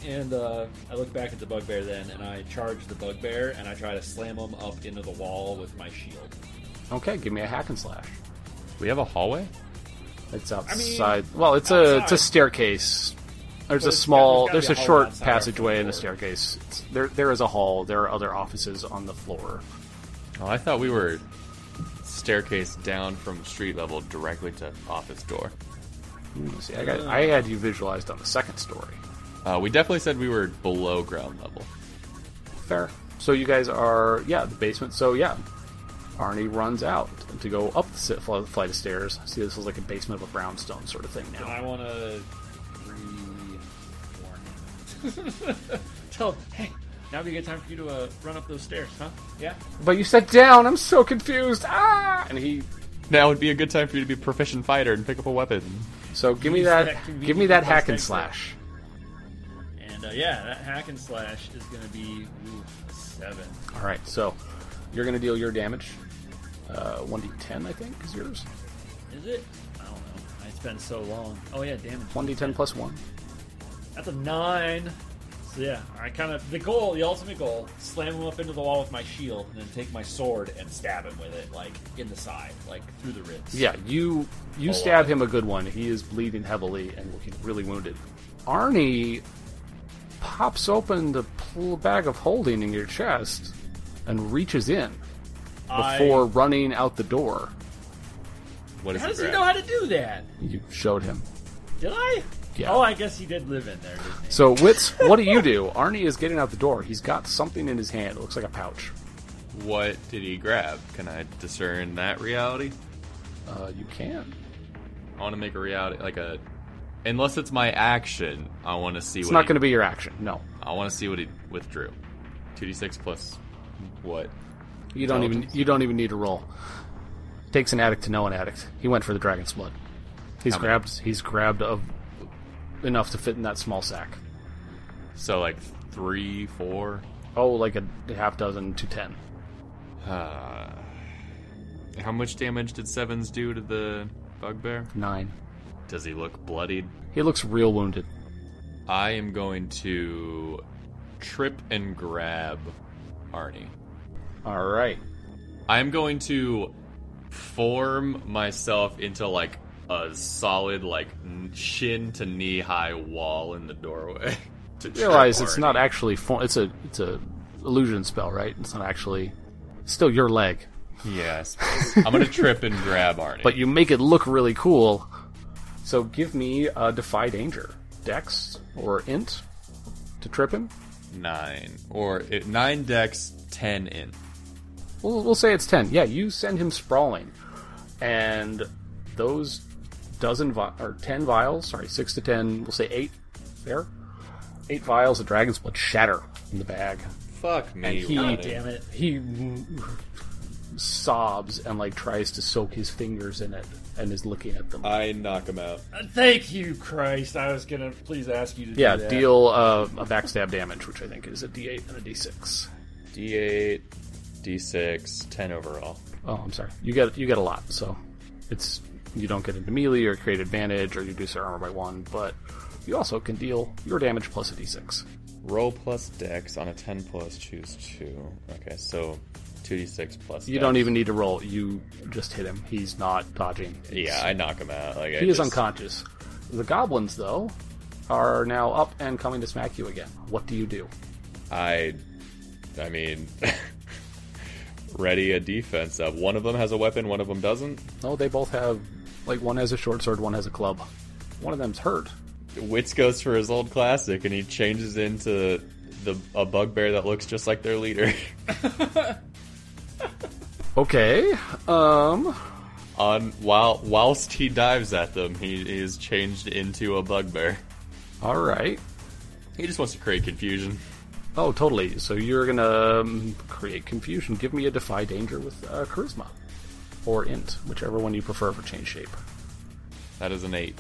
[SPEAKER 5] And uh, I look back at the bugbear then, and I charge the bugbear, and I try to slam him up into the wall with my shield.
[SPEAKER 3] Okay, give me a hack and slash.
[SPEAKER 4] We have a hallway?
[SPEAKER 3] It's outside. well, it's a it's a
[SPEAKER 5] outside.
[SPEAKER 3] staircase. There's a
[SPEAKER 5] it's got-
[SPEAKER 3] small.
[SPEAKER 5] there's
[SPEAKER 3] There's
[SPEAKER 5] gotta
[SPEAKER 3] a
[SPEAKER 5] be a hall
[SPEAKER 3] short
[SPEAKER 5] outside or
[SPEAKER 3] passageway and a
[SPEAKER 5] floor.
[SPEAKER 3] staircase. It's, there there is a hall. There are other offices on the floor.
[SPEAKER 4] Oh, I thought we were staircase down from street level directly to office door.
[SPEAKER 3] See, I got I had you visualized on the second story.
[SPEAKER 4] Uh, we definitely said we were below ground level.
[SPEAKER 3] Fair. So you guys are yeah the basement. So yeah, Arnie runs out to go up the si- fl- flight of stairs. See, this is like a basement of a brownstone sort of thing
[SPEAKER 5] And
[SPEAKER 3] now.
[SPEAKER 5] I want to re-warn him. Tell him, hey, now'd be a good time for you to uh, run up those stairs, huh? Yeah.
[SPEAKER 3] But you sat down. I'm so confused. Ah! And he
[SPEAKER 4] Now would be a good time for you to be a proficient fighter and pick up a weapon.
[SPEAKER 3] So give me
[SPEAKER 5] Use
[SPEAKER 3] that.
[SPEAKER 5] that convenient
[SPEAKER 3] give me that
[SPEAKER 5] device
[SPEAKER 3] hack and
[SPEAKER 5] next
[SPEAKER 3] slash.
[SPEAKER 5] And uh, yeah, that hack and slash is going to be ooh, a seven.
[SPEAKER 3] All right. So you're gonna deal your damage. uh, One d ten, I think, is yours.
[SPEAKER 5] Is it? I don't know. It's been so long. Oh yeah, damage.
[SPEAKER 3] One d ten plus one.
[SPEAKER 5] That's a nine. So yeah, I kind of the goal, the ultimate goal, slam him up into the wall with my shield, and then take my sword and stab him with it, like in the side, like through the ribs.
[SPEAKER 3] Yeah, you you stab him a good one. He is bleeding heavily and looking really wounded. Arnie pops open the pl- bag of holding in your chest and reaches in
[SPEAKER 5] I-
[SPEAKER 3] before running out the door.
[SPEAKER 4] What is
[SPEAKER 5] How
[SPEAKER 4] it?
[SPEAKER 5] does he know how to do that?
[SPEAKER 3] You showed him.
[SPEAKER 5] Did I?
[SPEAKER 3] Yeah.
[SPEAKER 5] Oh, I guess he did live in there, didn't he?
[SPEAKER 3] So, Wits, what do you do? Arnie is getting out the door. He's got something in his hand. It looks like a pouch.
[SPEAKER 4] What did he grab? Can I discern that reality?
[SPEAKER 3] Uh, you can.
[SPEAKER 4] I want to make a reality like a. Unless it's my action, I want to see
[SPEAKER 3] It's
[SPEAKER 4] what
[SPEAKER 3] not
[SPEAKER 4] he-
[SPEAKER 3] going to be your action. No.
[SPEAKER 4] I want to see what he withdrew. Two d six plus what?
[SPEAKER 3] You don't even you don't even need to roll. Takes an addict to know an addict. He went for the dragon's blood. He's
[SPEAKER 4] How many?
[SPEAKER 3] grabbed he's grabbed of enough to fit in that small sack.
[SPEAKER 4] So like three, four.
[SPEAKER 3] Oh, like a half dozen to ten.
[SPEAKER 4] Uh, how much damage did Sevens do to the bugbear?
[SPEAKER 3] Nine.
[SPEAKER 4] Does he look bloodied?
[SPEAKER 3] He looks real wounded.
[SPEAKER 4] I am going to trip and grab Arnie.
[SPEAKER 3] All right.
[SPEAKER 4] I'm going to form myself into like a solid like n- shin to knee high wall in the doorway. to trip
[SPEAKER 3] Realize it's
[SPEAKER 4] Arnie.
[SPEAKER 3] not actually for, it's a it's a illusion spell, right? It's not actually still your leg,
[SPEAKER 4] Yes. I'm gonna trip and grab Arnie.
[SPEAKER 3] but you make it look really cool. So give me uh, defy danger, Dex or Int to trip him.
[SPEAKER 4] nine or it, nine decks, ten in.
[SPEAKER 3] we'll, we'll say it's 10 yeah you send him sprawling and those dozen vi- or 10 vials sorry 6 to 10 we'll say 8 fair 8 vials of dragon's blood shatter in the bag
[SPEAKER 4] Fuck me.
[SPEAKER 3] he-
[SPEAKER 4] Ronnie.
[SPEAKER 5] Damn it.
[SPEAKER 3] he sobs and like tries to soak his fingers in it and is looking at them
[SPEAKER 4] I knock him out.
[SPEAKER 5] Uh, Thank you, Christ. I was going to please ask you to
[SPEAKER 3] yeah
[SPEAKER 5] do that.
[SPEAKER 3] deal uh, a backstab damage which i think is a d8 and a d6
[SPEAKER 4] D8, D6, 10 overall.
[SPEAKER 3] oh i'm sorry you get you get a lot so it's you don't get into melee or create advantage or you reduce their armor by one but you also can deal your damage plus a d6
[SPEAKER 4] Roll plus dex on a 10 plus, choose 2. Okay, so 2d6 plus.
[SPEAKER 3] you
[SPEAKER 4] dex.
[SPEAKER 3] don't even need to roll you just hit him he's not dodging
[SPEAKER 4] Yeah, I knock him out. Like, I
[SPEAKER 3] he is
[SPEAKER 4] just-
[SPEAKER 3] unconscious the goblins though are now up and coming to smack you again what do you do
[SPEAKER 4] I. I mean. ready a defense up. One of them has a weapon, one of them doesn't.
[SPEAKER 3] no they both have like one has a short sword one has a club one of them's hurt
[SPEAKER 4] Witz goes for his old classic and he changes into the a bugbear that looks just like their leader.
[SPEAKER 3] okay um
[SPEAKER 4] on while whilst he dives at them, he is changed into a bugbear.
[SPEAKER 3] all right
[SPEAKER 4] He just wants to create confusion.
[SPEAKER 3] Oh, totally. So you're gonna um, create confusion. Give me a defy danger with uh, charisma, or int, whichever one you prefer for change shape.
[SPEAKER 4] That is an eight.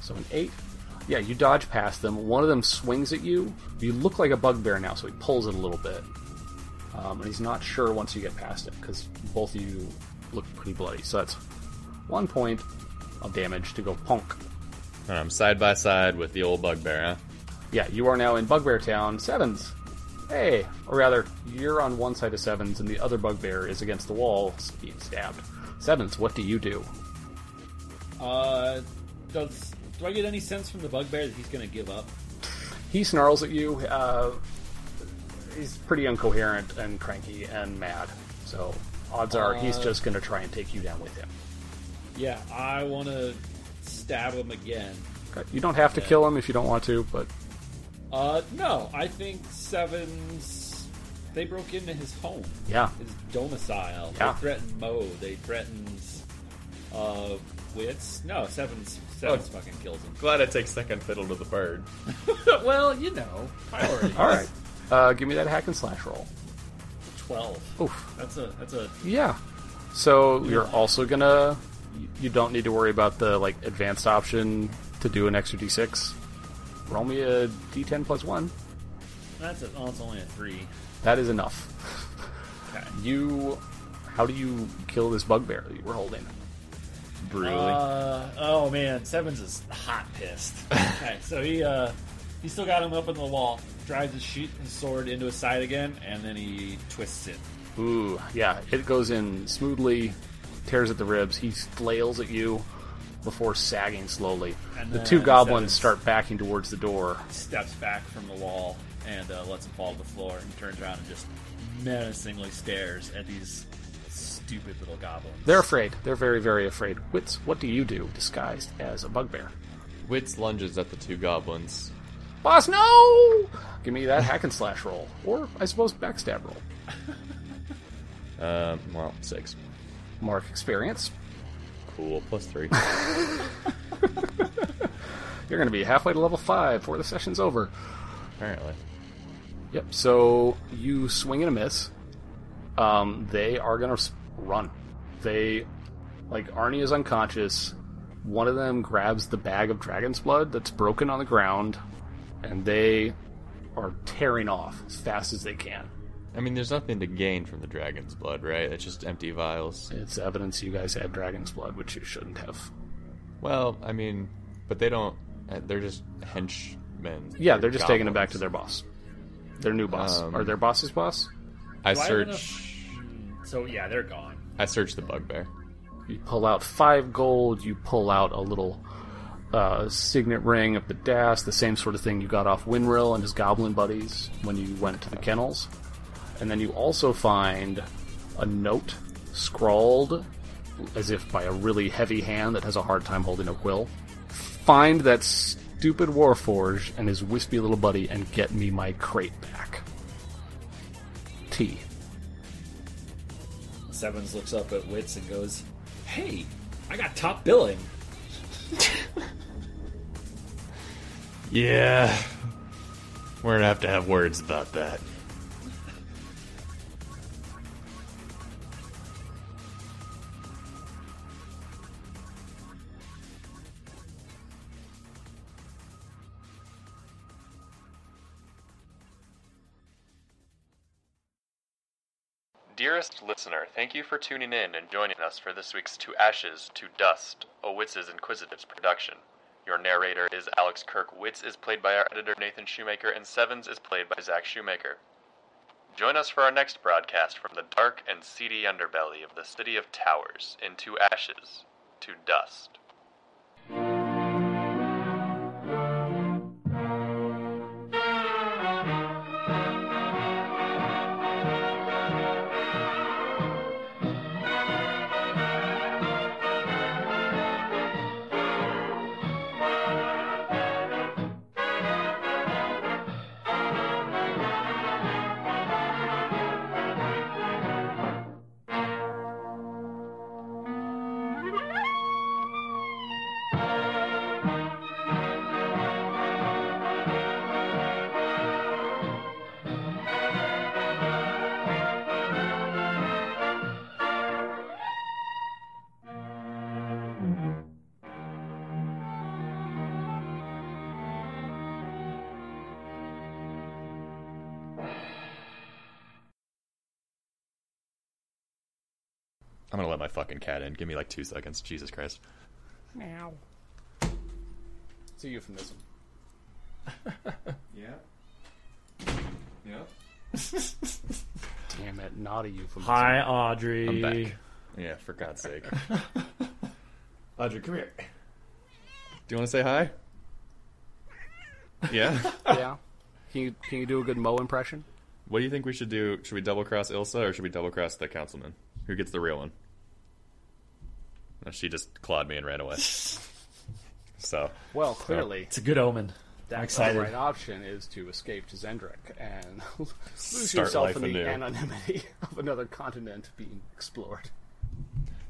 [SPEAKER 3] So an eight. Yeah, you dodge past them. One of them swings at you. You look like a bugbear now, so he pulls it a little bit, um, and he's not sure once you get past him because both of you look pretty bloody. So that's one point of damage to go punk.
[SPEAKER 4] And I'm Um, side by side with the old bugbear. Huh?
[SPEAKER 3] Yeah, you are now in Bugbear Town. Sevens. Hey, or rather, you're on one side of Sevens, and the other Bugbear is against the wall, being stabbed. Sevens, what do you do?
[SPEAKER 5] Uh, does, do I get any sense from the bugbear that he's going to give up?
[SPEAKER 3] He snarls at you. Uh, he's pretty incoherent and cranky and mad. So odds are he's
[SPEAKER 5] Uh,
[SPEAKER 3] just going to try and take you down with him.
[SPEAKER 5] Yeah, I want to stab him again.
[SPEAKER 3] Okay, You don't have to kill him if you don't want to, but
[SPEAKER 5] Uh, no, I think Sevens. They broke into his home,
[SPEAKER 3] yeah,
[SPEAKER 5] his domicile.
[SPEAKER 3] Yeah.
[SPEAKER 5] They threatened Mo. They threatened uh, Wits. No, Sevens. Sevens
[SPEAKER 3] Oh.
[SPEAKER 5] fucking kills him.
[SPEAKER 4] Glad I take second fiddle to the bird.
[SPEAKER 5] Uh, well, you know, priorities.
[SPEAKER 3] all right. Uh, give me that hack and slash roll.
[SPEAKER 5] Twelve.
[SPEAKER 3] Oof.
[SPEAKER 5] That's a that's a
[SPEAKER 3] Yeah. So you're also gonna. You don't need to worry about the like advanced option to do an extra d6. Roll me a d10 plus one.
[SPEAKER 5] that's a, oh, it's only a three.
[SPEAKER 3] That is enough.
[SPEAKER 5] Okay.
[SPEAKER 3] You. How do you kill this bugbear that you were holding?
[SPEAKER 4] Brutally.
[SPEAKER 5] Uh, oh man, Sevens is hot pissed. okay, so he uh, he still got him up in the wall. Drives his, sheet, his sword into his side again, and then he twists it.
[SPEAKER 3] Uh, Ooh, yeah. It goes in smoothly, tears at the ribs. He flails at you before sagging slowly.
[SPEAKER 5] And
[SPEAKER 3] the
[SPEAKER 5] then
[SPEAKER 3] two
[SPEAKER 5] sevens.
[SPEAKER 3] goblins start backing towards the door.
[SPEAKER 5] steps back from the wall and uh, lets him fall to the floor and turns around and just menacingly stares at these stupid little goblins.
[SPEAKER 3] They're afraid. They're very, very afraid. Wits, what do you do disguised as a bugbear?
[SPEAKER 4] Wits lunges at the two goblins.
[SPEAKER 3] Boss, no! Give me that hack and slash roll, or I suppose backstab roll.
[SPEAKER 4] Um, well, six.
[SPEAKER 3] Mark experience.
[SPEAKER 4] Cool. Plus three.
[SPEAKER 3] You're going to be halfway to level five before the session's over.
[SPEAKER 4] Apparently.
[SPEAKER 3] Yep. So you swing and a miss. Um, they are gonna s- run. They, like Arnie is unconscious. One of them grabs the bag of dragon's blood that's broken on the ground, and they are tearing off as fast as they can.
[SPEAKER 4] I mean, there's nothing to gain from the dragon's blood, right? It's just empty vials.
[SPEAKER 3] It's evidence you guys had dragon's blood, which you shouldn't have.
[SPEAKER 4] Well, I mean, but they don't. uh, They're just henchmen.
[SPEAKER 3] Yeah, they're just taking it back to their boss, their new boss,
[SPEAKER 4] Um,
[SPEAKER 3] or their boss's boss.
[SPEAKER 4] I
[SPEAKER 8] Do I have enough-
[SPEAKER 4] search.
[SPEAKER 5] Hmm,
[SPEAKER 8] So yeah, they're gone.
[SPEAKER 4] I search the bugbear.
[SPEAKER 3] You pull out five gold. You pull out a little uh, signet ring of the Das, the same sort of thing you got off Winrill and his goblin buddies when you went to the kennels. And then you also find a note scrawled as if by a really heavy hand that has a hard time holding a quill. Find that stupid Warforge and his wispy little buddy and get me my crate back. T.
[SPEAKER 8] Sevens looks up at Wits and goes, "Hey, I got top billing."
[SPEAKER 6] Yeah. We're gonna have to have words about that.
[SPEAKER 1] Dearest listener, thank you for tuning in and joining us for this week's To Ashes, To Dust, a Witz's Inquisitives production. Your narrator is Alex Kirk. Witz is played by our editor Nathan Shoemaker, and Sevens is played by Zach Shoemaker. Join us for our next broadcast from the dark and seedy underbelly of the City of Towers in To Ashes, To Dust.
[SPEAKER 4] I'm gonna let my fucking cat in. Give me like two seconds. Jesus Christ.
[SPEAKER 3] It's a euphemism.
[SPEAKER 4] Yeah. Yeah.
[SPEAKER 3] Damn it, not a euphemism.
[SPEAKER 5] Hi, Audrey.
[SPEAKER 4] I'm back. Yeah, for God's sake. Audrey, come here. Do you want to say hi? Yeah.
[SPEAKER 3] Yeah. Can you can you do a good Mo impression?
[SPEAKER 4] what do you think we should do? Should we double cross Ilsa or should we double cross the councilman? Who gets the real one? No, she just clawed me and ran away. so
[SPEAKER 3] Well, clearly,
[SPEAKER 5] It's a good omen. I'm
[SPEAKER 3] the
[SPEAKER 5] excited.
[SPEAKER 3] right option is to escape to Zendrick and lose
[SPEAKER 4] Start
[SPEAKER 3] yourself
[SPEAKER 4] life
[SPEAKER 3] in the
[SPEAKER 4] anew.
[SPEAKER 3] anonymity of another continent being explored.